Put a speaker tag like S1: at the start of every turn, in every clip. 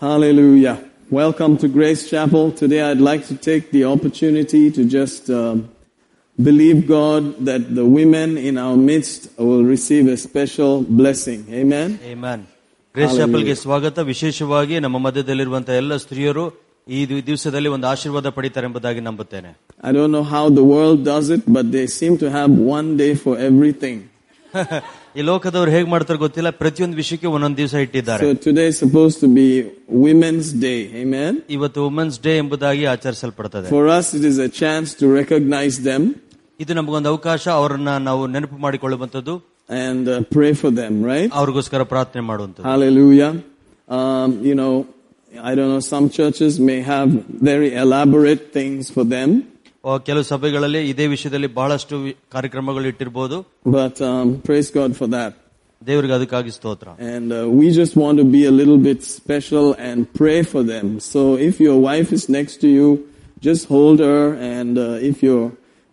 S1: Hallelujah. Welcome to Grace Chapel. Today I'd like to take the opportunity to just um, believe God that the women in our midst will receive a special blessing. Amen.
S2: Amen Grace ಚಾಪಲ್ಗೆ ಸ್ವಾಗತ ವಿಶೇಷವಾಗಿ ನಮ್ಮ ಮಧ್ಯದಲ್ಲಿರುವಂತಹ ಎಲ್ಲ ಸ್ತ್ರೀಯರು ಈ the- ದಿವಸದಲ್ಲಿ ಒಂದು ಆಶೀರ್ವಾದ ಪಡಿತಾರೆಂಬುದಾಗಿ ನಂಬುತ್ತೇನೆ
S1: I don't know how the world does it, but they seem to have one day for everything.
S2: ಈ ಲೋಕದವ್ರು ಹೇಗ್ ಮಾಡ್ತಾರೆ ಗೊತ್ತಿಲ್ಲ ಪ್ರತಿಯೊಂದು ವಿಷಯಕ್ಕೆ ಒಂದೊಂದು ದಿವಸ ಇಟ್ಟಿದ್ದಾರೆ
S1: So today is supposed to be Women's Day. Amen.
S2: ಇವತ್ತು ವುಮೆನ್ಸ್ ಡೇ ಎಂಬುದಾಗಿ ಆಚರಿಸಲ್ಪಡ್ತದೆ
S1: For us, it is a chance to recognize them
S2: ಇದು ನಮಗೊಂದು ಅವಕಾಶ ಅವರನ್ನ ನಾವು ನೆನಪು ಮಾಡಿಕೊಳ್ಳುವಂತದ್ದು
S1: and uh, pray for them, right?
S2: ಅವ್ರಿಗೋಸ್ಕರ ಪ್ರಾರ್ಥನೆ ಮಾಡುವಂತದ್ದು
S1: Hallelujah. Um, you know, I don't know, some churches may have very elaborate things for them,
S2: ಕೆಲವು ಸಭೆಗಳಲ್ಲಿ ಇದೇ ವಿಷಯದಲ್ಲಿ ಬಹಳಷ್ಟು ವಿ- ಕಾರ್ಯಕ್ರಮಗಳು ಇಟ್ಟಿರ್ಬೋದು
S1: but um, praise God for that.
S2: ದೇವರಿಗೆ ಅದಕ್ಕಾಗಿ ಸ್ತೋತ್ರ
S1: And uh, we just want to be a little bit special and pray for them. So if your wife is next to you, just hold her, and uh, if your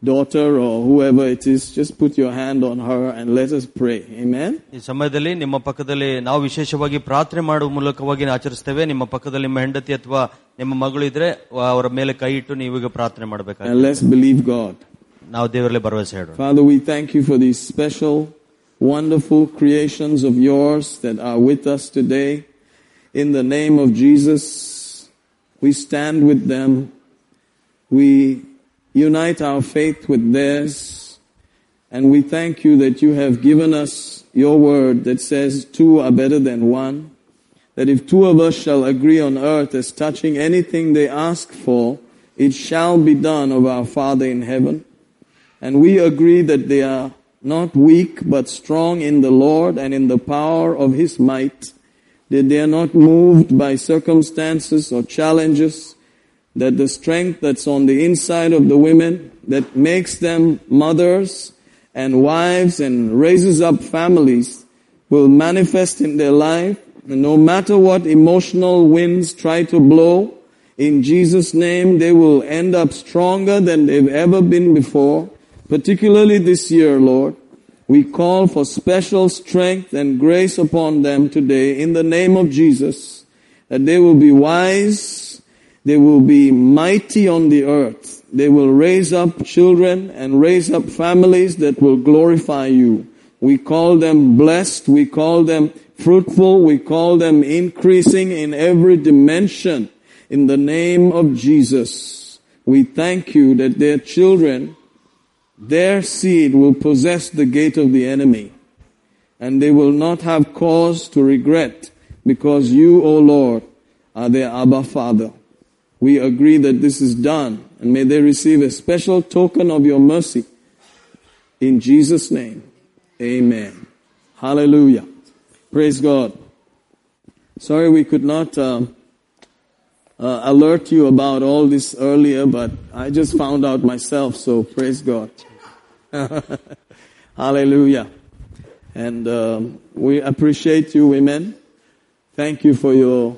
S1: daughter or whoever it is, just put your hand on her and let us pray. Amen.
S2: ಈ ಸಮಯದಲ್ಲಿ ನಿಮ್ಮ ಪಕ್ಕದಲ್ಲಿ ನಾವು ವಿಶೇಷವಾಗಿ ಪ್ರಾರ್ಥನೆ ಮಾಡುವ ಮೂಲಕವಾಗಿ ಆಚರಿಸ್ತೇವೆ ನಿಮ್ಮ ಪಕ್ಕದಲ್ಲಿ ನಿಮ್ಮ ಹೆಂಡತಿ ಅಥವಾ ನಿಮ್ಮ ಮಗಳು ಇದ್ರೆ ವ- ಅವರ ಮೇಲೆ ಕೈ ಇಟ್ಟು ನೀವೀಗ ಪ್ರಾರ್ಥನೆ ಮಾಡಬೇಕಾಗಿ
S1: And let's believe God.
S2: ನಾವು ದೇವರಲ್ಲಿ ಭರವಸೆ ಹೇಳೋಣ
S1: Father, we thank you for these special, wonderful creations of yours that are with us today. In the name of Jesus, we stand with them. We unite our faith with theirs. And we thank you that you have given us your word that says two are better than one. That if two of us shall agree on earth as touching anything they ask for, it shall be done of our Father in heaven. And we agree that they are not weak, but strong in the Lord and in the power of His might. That they are not moved by circumstances or challenges. That the strength that's on the inside of the women that makes them mothers and wives and raises up families will manifest in their life. And no matter what emotional winds try to blow, in Jesus' name, they will end up stronger than they've ever been before, particularly this year, Lord. We call for special strength and grace upon them today in the name of Jesus, that they will be wise, they will be mighty on the earth. They will raise up children and raise up families that will glorify you. We call them blessed. We call them fruitful. We call them increasing in every dimension. In the name of Jesus, we thank you that their children, their seed will possess the gate of the enemy and they will not have cause to regret because you, O Lord, are their Abba Father. We agree that this is done and may they receive a special token of your mercy. In Jesus' name, amen. Hallelujah. Praise God. Sorry we could not um, uh, alert you about all this earlier, but I just found out myself, so praise God. Hallelujah. And um, we appreciate you, women. Thank you for your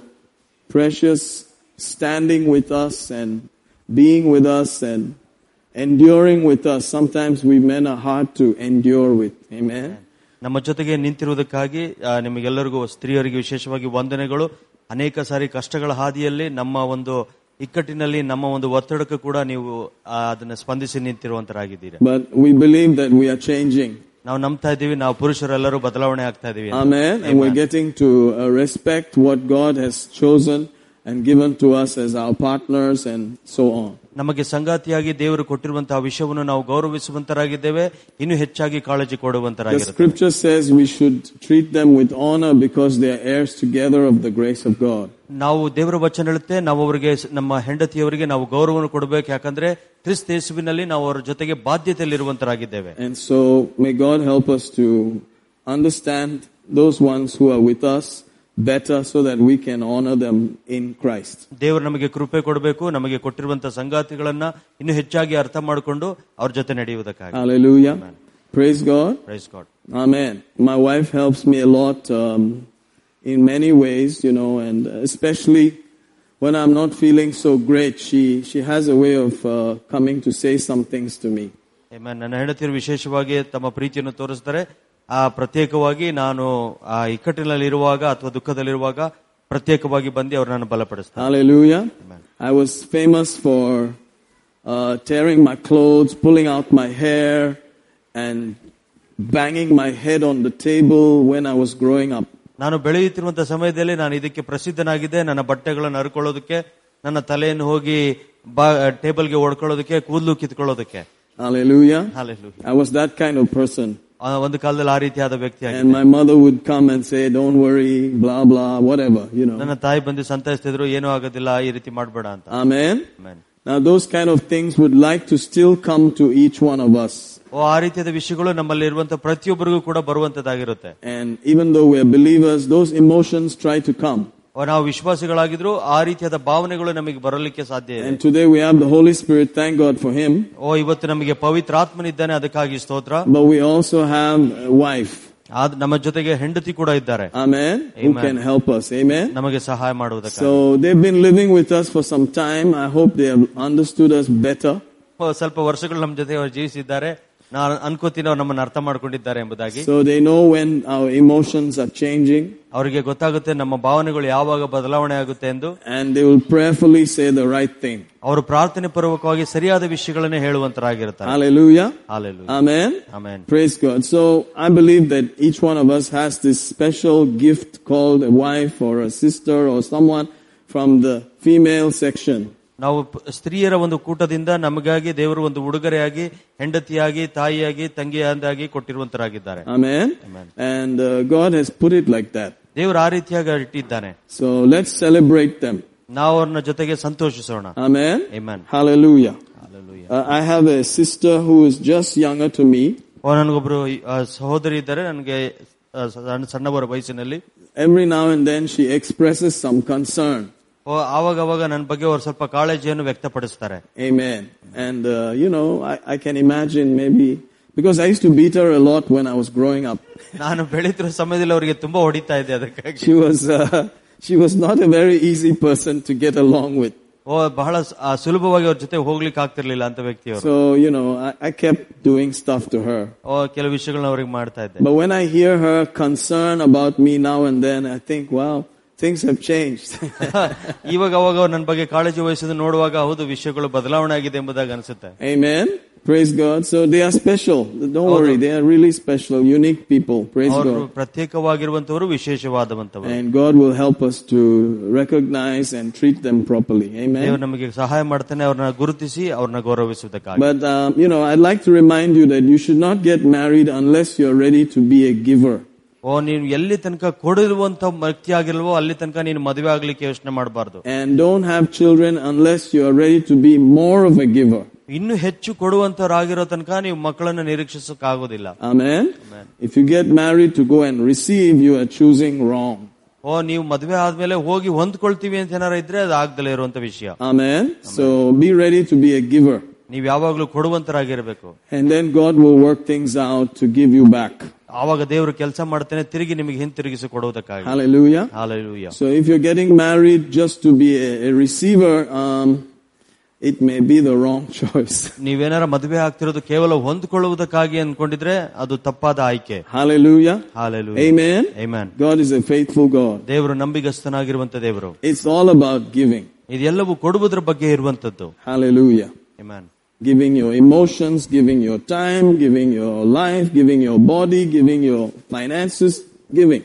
S1: precious standing with us and being with us and enduring with us. Sometimes we men are hard to endure with. Amen.
S2: ನಮ್ಮ ಜೊತೆಗೆ ನಿಂತಿರುವುದಕ್ಕಾಗಿ ಆ, ನಿಮಗೆಲ್ಲರಿಗೂ ಸ್ತ್ರೀಯರಿಗೆ ವಿಶೇಷವಾಗಿ ವಂದನೆಗಳು ಅನೇಕ ಸಾರಿ ಕಷ್ಟಗಳ ಹಾದಿಯಲ್ಲಿ ನಮ್ಮ ಒಂದು ಇಕ್ಕಟ್ಟಿನಲ್ಲಿ ನಮ್ಮ ಒಂದು ಒತ್ತಡಕ್ಕೆ ಕೂಡ ನೀವು ಆ, ಅದನ್ನ ಸ್ಪಂದಿಸಿ ನಿಂತಿರುವಂತರಾಗಿದ್ದೀರಿ
S1: But we believe that we are changing.
S2: ನಾವು ನಂಬ್ತಾ ಇದ್ದೀವಿ ನಾವು ಪುರುಷರೆಲ್ಲರೂ ಬದಲಾವಣೆ ಆಗ್ತಾ ಇದೀವಿ ಅಂತ.
S1: Amen. And we're getting to uh, respect what God has chosen and given to us as our partners and so on.
S2: ನಮಗೆ ಸಂಗಾತಿಯಾಗಿ ದೇವರು ಕೊಟ್ಟಿರುವಂತಹ ವಿಷಯವನ್ನು ನಾವು ಗೌರವಿಸುವಂತರಾಗಿದ್ದೇವೆ ಇನ್ನು ಹೆಚ್ಚಾಗಿ ಕಾಳಜಿ
S1: The
S2: ಕೊಡುವಂತರಾಗಿರುತ್ತೆ
S1: scripture says we should treat them with honor because they are heirs together of the grace of God.
S2: ನಾವು ದೇವರ ವಚನ ಹೇಳುತ್ತೆ ನಾವು ಅವರಿಗೆ ಸ- ನಮ್ಮ ಹೆಂಡತಿಯವರಿಗೆ ನಾವು ಗೌರವವನ್ನು ಕೊಡಬೇಕು ಯಾಕಂದ್ರೆ ಕ್ರಿಸ್ತೇಸುವಿನಲ್ಲಿ ನಾವು ಅವರ ಜೊತೆಗೆ ಬಾಧ್ಯತೆಯಲ್ಲಿರುವಂತರಾಗಿದ್ದೇವೆ
S1: And so may God help us to understand those ones who are with us better so that we can honor them in Christ.
S2: ದೇವರು ನಮಗೆ ಕೃಪೆ ಕೊಡಬೇಕು ನಮಗೆ ಕೊಟ್ಟಿರುವಂತಹ ಸಂಗಾತಿಗಳನ್ನ ಇನ್ನು ಹೆಚ್ಚಾಗಿ ಅರ್ಥ ಮಾಡಿಕೊಂಡು ಅವ್ರ ಜೊತೆ ನಡೆಯುವುದಕ್ಕಾಗಿ
S1: Hallelujah. Praise God.
S2: Praise God
S1: Amen. My wife helps me a lot um, in many ways, you know, and especially when I'm not feeling so great, she, she has a way of uh, coming to say some things to me.
S2: Amen. ನನ್ನ ಹೆಂಡತಿಯರು ವಿಶೇಷವಾಗಿ ತಮ್ಮ ಪ್ರೀತಿಯನ್ನು ತೋರಿಸ್ತಾರೆ ಆ ಪ್ರತ್ಯೇಕವಾಗಿ ನಾನು ಆ ಇಕ್ಕಟ್ಟಿನಲ್ಲಿರುವಾಗ ಅಥವಾ ದುಃಖದಲ್ಲಿರುವಾಗ ಪ್ರತ್ಯೇಕವಾಗಿ ಬಂದು ಅವ್ರನ್ನ ಬಲಪಡಿಸ್ತಾರೆ
S1: Hallelujah. I was famous for uh, tearing my clothes, pulling out my hair, and banging my head on the table when I was growing up.
S2: ನಾನು ಬೆಳೆಯುತ್ತಿರುವಂತ ಸಮಯದಲ್ಲಿ ನಾನು ಇದಕ್ಕೆ ಪ್ರಸಿದ್ಧನಾಗಿದ್ದೆ ನನ್ನ ಬಟ್ಟೆಗಳನ್ನು ಹರ್ಕೊಳ್ಳೋದಕ್ಕೆ ನನ್ನ ತಲೆಯನ್ನು ಹೋಗಿ ಬಾ ಟೇಬಲ್ಗೆ ಓಡ್ಕೊಳ್ಳೋದಕ್ಕೆ ಕೂದಲು ಕಿತ್ಕೊಳ್ಳೋದಕ್ಕೆ
S1: Hallelujah.
S2: Hallelujah.
S1: I was that kind of person.
S2: ಆ ಒಂದು ಕಾಲದಲ್ಲಿ ಆ ರೀತಿಯಾದ ವ್ಯಕ್ತಿಯಾಗಿ
S1: And my mother would come and say, Don't worry, blah, blah, whatever, you know.
S2: ನನ್ನ ತಾಯಿ ಬಂದು ಸಂತೈಸ್ತಿದ್ರು ಏನೂ ಆಗೋದಿಲ್ಲ ಈ ರೀತಿ ಮಾಡಬೇಡ ಅಂತ
S1: Amen.
S2: Amen.
S1: Now, those kind of things would like to still come to each one of us.
S2: ಓ ಆ ರೀತಿಯಾದ ವಿಷಯಗಳು ನಮ್ಮಲ್ಲಿ ಇರುವಂತ ಪ್ರತಿಯೊಬ್ಬರಿಗೂ ಕೂಡ ಬರುವಂತದ್ದಾಗಿರುತ್ತೆ
S1: And even though we are believers, those emotions try to come.
S2: ಓ, ನಾವು ವಿಶ್ವಾಸಿಗಳಾಗಿದ್ರು ಆ ರೀತಿಯಾದ ಭಾವನೆಗಳು ನಮಗೆ ಬರಲಿಕ್ಕೆ ಸಾಧ್ಯ ಇದೆ
S1: And today we have the Holy Spirit, thank God for Him.
S2: ಓ ಇವತ್ತು ನಮಗೆ ಪವಿತ್ರ ಆತ್ಮನಿದ್ದಾನೆ ಅದಕ್ಕಾಗಿ ಸ್ತೋತ್ರ
S1: But we also have a wife,
S2: ಆದ್- ನಮ್ಮ ಜೊತೆಗೆ ಹೆಂಡತಿ ಕೂಡ ಇದ್ದಾರೆ
S1: amen, who
S2: Amen.
S1: can help us, amen.
S2: ನಮಗೆ ಸಹಾಯ ಮಾಡುವುದಕ್ಕೆ
S1: So they've been living with us for some time. I hope they have understood us better.
S2: ಸ್ವಲ್ಪ ವರ್ಷಗಳು ನಮ್ಮ ಜೊತೆ ಅವರು ಜೀವಿಸಿದ್ದಾರೆ ನಾನು ಅನ್ಕೋತೀನಿ ಅವ್ರು ನಮ್ಮನ್ನು ಅರ್ಥ ಮಾಡ್ಕೊಂಡಿದ್ದಾರೆ ಎಂಬುದಾಗಿ
S1: So they know when our emotions are changing
S2: ಅವರಿಗೆ ಗೊತ್ತಾಗುತ್ತೆ ನಮ್ಮ ಭಾವನೆಗಳು ಯಾವಾಗ ಬದಲಾವಣೆ ಆಗುತ್ತೆ ಎಂದು
S1: and they will prayerfully say the right thing.
S2: ಅವರು ಪ್ರಾರ್ಥನೆ ಪೂರ್ವಕವಾಗಿ ಸರಿಯಾದ ವಿಷಯಗಳನ್ನೇ ಹೇಳುವಂತರಾಗಿರುತ್ತಾರೆ
S1: Hallelujah.
S2: Hallelujah.
S1: Amen.
S2: Amen.
S1: Praise God. So I believe that each one of us has this special gift called a wife or a sister or someone from the female section.
S2: ನಾವು ಪ್- ಸ್ತ್ರೀಯರ ಒಂದು ಕೂಟದಿಂದ ನಮಗಾಗಿ ದೇವರು ಒಂದು ಉಡುಗೊರೆಯಾಗಿ ಹೆಂಡತಿಯಾಗಿ ತಾಯಿಯಾಗಿ ತಂಗಿಯಾಗಿ ಕೊಟ್ಟಿರುವಂತರಾಗಿದ್ದಾರೆ
S1: Amen. And uh, God has put it like that.
S2: ದೇವರು ಆ ರೀತಿಯಾಗಿ ಇಟ್ಟಿದ್ದಾನೆ
S1: So let's celebrate them.
S2: ನಾವು ಅವ್ರನ್ನ ಜೊತೆಗೆ ಸಂತೋಷಿಸೋಣ
S1: Amen.
S2: Amen.
S1: Hallelujah.
S2: Hallelujah.
S1: Uh, I have a sister who is just younger to me.
S2: ಓ ನನಗೊಬ್ರು ಆ, ಸಹೋದರಿ ಇದ್ದಾರೆ ನನಗೆ ಆ, ಸಣ್ಣ- ಸಣ್ಣವರ ವಯಸ್ಸಿನಲ್ಲಿ
S1: Every now and then she expresses some concern.
S2: ಓ, ಆವಾಗ ಅವಾಗ ನನ್ನ ಬಗ್ಗೆ ಅವ್ರು ಸ್ವಲ್ಪ ಕಾಳಜಿಯನ್ನು ವ್ಯಕ್ತಪಡಿಸ್ತಾರೆ
S1: Amen. And, uh, you know, I, I can imagine maybe, because I used to beat her a lot when I was growing up.
S2: ನಾನು ಬೆಳೀತಿರೋ ಸಮಯದಲ್ಲಿ ಅವರಿಗೆ ತುಂಬಾ ಹೊಡಿತಾ ಇದ್ದೆ ಅದಕ್ಕಾಗಿ
S1: She was, uh, she was not a very easy person to get along with.
S2: ಓ ಬಹಳ ಸ- ಆ, ಸುಲಭವಾಗಿ ಅವ್ರ ಜೊತೆ ಹೋಗ್ಲಿಕ್ಕೆ ಆಗ್ತಿರ್ಲಿಲ್ಲ ಅಂತ ವ್ಯಕ್ತಿಯವರು
S1: So, you know, I, I kept doing stuff to her.
S2: ಓ ಕೆಲವು ವಿಷಯಗಳನ್ನ ಅವ್ರಿಗೆ ಮಾಡ್ತಾ ಇದ್ದೆ
S1: But when I hear her concern about me now and then, I think, wow, things have changed.
S2: ಇವಾಗ ಅವಾಗ ಅವ್ರು ನನ್ನ ಬಗ್ಗೆ ಕಾಳಜಿ ವಹಿಸೋದು ನೋಡುವಾಗ ಹೌದು ವಿಷಯಗಳು ಬದಲಾವಣೆ ಆಗಿದೆ ಎಂಬುದಾಗಿ ಅನಿಸುತ್ತೆ
S1: Amen. Praise God. So they are special. Don't worry. They are really special, unique people. Praise
S2: ಅವರು
S1: God.
S2: ಪ್ರತ್ಯೇಕವಾಗಿರುವಂತವರು ವಿಶೇಷವಾದವಂತವರು
S1: And God will help us to recognize and treat them properly.
S2: ದೇವರು
S1: Amen.
S2: ನಮಗೆ ಸಹಾಯ ಮಾಡ್ತಾನೆ ಅವ್ರನ್ನ ಗುರುತಿಸಿ ಅವ್ರನ್ನ ಗೌರವಿಸುವುದಕ್ಕಾಗಿ
S1: But, um, you know, I'd like to remind you that you should not get married unless you're ready to be a giver.
S2: ಓ ನೀನು ಎಲ್ಲಿ ತನಕ ಕೊಡಿರುವಂತ ವ್ಯಕ್ತಿ ಆಗಿಲ್ವೋ ಅಲ್ಲಿ ತನಕ ನೀನು ಮದುವೆ ಆಗ್ಲಿಕ್ಕೆ ಯೋಚನೆ ಮಾಡಬಾರ್ದು
S1: And don't have children unless you are ready to be more of a giver.
S2: ಇನ್ನು ಹೆಚ್ಚು ಕೊಡುವಂತವರಾಗಿರೋ ತನಕ ನೀವು ಮಕ್ಕಳನ್ನ ನಿರೀಕ್ಷಿಸಕ್ಕಾಗೋದಿಲ್ಲ
S1: Amen. If you get married to go and receive, you are choosing wrong.
S2: ಓ ನೀವು ಮದುವೆ ಆದ್ಮೇಲೆ ಹೋಗಿ ಹೊಂದ್ಕೊಳ್ತೀವಿ ಅಂತ ಏನಾರ ಇದ್ರೆ ಅದು ಆಗ್ದಲೇ ಇರುವಂತ ವಿಷಯ
S1: Amen. So be ready to be a giver.
S2: ನೀವು ಯಾವಾಗ್ಲೂ ಕೊಡುವಂತರಾಗಿರ್ಬೇಕು
S1: And then God will work things out to give you back.
S2: ಆವಾಗ ದೇವರು ಕೆಲಸ ಮಾಡ್ತಾನೆ ತಿರುಗಿ ನಿಮಗೆ ಹಿಂತಿರುಗಿಸಿ ಕೊಡುವುದಕ್ಕಾಗಿ
S1: Hallelujah.
S2: Hallelujah
S1: So if you're getting married just to be a, a receiver, um, it may be the wrong choice.
S2: ನೀವೇನಾರ ಮದುವೆ ಆಗ್ತಿರೋದು ಕೇವಲ ಹೊಂದ್ಕೊಳ್ಳುವುದಕ್ಕಾಗಿ ಅನ್ಕೊಂಡಿದ್ರೆ ಅದು ತಪ್ಪಾದ ಆಯ್ಕೆ
S1: Hallelujah.
S2: Hallelujah
S1: Amen.
S2: Amen.
S1: God is a faithful God.
S2: ದೇವರು ನಂಬಿಗಸ್ತನಾಗಿರುವಂತ ದೇವರು
S1: It's all about giving.
S2: ಇದೆಲ್ಲವೂ ಕೊಡುವುದರ ಬಗ್ಗೆ ಇರುವಂತದ್ದು
S1: Hallelujah.
S2: Amen.
S1: Giving your emotions, giving your time, giving your life, giving your body, giving your finances, giving.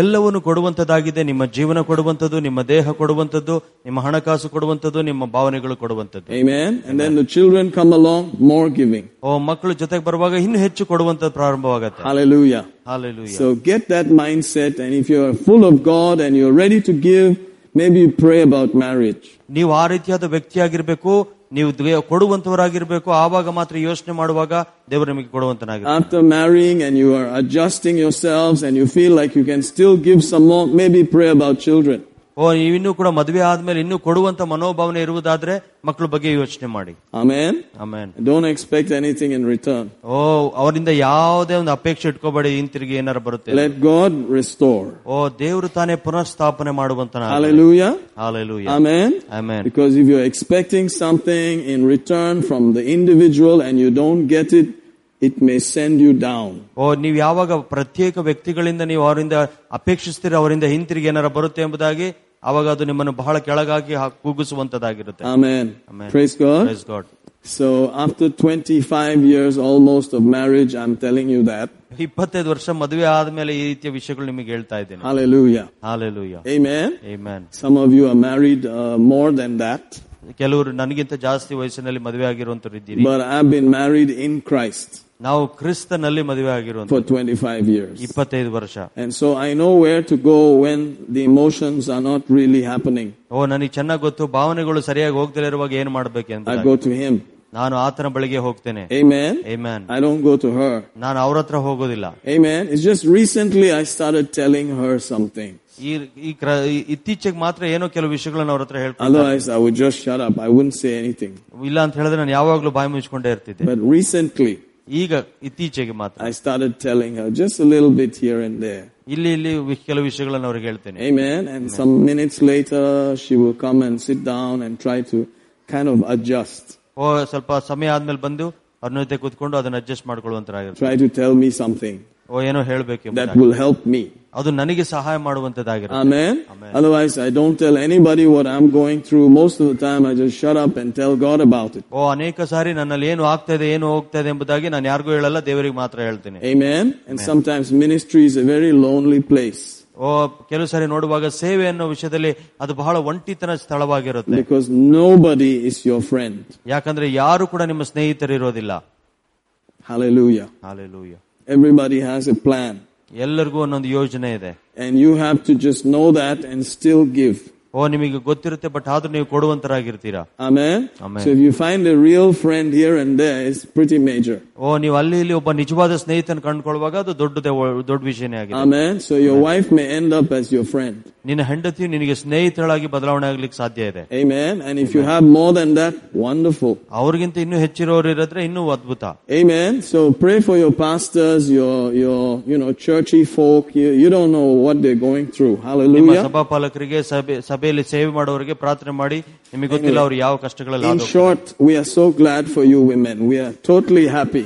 S2: ಎಲ್ಲವನ್ನು ಕೊಡುವಂತದ್ದಾಗಿದೆ ನಿಮ್ಮ ಜೀವನ ಕೊಡುವಂತದ್ದು ನಿಮ್ಮ ದೇಹ ಕೊಡುವಂತದ್ದು ನಿಮ್ಮ ಹಣಕಾಸು ಕೊಡುವಂತದ್ದು ನಿಮ್ಮ ಭಾವನೆಗಳು ಕೊಡುವಂತದ್ದು
S1: Amen. And then the children come along, more giving.
S2: ಓ ಮಕ್ಕಳು ಜೊತೆಗೆ ಬರುವಾಗ ಇನ್ನು ಹೆಚ್ಚು ಕೊಡುವಂತದ್ದು ಪ್ರಾರಂಭವಾಗತ್ತೆ
S1: Hallelujah.
S2: Hallelujah
S1: So get that mindset, and if you are full of God and you're ready to give, maybe you pray about marriage.
S2: ನೀವು ಆ ರೀತಿಯಾದ ವ್ಯಕ್ತಿಯಾಗಿರ್ಬೇಕು ನೀವು ದ್ವೇ- ಕೊಡುವಂತವರಾಗಿರ್ಬೇಕು ಆವಾಗ ಮಾತ್ರ ಯೋಚನೆ ಮಾಡುವಾಗ ದೇವರು ನಿಮಗೆ ಕೊಡುವಂತನಾಗಿರ್ತಾನೆ
S1: After marrying and you are adjusting yourselves and you feel like you can still give some more, maybe pray about children.
S2: ಓ ನೀವಿನ್ನೂ ಕೂಡ ಮದುವೆ ಆದ್ಮೇಲೆ ಇನ್ನೂ ಕೊಡುವಂತ ಮನೋಭಾವನೆ ಇರುವುದಾದ್ರೆ ಮಕ್ಕಳ ಬಗ್ಗೆ ಯೋಚನೆ ಮಾಡಿ
S1: Amen.
S2: Amen
S1: Don't expect anything in return.
S2: ಓ ಅವರಿಂದ ಯಾವುದೇ ಒಂದು ಅಪೇಕ್ಷೆ ಇಟ್ಕೋಬೇಡಿ ಹಿಂತಿರುಗಿ ಏನಾರ ಬರುತ್ತೆ
S1: Let God restore.
S2: ಓ ದೇವರು ತಾನೇ ಪುನಃಸ್ಥಾಪನೆ ಮಾಡುವಂತ
S1: Hallelujah.
S2: Hallelujah
S1: Amen.
S2: Amen
S1: Because if you're expecting something in return from the individual and you don't get it, it may send you down.
S2: ಓ ನೀವು ಯಾವಾಗ ಪ್ರತ್ಯೇಕ ವ್ಯಕ್ತಿಗಳಿಂದ ನೀವು ಅವರಿಂದ ಅಪೇಕ್ಷಿಸ್ತೀರ ಅವರಿಂದ ಹಿಂತಿರುಗಿ ಏನಾರ ಬರುತ್ತೆ ಎಂಬುದಾಗಿ ಅವಾಗ ಅದು ನಿಮ್ಮನ್ನು ಬಹಳ ಕೆಳಗಾಗಿ ಹಾ- ಕೂಗಿಸುವಂತದ್ದಾಗಿರುತ್ತೆ
S1: Amen.
S2: Amen.
S1: Praise God.
S2: Praise God.
S1: So after 25 years almost of marriage, I'm telling you that.
S2: ಇಪ್ಪತ್ತೈದು ವರ್ಷ ಮದುವೆ ಆದ್ಮೇಲೆ ಈ ರೀತಿಯ ವಿಷಯಗಳು ನಿಮಗೆ ಹೇಳ್ತಾ ಇದ್ದೇನೆ
S1: Hallelujah.
S2: Hallelujah
S1: Amen.
S2: Amen
S1: Some of you are married uh, more than that,
S2: ಕೆಲವರು ನನಗಿಂತ ಜಾಸ್ತಿ ವಯಸ್ಸಿನಲ್ಲಿ ಮದುವೆ ಆಗಿರುವಂತರು ಇದ್ದೀರಿ
S1: but I've been married in Christ
S2: ನಾವು ಕ್ರಿಸ್ತನಲ್ಲಿ ಮದುವೆ ಆಗಿರುವಂತ
S1: for 25 years.
S2: ಇಪ್ಪತ್ತೈದು ವರ್ಷ
S1: And so I know where to go when the emotions are not really happening.
S2: ಓ ನನಗೆ ಚೆನ್ನಾಗಿ ಗೊತ್ತು ಭಾವನೆಗಳು ಸರಿಯಾಗಿ ಹೋಗ್ತಿಲ್ಲ ಇರುವಾಗ ಏನ್ ಮಾಡ್ಬೇಕೆಂತ
S1: I go to him.
S2: ನಾನು ಆತನ ಬಳಿಗೆ ಹೋಗ್ತೇನೆ
S1: Amen.
S2: Amen
S1: I don't go to her.
S2: ನಾನು ಅವ್ರ ಹತ್ರ ಹೋಗೋದಿಲ್ಲ
S1: Amen. It's just recently I started telling her something.
S2: ಈ ಈ ಕ್ರ- ಈ- ಇತ್ತೀಚೆಗೆ ಮಾತ್ರ ಏನೋ ಕೆಲವು ವಿಷಯಗಳನ್ನ ಅವ್ರ ಹತ್ರ ಹೇಳ್ಕೊಂಡು
S1: Otherwise, I would just shut up. I wouldn't say anything.
S2: ಇಲ್ಲ ಅಂತ ಹೇಳಿದ್ರೆ ನಾನು ಯಾವಾಗ್ಲೂ ಬಾಯಿ ಮುಚ್ಕೊಂಡೇ ಇರ್ತಿದ್ದೆ
S1: But recently,
S2: ಈಗ ಇತ್ತೀಚೆಗೆ ಮಾತ್ರ
S1: I started telling her just a little bit here and there.
S2: ಇಲ್ಲಿ ಇಲ್ಲಿ ವಿ- ಕೆಲವು ವಿಷಯಗಳನ್ನ ಅವ್ರಿಗೆ ಹೇಳ್ತೇನೆ
S1: Amen. And some minutes later, she will come and sit down and try to kind of adjust,
S2: ಓ ಸ್ವಲ್ಪ ಸಮಯ ಆದ್ಮೇಲೆ ಬಂದು ಅವ್ರ ಜೊತೆ ಕೂತ್ಕೊಂಡು ಅದನ್ನ ಅಡ್ಜಸ್ಟ್ ಮಾಡ್ಕೊಳ್ಳುವಂತರಾಗಿರುತ್ತೆ
S1: try to tell me something
S2: ಓ ಏನೋ ಹೇಳ್ಬೇಕೆಂಬ
S1: that will help me.
S2: ಅದು ನನಗೆ ಸಹಾಯ ಮಾಡುವಂತದ್ದಾಗಿರುತ್ತೆ
S1: Amen. Otherwise, I don't tell anybody what I'm going through. Most of the time, I just shut up and tell God about it.
S2: ಓ ಅನೇಕ ಸಾರಿ ನನ್ನಲ್ಲಿ ಏನು ಆಗ್ತಾ ಇದೆ ಏನು ಹೋಗ್ತಾ ಇದೆ ಎಂಬುದಾಗಿ ನಾನು ಯಾರಿಗೂ ಹೇಳಲ್ಲ ದೇವರಿಗೆ ಮಾತ್ರ ಹೇಳ್ತೇನೆ
S1: Amen. And sometimes ministry is a very lonely place
S2: ಓ ಕೆಲವು ಸಾರಿ ನೋಡುವಾಗ ಸೇವೆ ಅನ್ನೋ ವಿಷಯದಲ್ಲಿ ಅದು ಬಹಳ ಒಂಟಿತನ ಸ್ಥಳವಾಗಿರುತ್ತೆ
S1: because nobody is your friend.
S2: ಯಾಕಂದ್ರೆ ಯಾರು ಕೂಡ ನಿಮ್ಮ ಸ್ನೇಹಿತರು ಇರೋದಿಲ್ಲ
S1: Hallelujah.
S2: Hallelujah
S1: Everybody has a plan.
S2: ಎಲ್ಲರಿಗೂ ಒಂದೊಂದು ಯೋಜನೆ ಇದೆ
S1: And you have to just know that and still give.
S2: ಓ ನಿಮಗೆ ಗೊತ್ತಿರುತ್ತೆ ಬಟ್ ಆದ್ರೂ ನೀವು ಕೊಡುವಂತರಾಗಿರ್ತೀರಾ
S1: Amen.
S2: Amen.
S1: So if you find a real friend here and there, it's pretty major.
S2: ಓ ನೀವು ಅಲ್ಲಿ ಇಲ್ಲಿ ಒಬ್ಬ ನಿಜವಾದ ಸ್ನೇಹಿತನ ಕಂಡುಕೊಳ್ಳುವಾಗ ಅದು ದೊಡ್ಡದೇ ಒ- ದೊಡ್ಡ ವಿಷಯನೇ ಆಗಿದೆ
S1: Amen. So your wife may end up as your friend.
S2: ನಿನ್ನ ಹೆಂಡತಿ ನಿನಗೆ ಸ್ನೇಹಿತರಾಗಿ ಬದಲಾವಣೆ ಆಗ್ಲಿಕ್ಕೆ ಸಾಧ್ಯ ಇದೆ
S1: Amen. And if you have more than that, wonderful.
S2: ಅವ್ರಿಗಿಂತ ಇನ್ನೂ ಹೆಚ್ಚಿರೋರು ಇರೋದ್ರೆ ಇನ್ನೂ ಅದ್ಭುತ
S1: Amen. So pray for your pastors, your your you know churchy folk. You, you don't know what they're going through.
S2: ನಿಮ್ಮ
S1: Hallelujah.
S2: ಸಭಾಪಾಲಕರಿಗೆ ಸಭೆ ಸಭೆಯಲ್ಲಿ ಸೇವೆ ಮಾಡೋರಿಗೆ ಪ್ರಾರ್ಥನೆ ಮಾಡಿ ನಿಮಗೆ ಗೊತ್ತಿಲ್ಲ ಅವ್ರು ಯಾವ ಕಷ್ಟಗಳಲ್ಲಿ
S1: In
S2: ಹಾದು-
S1: short, we are so glad for you women. We are totally happy.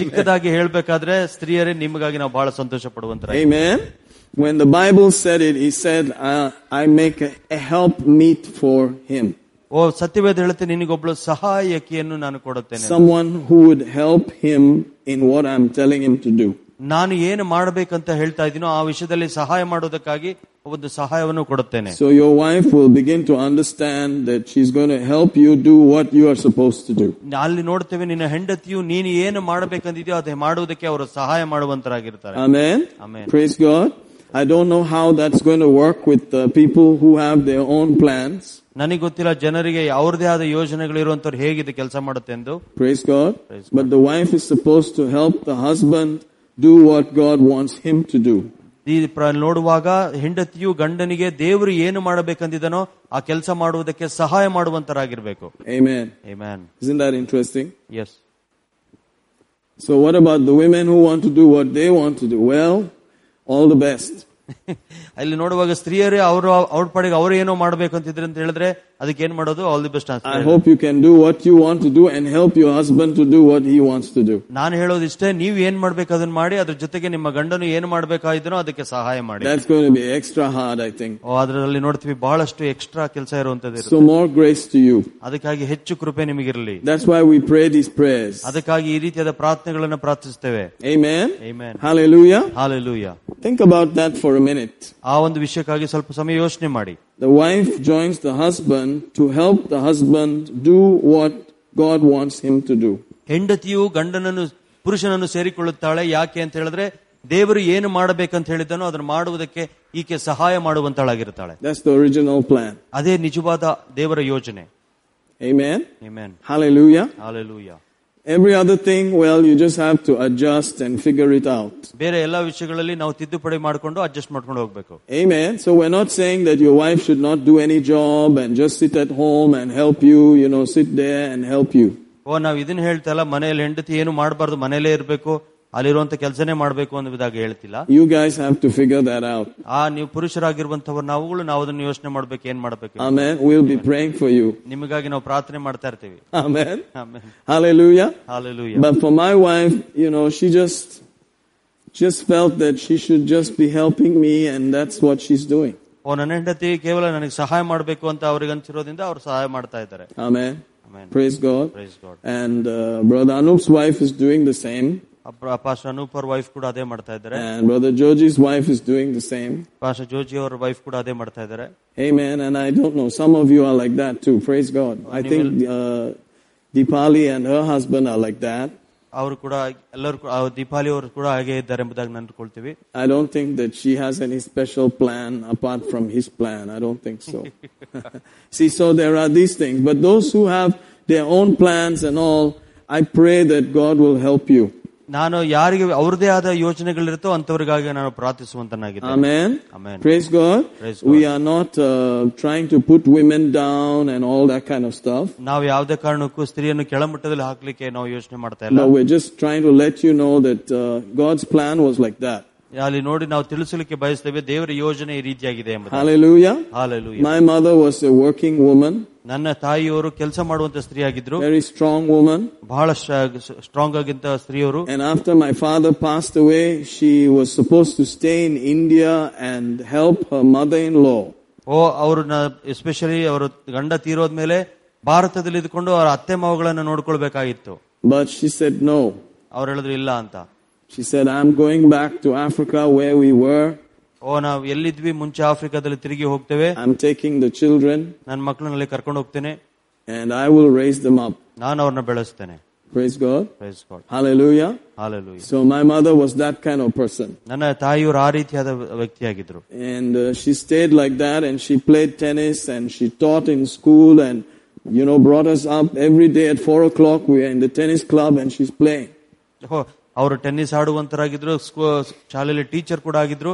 S2: ಚಿಕ್ಕದಾಗಿ ಹೇಳ್ಬೇಕಾದ್ರೆ ಸ್ತ್ರೀಯರೇ ನಿಮಗಾಗಿ ನಾವು ಬಹಳ ಸಂತೋಷ ಪಡುವಂತರ
S1: Amen. When the Bible said it, he said, uh, I make a, a help meet for him.
S2: ಓ ಸತ್ಯವೇದ ಹೇಳುತ್ತೆ ನಿನಗೊಬ್ಳು ಸಹಾಯಕಿಯನ್ನು ನಾನು ಕೊಡುತ್ತೇನೆ
S1: Someone who would help him in what I'm telling him to do.
S2: ನಾನು ಏನು ಮಾಡಬೇಕಂತ ಹೇಳ್ತಾ ಇದ್ದೀನೋ ಆ ವಿಷಯದಲ್ಲಿ ಸಹಾಯ ಮಾಡೋದಕ್ಕಾಗಿ ಒಂದು ಸಹಾಯವನ್ನು ಕೊಡುತ್ತೇನೆ
S1: So your wife will begin to understand that she's going to help you do what you are supposed to do.
S2: ಅಲ್ಲಿ ನೋಡ್ತೇವೆ ನಿನ್ನ ಹೆಂಡತಿಯು ನೀನು ಏನು ಮಾಡಬೇಕಂದಿದೆಯೋ ಅದು ಮಾಡುವುದಕ್ಕೆ ಅವರು ಸಹಾಯ ಮಾಡುವಂತರಾಗಿರ್ತಾರೆ
S1: Amen.
S2: Amen.
S1: Praise God. I don't know how that's going to work with the people who have their own plans.
S2: ನನಗೆ ಗೊತ್ತಿಲ್ಲ ಜನರಿಗೆ ಅವ್ರದೇ ಆದ ಯೋಜನೆಗಳಿರುವಂತವ್ರು ಹೇಗಿದೆ ಕೆಲಸ ಮಾಡುತ್ತೆ ಎಂದು
S1: Praise God.
S2: Praise
S1: But the wife is supposed to help the husband do what God wants him to do.
S2: ಈ ಪ್ರ- ನೋಡುವಾಗ ಹೆಂಡತಿಯು ಗಂಡನಿಗೆ ದೇವರು ಏನು ಮಾಡಬೇಕಂದಿದನೋ ಆ ಕೆಲಸ ಮಾಡುವುದಕ್ಕೆ ಸಹಾಯ ಮಾಡುವಂತರಾಗಿರ್ಬೇಕು
S1: Amen.
S2: Amen
S1: Isn't that interesting?
S2: Yes
S1: So what about the women who want to do what they want to do? Well, all the best.
S2: ಅಲ್ಲಿ ನೋಡುವಾಗ ಸ್ತ್ರೀಯರೇ ಅವರು ಅವ್ರ ಪಾಡಿಗೆ ಅವ್ರು ಏನೋ ಮಾಡ್ಬೇಕಂತಿದ್ರೆ ಅಂತ ಹೇಳಿದ್ರೆ ಅದಕ್ಕೆ ಏನ್ ಮಾಡೋದು ಆಲ್ ದಿ ಬೆಸ್ಟ್
S1: I
S2: ಅಂತ
S1: hope you can do what you want to do and help your husband to do what he wants to do.
S2: ನಾನು ಹೇಳೋದು ಇಷ್ಟೇ ನೀವು ಏನ್ ಮಾಡ್ಬೇಕು ಅದನ್ನ ಮಾಡಿ ಅದ್ರ ಜೊತೆಗೆ ನಿಮ್ಮ ಗಂಡನು ಏನ್ ಮಾಡ್ಬೇಕಾಗಿದನೋ ಅದಕ್ಕೆ ಸಹಾಯ ಮಾಡಿ
S1: That's going to be extra hard, I think.
S2: ಓ, ಅದರಲ್ಲಿ ನೋಡ್ತೀವಿ ಬಹಳಷ್ಟು ಎಕ್ಸ್ಟ್ರಾ ಕೆಲಸ ಇರುವಂತದ್ದು
S1: So more grace to you.
S2: ಅದಕ್ಕಾಗಿ ಹೆಚ್ಚು ಕೃಪೆ ನಿಮಗಿರಲಿ
S1: That's why we pray these prayers.
S2: ಅದಕ್ಕಾಗಿ ಈ ರೀತಿಯಾದ ಪ್ರಾರ್ಥನೆಗಳನ್ನು ಪ್ರಾರ್ಥಿಸ್ತೇವೆ
S1: Amen.
S2: Amen.
S1: Hallelujah.
S2: Hallelujah
S1: Think about that for a minute.
S2: ಆ ಒಂದು ವಿಷಯಕ್ಕಾಗಿ ಸ್ವಲ್ಪ ಸಮಯ ಯೋಚನೆ ಮಾಡಿ
S1: The wife joins the husband to help the husband do what God wants him to do.
S2: ಹೆಂಡತಿಯು ಗಂಡನನ್ನು ಪುರುಷನನ್ನು ಸೇರಿಕೊಳ್ಳುತ್ತಾಳೆ ಯಾಕೆ ಅಂತ ಹೇಳಿದ್ರೆ ದೇವರು ಏನು ಮಾಡಬೇಕಂತ ಹೇಳಿದನೋ ಅದನ್ನು ಮಾಡುವುದಕ್ಕೆ ಈಕೆ ಸಹಾಯ ಮಾಡುವಂತಳಾಗಿರ್ತಾಳೆ
S1: That's the original plan.
S2: ಅದೇ ನಿಜವಾದ ದೇವರ ಯೋಜನೆ
S1: Amen.
S2: Amen.
S1: Hallelujah.
S2: Hallelujah.
S1: Every other thing, well, you just have to adjust and figure it out.
S2: ಬೇರೆ ಎಲ್ಲಾ ವಿಷಯಗಳಲ್ಲಿ ನಾವು ತಿದ್ದುಪಡಿ ಮಾಡಿಕೊಂಡು ಅಡ್ಜಸ್ಟ್ ಮಾಡ್ಕೊಂಡು ಹೋಗ್ಬೇಕು
S1: Amen. So we're not saying that your wife should not do any job and just sit at home and help you, you know, sit there and help you.
S2: ಓ ನಾವು ಇದನ್ನ ಹೇಳ್ತಲ್ಲ ಮನೆಯಲ್ಲಿ ಹೆಂಡತಿ ಏನು ಮಾಡಬಾರ್ದು ಮನೆಯಲ್ಲೇ ಇರಬೇಕು ಅಲ್ಲಿರುವಂತ ಕೆಲಸನೇ ಮಾಡಬೇಕು ಅನ್ನೋದಾಗಿ ಹೇಳ್ತಿಲ್ಲ
S1: You guys have to figure that out.
S2: ಆ ನೀವು ಪುರುಷರಾಗಿರುವಂತವ್ರು ನಾವುಗಳು ನಾವು ಅದನ್ನು ಯೋಚನೆ ಮಾಡ್ಬೇಕು ಏನ್ ಮಾಡ್ಬೇಕು
S1: Amen. We'll be praying for you.
S2: ನಿಮಗಾಗಿ ನಾವು ಪ್ರಾರ್ಥನೆ ಮಾಡ್ತಾ ಇರ್ತೀವಿ
S1: Amen. Hallelujah.
S2: Hallelujah
S1: But for my wife, you know, she just just felt that she should just be helping me and that's what she's doing.
S2: ಓ ನನ್ನ ಹೆಂಡತಿ ಕೇವಲ ನನಗೆ ಸಹಾಯ ಮಾಡಬೇಕು ಅಂತ ಅವ್ರಿಗೆ ಅನ್ಸಿರೋದ್ರಿಂದ ಅವ್ರು ಸಹಾಯ ಮಾಡ್ತಾ ಇದ್ದಾರೆ
S1: Amen.
S2: Amen.
S1: Praise God.
S2: Praise God.
S1: And uh, Brother Anup's wife is doing the same.
S2: Pastor Anoop ಅವ್ರ ವೈಫ್ ಕೂಡ ಅದೇ ಮಾಡ್ತಾ ಇದ್ದಾರೆ
S1: And Brother Georgie's wife is doing the same.
S2: Pastor Joji ಅವ್ರ ವೈಫ್ ಕೂಡ ಅದೇ ಮಾಡ್ತಾ ಇದ್ದಾರೆ
S1: Amen. And I don't know, some of you are like that too. Praise God. I think uh, Deepali and her husband are like that.
S2: ಅವರು ಕೂಡ ಎಲ್ಲರೂ ಕೂಡ- ಆ ದೀಪಾಲಿ ಅವರು ಕೂಡ ಹಾಗೆ ಇದ್ದಾರೆ ಎಂಬುದಾಗಿ ನಂಬ್ಕೊಳ್ತೀವಿ
S1: I don't think that she has any special plan apart from his plan. I don't think so. See, so there are these things. But those who have their own plans and all, I pray that God will help you.
S2: ನಾನು ಯಾರಿಗೆ ಅವ್ರದೇ ಆದ ಯೋಚನೆಗಳಿರುತ್ತೋ ಅಂತವ್ರಿಗಾಗಿ ನಾನು ಪ್ರಾರ್ಥಿಸುವಂತನಾಗಿದ್ದೇನೆ
S1: Amen.
S2: Amen.
S1: Praise God.
S2: Praise
S1: We are not uh, trying to put women down and all that kind of stuff.
S2: ನಾವು ಯಾವುದೇ ಕಾರಣಕ್ಕೂ ಸ್ತ್ರೀಯನ್ನು ಕೆಳಮಟ್ಟದಲ್ಲಿ ಹಾಕ್ಲಿಕ್ಕೆ ನಾವು ಯೋಚನೆ ಮಾಡ್ತಾ ಇಲ್ಲ
S1: No, we're just trying to let you know that uh, God's plan was like that.
S2: ಅಲ್ಲಿ ನೋಡಿ ನಾವು ತಿಳಿಸಲಿಕ್ಕೆ ಬಯಸ್ತೇವೆ ದೇವರ ಯೋಜನೆ ಈ ರೀತಿಯಾಗಿದೆ ಎಂಬುದು
S1: Hallelujah.
S2: Hallelujah
S1: My mother was a working woman,
S2: ನನ್ನ ತಾಯಿಯವರು ಕೆಲಸ ಮಾಡುವಂತ ಸ್ತ್ರೀಯಾಗಿದ್ರು
S1: very strong woman.
S2: ಬಹಳ ಸ್ಟ್ರಾಂಗ್ ಆಗಿಂತ ಸ್ತ್ರೀಯವರು
S1: And after my father passed away, she was supposed to stay in India and help her mother-in-law.
S2: ಓ ಅವ್ರನ್ನ ಎಸ್ಪೆಷಲಿ ಅವರು ಗಂಡ ತೀರೋದ್ಮೇಲೆ ಭಾರತದಲ್ಲಿ ಇದ್ಕೊಂಡು ಅವರ ಅತ್ತೆ ಮಾವುಗಳನ್ನ ನೋಡ್ಕೊಳ್ಬೇಕಾಗಿತ್ತು
S1: But she said no.
S2: ಅವ್ರು ಹೇಳಿದ್ರು ಇಲ್ಲ ಅಂತ
S1: She said, I'm going back to Africa where we were.
S2: ಓ ನಾವು ಎಲ್ಲಿದ್ವಿ ಮುಂಚೆ ಆಫ್ರಿಕಾದಲ್ಲಿ ತಿರುಗಿ ಹೋಗ್ತೇವೆ
S1: I'm taking the children
S2: ನನ್ನ ಮಕ್ಕಳನ್ನಲ್ಲಿ ಕರ್ಕೊಂಡು ಹೋಗ್ತೇನೆ
S1: and I will raise them up.
S2: ನಾನು ಅವ್ರನ್ನ ಬೆಳೆಸ್ತೇನೆ
S1: Praise God.
S2: Praise God
S1: Hallelujah.
S2: Hallelujah
S1: So my mother was that kind of person.
S2: ನನ್ನ ತಾಯಿಯವರು ಆ ರೀತಿಯಾದ ವ್ಯಕ್ತಿಯಾಗಿದ್ರು
S1: And uh, she stayed like that and she played tennis and she taught in school and, you know, brought us up every day at four o'clock. We are in the tennis club and she's playing.
S2: ಓ, ಅವರು tennis ಆಡುವಂತರಾಗಿದ್ರು ಸ್ಕೂ- ಶಾಲೆಯಲ್ಲಿ teacher ಕೂಡ ಆಗಿದ್ರು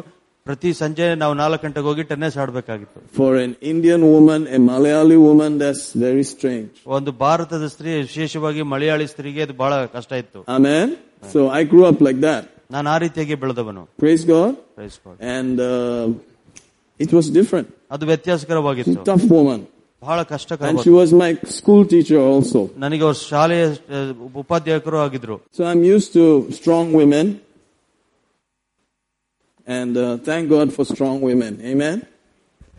S2: ಪ್ರತಿ ಸಂಜೆ ನಾವು ನಾಲ್ಕು ಗಂಟೆಗೆ ಹೋಗಿ ಟೆನ್ನಿಸ್ ಆಡಬೇಕಾಗಿತ್ತು
S1: For an Indian woman, a Malayali woman, that's very strange.
S2: ಒಂದು ಭಾರತದ ಸ್ತ್ರೀ ವಿಶೇಷವಾಗಿ ಮಲಯಾಳಿ ಸ್ತ್ರೀಗೆ ಅದು ಬಹಳ ಕಷ್ಟ ಇತ್ತು
S1: Amen. So I grew up like that.
S2: ನಾನು ಆ ರೀತಿಯಾಗಿ ಬೆಳೆದವನು
S1: Praise God.
S2: Praise God
S1: And uh, it was different.
S2: ಅದು ವ್ಯತ್ಯಾಸಕರವಾಗಿತ್ತು
S1: Tough woman.
S2: ಬಹಳ
S1: And she
S2: ಕಷ್ಟಕರವಾಗಿತ್ತು
S1: was my school teacher also.
S2: ನನಗೆ ಅವ್ರ ಶಾಲೆಯ ಆ, ಉಪಾಧ್ಯಾಯಕರು ಆಗಿದ್ರು
S1: So I'm used to strong women. And uh, thank God for strong women. Amen.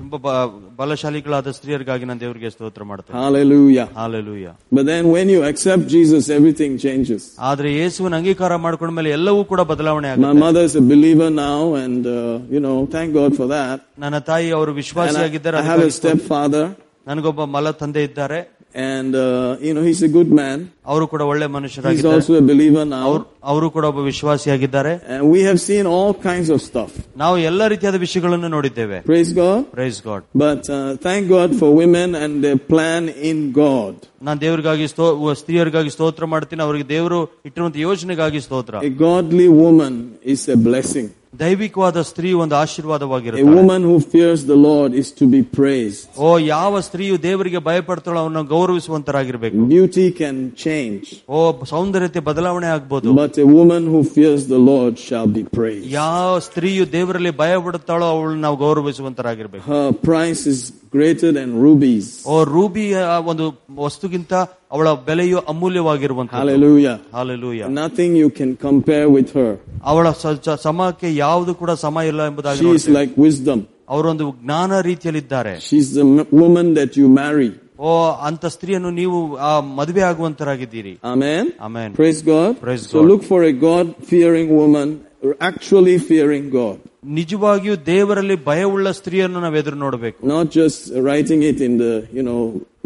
S2: ತುಂಬಾ ಬ- ಬಲಶಾಲಿಗಳಾದ ಸ್ತ್ರೀಯರಿಗಾಗಿ ನಾನು ದೇವರಿಗೆ ಸ್ತೋತ್ರ ಮಾಡ್ತೇನೆ
S1: Hallelujah.
S2: Hallelujah
S1: But then when you accept Jesus, everything changes.
S2: ಆದ್ರೆ ಯೇಸುವಿನ ಅಂಗೀಕಾರ ಮಾಡ್ಕೊಂಡ ಮೇಲೆ ಎಲ್ಲವೂ ಕೂಡ ಬದಲಾವಣೆ
S1: My
S2: ಆಗುತ್ತೆ
S1: mother is a believer now, and uh, you know, thank God for that.
S2: ನನ್ನ ತಾಯಿ ಅವರು
S1: And I,
S2: ವಿಶ್ವಾಸಿಯಾಗಿದ್ದಾರೆ
S1: I have a
S2: ಅದಕ್ಕಾಗಿ ಸ್ತೋತ್ರ.
S1: stepfather,
S2: ನನಗೊಬ್ಬ ಮಲ ತಂದೆ ಇದ್ದಾರೆ
S1: and uh, you know, he's a good man.
S2: ಅವರು ಕೂಡ ಒಳ್ಳೆ
S1: He's
S2: ಮನುಷ್ಯರಾಗಿದ್ದಾರೆ
S1: also a believer now.
S2: ಅವರು ಕೂಡ ಒಬ್ಬ ವಿಶ್ವಾಸಿಯಾಗಿದ್ದಾರೆ
S1: And we have seen all kinds of stuff.
S2: ನಾವು ಎಲ್ಲ ರೀತಿಯಾದ ವಿಷಯಗಳನ್ನು ನೋಡಿದ್ದೇವೆ
S1: Praise God.
S2: Praise God
S1: But uh, thank God for women and their plan in God.
S2: ನಾನು ದೇವರಿಗಾಗಿ ಸ್ತೋ- ಸ್ತ್ರೀಯರಿಗಾಗಿ ಸ್ತೋತ್ರ ಮಾಡ್ತೀನಿ ಅವರಿಗೆ ದೇವರು ಇಟ್ಟಿರುವಂತ ಯೋಜನೆಗಾಗಿ ಸ್ತೋತ್ರ
S1: A godly woman is a blessing.
S2: ದೈವಿಕವಾದ ಸ್ತ್ರೀ ಒಂದು
S1: A
S2: ಆಶೀರ್ವಾದವಾಗಿರುತ್ತೆ
S1: woman who fears the Lord is to be praised.
S2: ಓ ಯಾವ ಸ್ತ್ರೀಯು ದೇವರಿಗೆ ಭಯಪಡ್ತಾಳೋ ಅವನ್ನ ಗೌರವಿಸುವಂತರಾಗಿರ್ಬೇಕು
S1: Beauty can change,
S2: ಓ ಸೌಂದರ್ಯತೆ ಬದಲಾವಣೆ ಆಗ್ಬೋದು
S1: but a woman who fears the Lord shall be praised.
S2: ಯಾವ ಸ್ತ್ರೀಯು ದೇವರಲ್ಲಿ ಭಯ ಪಡುತ್ತಾಳೋ ಅವಳನ್ನ ನಾವು ಗೌರವಿಸುವಂತರಾಗಿರ್ಬೇಕು
S1: Her price is greater than rubies.
S2: ಓ ರೂಬಿಯ ಒಂದು ವಸ್ತುಗಿಂತ ಅವಳ ಬೆಲೆಯು ಅಮೂಲ್ಯವಾಗಿರುವಂತಹ
S1: Hallelujah.
S2: Hallelujah
S1: Nothing you can compare with her.
S2: ಅವಳ ಸ- ಸ- ಸಮಕ್ಕೆ ಯಾವುದು ಕೂಡ ಸಮ ಇಲ್ಲ ಎಂಬುದಾಗಿ
S1: She is
S2: ನೋಡ್ತೇವೆ.
S1: like wisdom.
S2: ಅವರೊಂದು ಜ್ಞಾನ ರೀತಿಯಲ್ಲಿದ್ದಾರೆ
S1: She's the m- woman that you marry.
S2: ಓ ಅಂತ ಸ್ತ್ರೀಯನ್ನು ನೀವು ಆ ಮದುವೆ ಆಗುವಂತರಾಗಿದ್ದೀರಿ
S1: Amen.
S2: Amen
S1: Praise God.
S2: Praise
S1: so
S2: God.
S1: look for a God fearing woman, or actually fearing God,
S2: ನಿಜವಾಗಿಯೂ ದೇವರಲ್ಲಿ ಭಯವುಳ್ಳ ಸ್ತ್ರೀಯನ್ನು ನಾವು ಎದುರು ನೋಡಬೇಕು
S1: not just writing it in the, you know,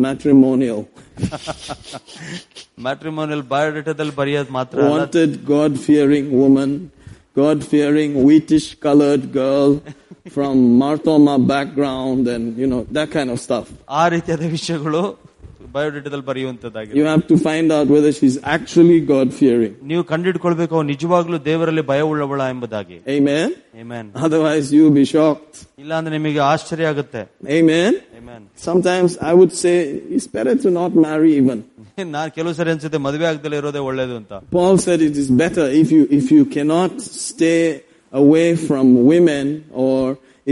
S1: matrimonial.
S2: Matrimonial ಬಯೋಡೇಟಾದಲ್ಲಿ ಬರೆಯೋದು ಮಾತ್ರ ಅಲ್ಲ.
S1: Wanted God fearing woman, God fearing wheatish colored girl from Martoma background and, you know, that kind of stuff.
S2: ಆ ರೀತಿಯಾದ ವಿಷಯಗಳು ಬಯೋಡೇಟಾದಲ್ಲಿ ಬರೆಯುವಂತದ್ದಾಗಿದೆ
S1: You have to find out whether she's actually God fearing.
S2: ನೀವು ಕಂಡಿಡ್ಕೊಳ್ಬೇಕು ಅವ್ನು ನಿಜವಾಗ್ಲೂ ದೇವರಲ್ಲಿ ಭಯವುಳ್ಳವಳ ಎಂಬುದಾಗಿ
S1: Amen.
S2: Amen
S1: Otherwise, you'll be shocked.
S2: ಇಲ್ಲಾಂದ್ರೆ ನಿಮಗೆ ಆಶ್ಚರ್ಯ ಆಗುತ್ತೆ
S1: Amen.
S2: Amen
S1: Sometimes I would say it's better to not marry even.
S2: ನಾನ್ ಕೆಲವು ಸರಿ ಅನ್ಸುತ್ತೆ ಮದುವೆ ಆಗದಲ್ಲೇ ಇರೋದೇ ಒಳ್ಳೇದು ಅಂತ
S1: Paul said it is better if you if you cannot stay away from women or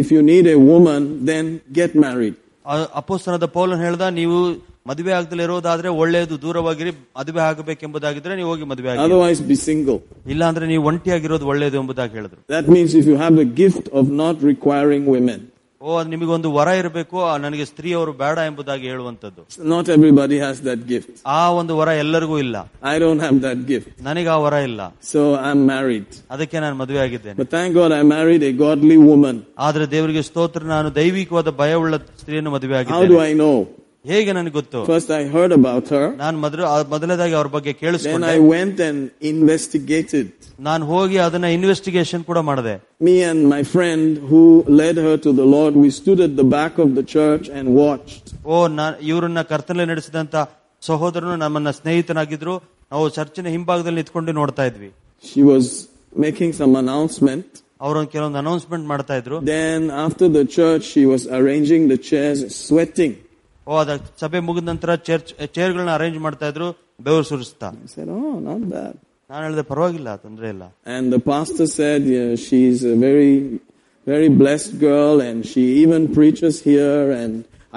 S1: if you need a woman then get married.
S2: ಆ- ಅಪೋಸ್ತನದ ಪೌಲನ್ ಹೇಳ್ದ ನೀವು ಮದುವೆ ಆಗದಲ್ಲೇ ಇರೋದಾದ್ರೆ ಒಳ್ಳೆಯದು ದೂರವಾಗಿರಿ ಮದುವೆ ಆಗಬೇಕೆಂಬುದಾಗಿದ್ರೆ ನೀವು ಹೋಗಿ ಮದುವೆ ಆಗಿ
S1: Otherwise be single.
S2: ಇಲ್ಲ ಅಂದ್ರೆ ನೀವು ಒಂಟಿಯಾಗಿರೋದು ಒಳ್ಳೆಯದು ಎಂಬುದಾಗಿ ಹೇಳಿದ್ರು
S1: That means if you have the gift of not requiring women.
S2: ಓ ನಿಮಗೊಂದು ವರ ಇರಬೇಕು ನನಗೆ ಸ್ತ್ರೀಯವರು ಬೇಡ ಎಂಬುದಾಗಿ ಹೇಳುವಂತದ್ದು
S1: Not everybody has that gift.
S2: ಆ ಒಂದು ವರ ಎಲ್ಲರಿಗೂ ಇಲ್ಲ
S1: I don't have that gift.
S2: ನನಗೆ ಆ ವರ ಇಲ್ಲ
S1: So I'm married.
S2: ಅದಕ್ಕೆ ನಾನು ಮದುವೆ ಆಗಿದ್ದೇನೆ
S1: But thank God I married a godly woman.
S2: ಆದ್ರೆ ದೇವರಿಗೆ ಸ್ತೋತ್ರ ನಾನು ದೈವಿಕವಾದ ಭಯವುಳ್ಳ ಸ್ತ್ರೀಯನ್ನು ಮದುವೆ
S1: How do
S2: ಆಗಿದ್ದೇನೆ
S1: I know?
S2: ಹೇಗೆ ನನಗೆ ಗೊತ್ತು
S1: First I heard about her.
S2: ನಾನು ಮೊದಲು ಆ- ಮೊದಲನೇದಾಗಿ ಅವ್ರ ಬಗ್ಗೆ
S1: Then
S2: ಕೇಳಿಸ್ಕೊಂಡೆ
S1: I went and investigated.
S2: ನಾನು ಹೋಗಿ ಅದನ್ನ ಇನ್ವೆಸ್ಟಿಗೇಷನ್ ಕೂಡ ಮಾಡಿದೆ
S1: Me and my friend who led her to the Lord, we stood at the back of the church and watched.
S2: ಓ ನಾನ್ ಇವರನ್ನ ಕರ್ತನಲ್ಲಿ ನಡೆಸಿದಂತ ಸಹೋದರನು ನಮ್ಮನ್ನ ಸ್ನೇಹಿತನಾಗಿದ್ರು ನಾವು ಚರ್ಚಿನ ಹಿಂಭಾಗದಲ್ಲಿ ನಿಂತ್ಕೊಂಡು ನೋಡ್ತಾ ಇದ್ವಿ
S1: She was making some announcement.
S2: ಅವರೊಂದು ಕೆಲವೊಂದು ಅನೌನ್ಸ್ಮೆಂಟ್ ಮಾಡ್ತಾ ಇದ್ರು
S1: Then after the church, she was arranging the chairs, sweating.
S2: ಓ ಅದ ಸಭೆ ಮುಗಿದ ನಂತರ ಚರ್ಚ್ ಚೇರ್ಗಳನ್ನ ಅರೇಂಜ್ ಮಾಡ್ತಾ ಇದ್ರು ಬೆವರು ಸುರಿಸ್ತಾ
S1: I said, oh, not bad.
S2: ನಾನು ಹೇಳಿದೆ ಪರವಾಗಿಲ್ಲ ತೊಂದ್ರೆ ಇಲ್ಲ
S1: And the pastor said, yeah, she's a very, very blessed girl and she even preaches here and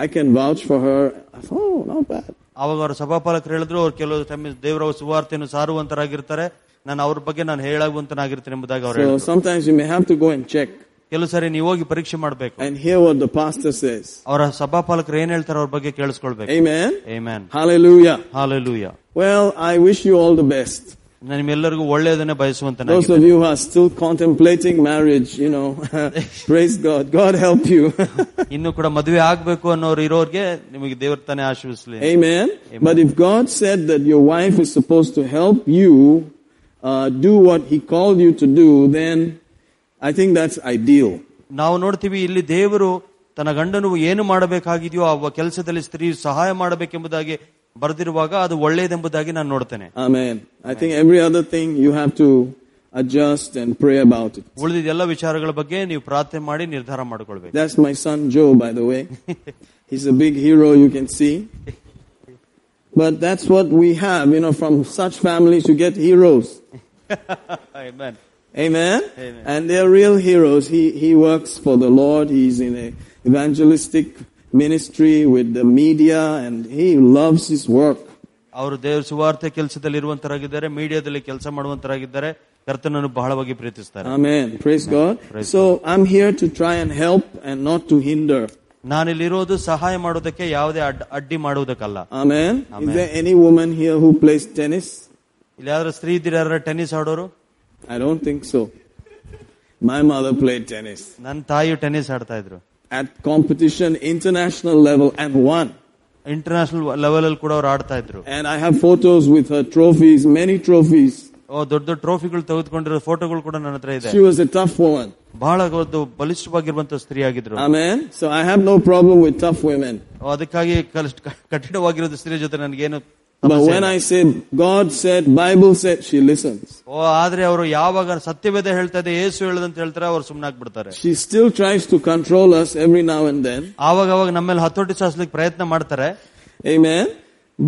S1: I can vouch for her. I thought, oh, not bad.
S2: ಅವಾಗ ಅವ್ರ ಸಭಾಪಾಲಕರು ಹೇಳಿದ್ರು ಅವ್ರು ಕೆಲವು ಟೈಮ್ ದೇವರ ಸುವಾರ್ತೆಯನ್ನು ಸಾರುವಂತರಾಗಿರ್ತಾರೆ ನಾನು ಅವ್ರ ಬಗ್ಗೆ ನಾನು ಹೇಳಾಗುವಂತನಾಗಿರ್ತೇನೆ ಎಂಬುದಾಗಿ ಅವ್ರು
S1: So
S2: ಹೇಳಿದ್ರು
S1: sometimes you may have to go and check
S2: ಕೆಲವು ಸಾರಿ ನೀವು ಹೋಗಿ ಪರೀಕ್ಷೆ ಮಾಡ್ಬೇಕು
S1: and hear what the pastor says.
S2: ಅವರ ಸಭಾಪಾಲಕರು ಏನ್ ಹೇಳ್ತಾರೆ ಅವ್ರ ಬಗ್ಗೆ ಕೇಳಿಸ್ಕೊಳ್ಬೇಕು
S1: Amen.
S2: ಏ man
S1: Hallelujah.
S2: Hallelujah
S1: Well, I wish you all the best.
S2: ನಿಮ್ಮೆಲ್ಲರಿಗೂ ಒಳ್ಳೆಯದನ್ನೇ ಬಯಸುವಂತ
S1: Those of you who are still contemplating marriage, you know, praise God. God help you.
S2: ಇನ್ನು ಕೂಡ ಮದುವೆ ಆಗ್ಬೇಕು ಅನ್ನೋರು ಇರೋರ್ಗೆ ನಿಮಗೆ ದೇವ್ರ ತಾನೇ ಆಶೀರ್ವಿಸ್ಲಿ
S1: Amen. But if God said that your wife is supposed to help you uh, do what He called you to do, then I think that's ideal.
S2: ನಾವು ನೋಡ್ತೀವಿ ಇಲ್ಲಿ ದೇವರು ತನ್ನ ಗಂಡನು ಏನು ಮಾಡಬೇಕಾಗಿದೆಯೋ ಆ ಕೆಲಸದಲ್ಲಿ ಸ್ತ್ರೀ ಸಹಾಯ ಮಾಡಬೇಕೆಂಬುದಾಗಿ ಬರೆದಿರುವಾಗ ಅದು ಒಳ್ಳೆಯದೆಂಬುದಾಗಿ ನಾನು ನೋಡ್ತೇನೆ
S1: Amen. I think every other thing you have to adjust and pray about it.
S2: ಉಳಿದಿದ್ದ ಎಲ್ಲ ವಿಚಾರಗಳ ಬಗ್ಗೆ ನೀವು ಪ್ರಾರ್ಥನೆ ಮಾಡಿ ನಿರ್ಧಾರ ಮಾಡ್ಕೊಳ್ಬೇಕು
S1: That's my son Joe, by the way. He's a big hero, you can see. But that's what we have, you know, from such families you get heroes.
S2: Amen.
S1: Amen?
S2: Amen.
S1: And they're real heroes. He, he works for the Lord. He's in a evangelistic ministry with the media and he loves his work.
S2: ಅವರು ದೇವ್ರ ಸುವಾರ್ತೆ ಕೆಲಸದಲ್ಲಿ ಇರುವಂತರಾಗಿದ್ದಾರೆ ಮೀಡಿಯಾದಲ್ಲಿ ಕೆಲಸ ಮಾಡುವಂತರಾಗಿದ್ದಾರೆ ಕರ್ತನನ್ನು ಬಹಳವಾಗಿ ಪ್ರೀತಿಸ್ತಾರೆ
S1: Amen. Praise God.
S2: Praise
S1: so I'm here to try and help and not to hinder.
S2: ನಾನಿಲ್ಲಿರೋದು ಸಹಾಯ ಮಾಡೋದಕ್ಕೆ ಯಾವುದೇ ಅಡ್- ಅಡ್ಡಿ ಮಾಡುವುದಕ್ಕಲ್ಲ
S1: Amen.
S2: Amen.
S1: Is there any woman here who plays tennis?
S2: ಇಲ್ಲಿ ಯಾವ್ದಾದ್ರು ಸ್ತ್ರೀ ಇದ್ದೀರ ಯಾರಾದ್ರು ಟೆನ್ನಿಸ್ ಆಡೋರು
S1: I don't think so. My mother played tennis
S2: ನನ್ನ ತಾಯಿಯು ಟೆನ್ನಿಸ್ ಆಡ್ತಾ ಇದ್ರು
S1: at competition international level and won.
S2: International level ಅಲ್ಲಿ ಕೂಡ ಅವ್ರು ಆಡ್ತಾ ಇದ್ರು
S1: And I have photos with her trophies, many trophies.
S2: ಓ ದೊಡ್ಡ ದೊಡ್ಡ ಟ್ರೋಫಿಗಳು ತೆಗೆದುಕೊಂಡಿರೋ ಫೋಟೋಗಳು ಕೂಡ ನನ್ನ ಹತ್ರ ಇದೆ
S1: She was a tough woman.
S2: ಬಹಳ ಒಂದು ಬಲಿಷ್ಠವಾಗಿರುವಂತ ಸ್ತ್ರೀ ಆಗಿದ್ರು
S1: Amen. So I have no problem with tough women.
S2: ಓ, ಅದಕ್ಕಾಗಿ ಕಲಿಷ್ಠ- ಕಠಿಣವಾಗಿರೋದು ಸ್ತ್ರೀ ಜೊತೆ ನನಗೇನು
S1: But
S2: ಸಮಸ್ಯೆ
S1: when
S2: ಇಲ್ಲ.
S1: I say God said, Bible said, she listens.
S2: ಓ ಆದ್ರೆ ಅವರು ಯಾವಾಗ ಸತ್ಯವೇದ ಹೇಳ್ತಾ ಇದೆ ಏಸು ಹೇಳದಂತ ಹೇಳ್ತಾರೆ ಅವ್ರು ಸುಮ್ಮನಾಗ್ಬಿಡ್ತಾರೆ
S1: She still tries to control us every now and then.
S2: ಆವಾಗ ಅವಾಗ ನಮ್ಮೇಲೆ ಹತೋಟಿ ಸಾಸ್ಲಿಕ್ಕೆ ಪ್ರಯತ್ನ ಮಾಡ್ತಾರೆ
S1: Amen.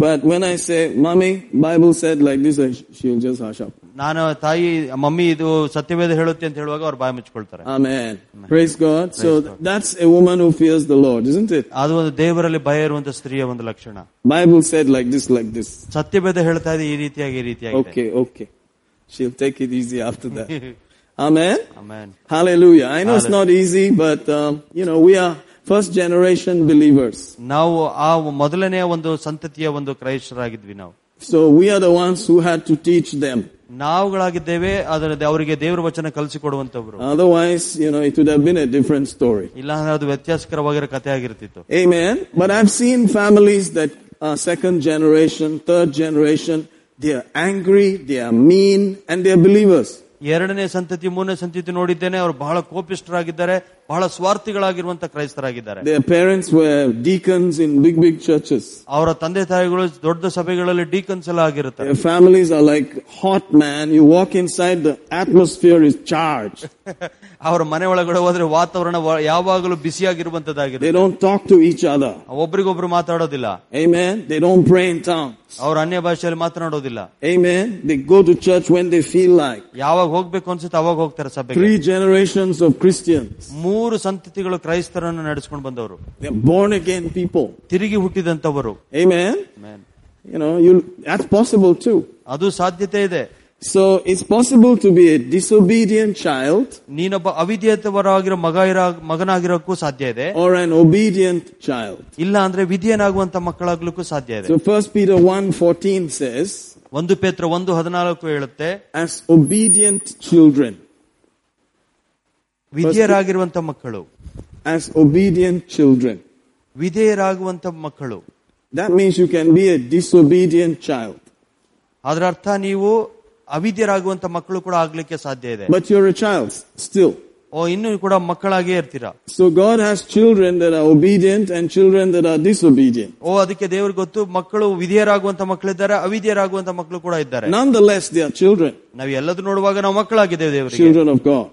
S1: But when I say, Mommy, Bible said like this, uh, she'll just hush up.
S2: ನಾನು ತಾಯಿ ಮಮ್ಮಿ ಇದು ಸತ್ಯವೇದ ಹೇಳುತ್ತೆ ಅಂತ ಹೇಳುವಾಗ ಅವ್ರು ಬಾಯಿ ಮುಚ್ಕೊಳ್ತಾರೆ
S1: Amen. Praise God. so that's a woman who fears the Lord, isn't it?
S2: ಅದು ಒಂದು ದೇವರಲ್ಲಿ ಭಯ ಇರುವಂತ ಸ್ತ್ರೀಯ ಒಂದು ಲಕ್ಷಣ
S1: Bible said like this, like this.
S2: ಸತ್ಯಭೇದ ಹೇಳ್ತಾ ಇದೆ ಈ ರೀತಿಯಾಗಿ ಈ ರೀತಿಯಾಗಿ ಇದೆ.
S1: Okay, okay. She'll take it easy after that. Amen.
S2: Amen.
S1: Hallelujah. I know it's not easy, but um, you know, we are first generation believers.
S2: ನಾವು ಆ ಮೊದಲನೆಯ ಒಂದು ಸಂತತಿಯ ಒಂದು ಕ್ರೈಸ್ತರಾಗಿದ್ವಿ ನಾವು
S1: So we are the ones who had to teach them.
S2: ನಾವುಗಳಾಗಿದ್ದೇವೆ ಅದರ ಅವರಿಗೆ ದೇವರ ವಚನ ಕಲಿಸಿಕೊಡುವಂತವ್ರು
S1: Otherwise, you know, it would have been a different story.
S2: ಇಲ್ಲಾಂದ್ರೆ ಅದು ವ್ಯತ್ಯಾಸಕರವಾಗಿರೋ ಕಥೆ ಆಗಿರ್ತಿತ್ತು
S1: Amen. But I've seen families that are second generation, third generation, they are angry, they are mean, and they are believers.
S2: ಎರಡನೇ ಸಂತತಿ ಮೂರನೇ ಸಂತತಿ ನೋಡಿದ್ದೇನೆ ಅವರು ಬಹಳ ಕೋಪಿಷ್ಠರಾಗಿದ್ದಾರೆ ಬಹಳ ಸ್ವಾರ್ಥಿಗಳಾಗಿರುವಂತ ಕ್ರೈಸ್ತರಾಗಿದ್ದಾರೆ
S1: Their parents were deacons in big, big churches.
S2: ಅವರ ತಂದೆ ತಾಯಿಗಳು ದೊಡ್ಡ ಸಭೆಗಳಲ್ಲಿ ಡೀಕನ್ಸ್ ಎಲ್ಲ ಆಗಿರುತ್ತಾರೆ
S1: Their families are like hot man. You walk inside, the atmosphere is charged.
S2: ಅವರ ಮನೆ ಒಳಗಡೆ ಹೋದ್ರೆ ವಾತಾವರಣ ವ- ಯಾವಾಗಲೂ ಬಿಸಿಯಾಗಿರುವಂತದ್ದಾಗಿರುತ್ತೆ
S1: They don't talk to each other.
S2: ಒಬ್ರಿಗೊಬ್ರು ಮಾತಾಡೋದಿಲ್ಲ
S1: Amen. They don't pray in tongues.
S2: ಅವ್ರು ಅನ್ಯ ಭಾಷೆಯಲ್ಲಿ ಮಾತನಾಡೋದಿಲ್ಲ
S1: Amen. They go to church when they feel like.
S2: ಯಾವಾಗ ಹೋಗ್ಬೇಕು ಅನ್ಸುತ್ತೆ ಅವಾಗ ಹೋಗ್ತಾರೆ ಸಭೆಗೆ
S1: Three generations of Christians.
S2: ಮೂರು ಸಂತತಿಗಳು ಕ್ರೈಸ್ತರನ್ನು ನಡೆಸ್ಕೊಂಡು ಬಂದವರು
S1: They're born again people.
S2: ತಿರುಗಿ ಹುಟ್ಟಿದಂತವರು
S1: Amen. You know, you, that's possible too.
S2: ಅದು ಸಾಧ್ಯತೆ ಇದೆ
S1: So it's possible to be a disobedient child
S2: ನೀನೊಬ್ಬ ಅವಿಧೇಯತವರಾಗಿರೋ ಮಗ ಇರ ಮಗನಾಗಿರೋಕ್ಕೂ ಸಾಧ್ಯ ಇದೆ
S1: or an obedient child.
S2: ಇಲ್ಲ ಅಂದ್ರೆ ವಿಧಿಯನಾಗುವಂತ ಮಕ್ಕಳಾಗ್ಲಿಕ್ಕೂ ಸಾಧ್ಯ ಇದೆ
S1: So 1 Peter 1:14 says,
S2: ಒಂದು ಪೇತ್ರ ಒಂದು ಹದಿನಾಲ್ಕು ಹೇಳುತ್ತೆ
S1: as obedient children,
S2: ವಿಧೇಯರಾಗಿರುವಂತ ಮಕ್ಕಳು
S1: as obedient children.
S2: ವಿಧೇಯರಾಗುವಂತ ಮಕ್ಕಳು
S1: That means you can be a disobedient child,
S2: ಅದರ ಅರ್ಥ ನೀವು ಅವಿದ್ಯರಾಗುವಂತ ಮಕ್ಕಳು ಕೂಡ ಆಗ್ಲಿಕ್ಕೆ ಸಾಧ್ಯ ಇದೆ
S1: but you're a child still.
S2: ಓ ಇನ್ನೂ ಕೂಡ ಮಕ್ಕಳಾಗೇ ಇರ್ತೀರಾ
S1: So God has children that are obedient and children that are disobedient.
S2: ಓ ಅದಕ್ಕೆ ದೇವ್ರಿಗೆ ಗೊತ್ತು ಮಕ್ಕಳು ವಿಧೇಯರಾಗುವಂತ ಮಕ್ಕಳಿದ್ದಾರೆ ಅವಿದ್ಯರಾಗುವಂತ ಮಕ್ಕಳು ಕೂಡ ಇದ್ದಾರೆ
S1: Nonetheless, they are children,
S2: ನಾವು ಎಲ್ಲದೂ ನೋಡುವಾಗ ನಾವು ಮಕ್ಕಳಾಗಿದ್ದೇವೆ ದೇವರಿಗೆ
S1: children of God.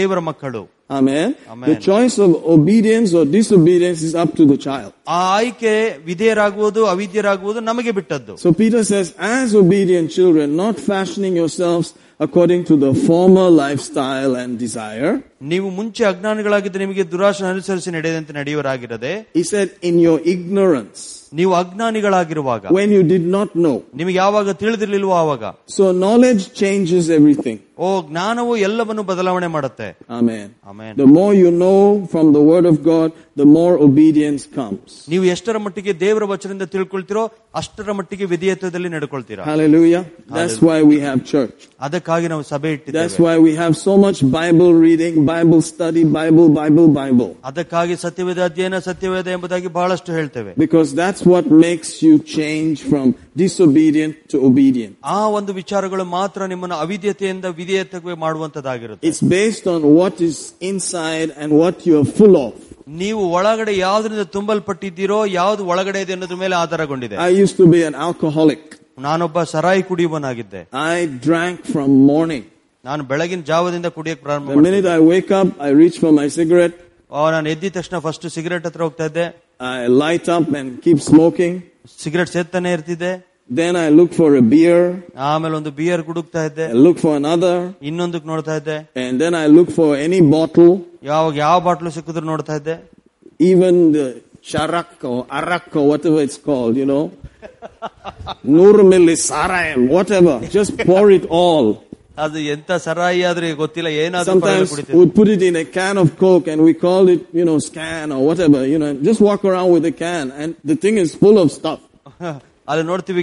S2: ದೇವರ ಮಕ್ಕಳು
S1: Amen.
S2: Amen.
S1: The choice of obedience or disobedience is up to the child.
S2: ಆ ಆಯ್ಕೆ ವಿಧೇಯರಾಗುವುದು ಅವಿದ್ಯರಾಗುವುದು ನಮಗೆ ಬಿಟ್ಟದ್ದು
S1: So Peter says, as obedient children, not fashioning yourselves according to the former lifestyle and desire.
S2: ನೀವು ಮುಂಚೆ ಅಜ್ಞಾನಿಗಳಾಗಿದ್ದು ನಿಮಗೆ ದುರಾಶೆ ಅನುಸರಿಸಿ ನಡೆಯದಂತೆ ನಡೆಯುವರಾಗಿರದೆ
S1: He said, in your ignorance,
S2: ನೀವು ಅಜ್ಞಾನಿಗಳಾಗಿರುವಾಗ
S1: when you did not know.
S2: ನಿಮಗೆ ಯಾವಾಗ ತಿಳಿದಿರ್ಲಿಲ್ವೋ ಆವಾಗ
S1: So knowledge changes everything.
S2: ಓ ಜ್ಞಾನವು ಎಲ್ಲವನ್ನು ಬದಲಾವಣೆ ಮಾಡುತ್ತೆ
S1: Amen.
S2: Amen.
S1: The more you know from the word of God, the more obedience comes.
S2: ನೀವು ಎಷ್ಟರ ಮಟ್ಟಿಗೆ ದೇವರ ವಚನದಿಂದ ತಿಳ್ಕೊಳ್ತಿರೋ ಅಷ್ಟರ ಮಟ್ಟಿಗೆ ವಿಧೇಯತ್ವದಲ್ಲಿ ನಡ್ಕೊಳ್ತೀರಾ
S1: Hallelujah. That's why we have church.
S2: ಅದಕ್ಕಾಗಿ ನಾವು ಸಭೆ
S1: That's
S2: ಇಟ್ಟಿದ್ದೇವೆ
S1: why we have so much Bible reading, Bible study, Bible, Bible, Bible.
S2: ಅದಕ್ಕಾಗಿ ಸತ್ಯವೇದ ಅಧ್ಯಯನ ಸತ್ಯವೇದ ಎಂಬುದಾಗಿ ಬಹಳಷ್ಟು ಹೇಳ್ತೇವೆ
S1: Because that's what makes you change from disobedient to obedient.
S2: ಆ ಒಂದು ವಿಚಾರಗಳು ಮಾತ್ರ ನಿಮ್ಮನ್ನು ಅವಿದ್ಯತೆಯಿಂದ ವಿಧೇಯತ್ವಕ್ಕೆ ಮಾಡುವಂತದ್ದಾಗಿರುತ್ತೆ
S1: It's based on what is inside and what you're full of.
S2: ನೀವು ಒಳಗಡೆ ಯಾವ್ದ್ರಿಂದ ತುಂಬಲ್ಪಟ್ಟಿದ್ದೀರೋ ಯಾವ್ದು ಒಳಗಡೆ ಇದೆ ಅನ್ನೋದ್ರ ಮೇಲೆ ಆಧಾರಗೊಂಡಿದೆ
S1: I used to be an alcoholic.
S2: ನಾನೊಬ್ಬ ಸರಾಯಿ ಕುಡಿಯುವನಾಗಿದ್ದೆ
S1: I drank from morning.
S2: ನಾನು ಬೆಳಗಿನ ಜಾವದಿಂದ ಕುಡಿಯಕ್ಕೆ ಪ್ರಾರಂಭ
S1: The
S2: ಮಾಡಿದೆ.
S1: minute I wake up, I reach for my cigarette,
S2: ಆ, ನಾನು ಎದ್ದಿದ ತಕ್ಷಣ ಫಸ್ಟ್ ಸಿಗರೇಟ್ ಹತ್ರ ಹೋಗ್ತಾ ಇದ್ದೆ
S1: I light up and keep smoking.
S2: Cigarette ಸೇತಾನೆ ಇರ್ತಿದ್ದೆ
S1: Then I look for a beer,
S2: ಆಮೇಲೆ ಒಂದು ಬಿಯರ್ ಕುಡುಕ್ತಾ ಇದ್ದೆ
S1: I look for another,
S2: ಇನ್ನೊಂದಕ್ಕೆ ನೋಡ್ತಾ ಇದ್ದೆ
S1: and then I look for any bottle,
S2: ಯಾವಾಗ ಯಾವ ಬಾಟ್ಲು ಸಿಕ್ಕಿದ್ರು ನೋಡ್ತಾ ಇದ್ದೆ
S1: even the charak or arak or whatever it's called, you know. Nurmili sarayam, whatever. Just pour it all.
S2: ಅದು ಎಂತ ಸರಾಯಿ ಆದ್ರೆ ಗೊತ್ತಿಲ್ಲ ಏನಾದ್ರೂ ಪರವಾಗಿಲ್ಲ
S1: Sometimes
S2: ಕುಡಿತಿದ್ದೆ
S1: we'd put it in a can of Coke and we called it, you know, scan or whatever, you know, just walk around with a can and the thing is full of stuff.
S2: ಅಲ್ಲಿ ನೋಡ್ತೀವಿ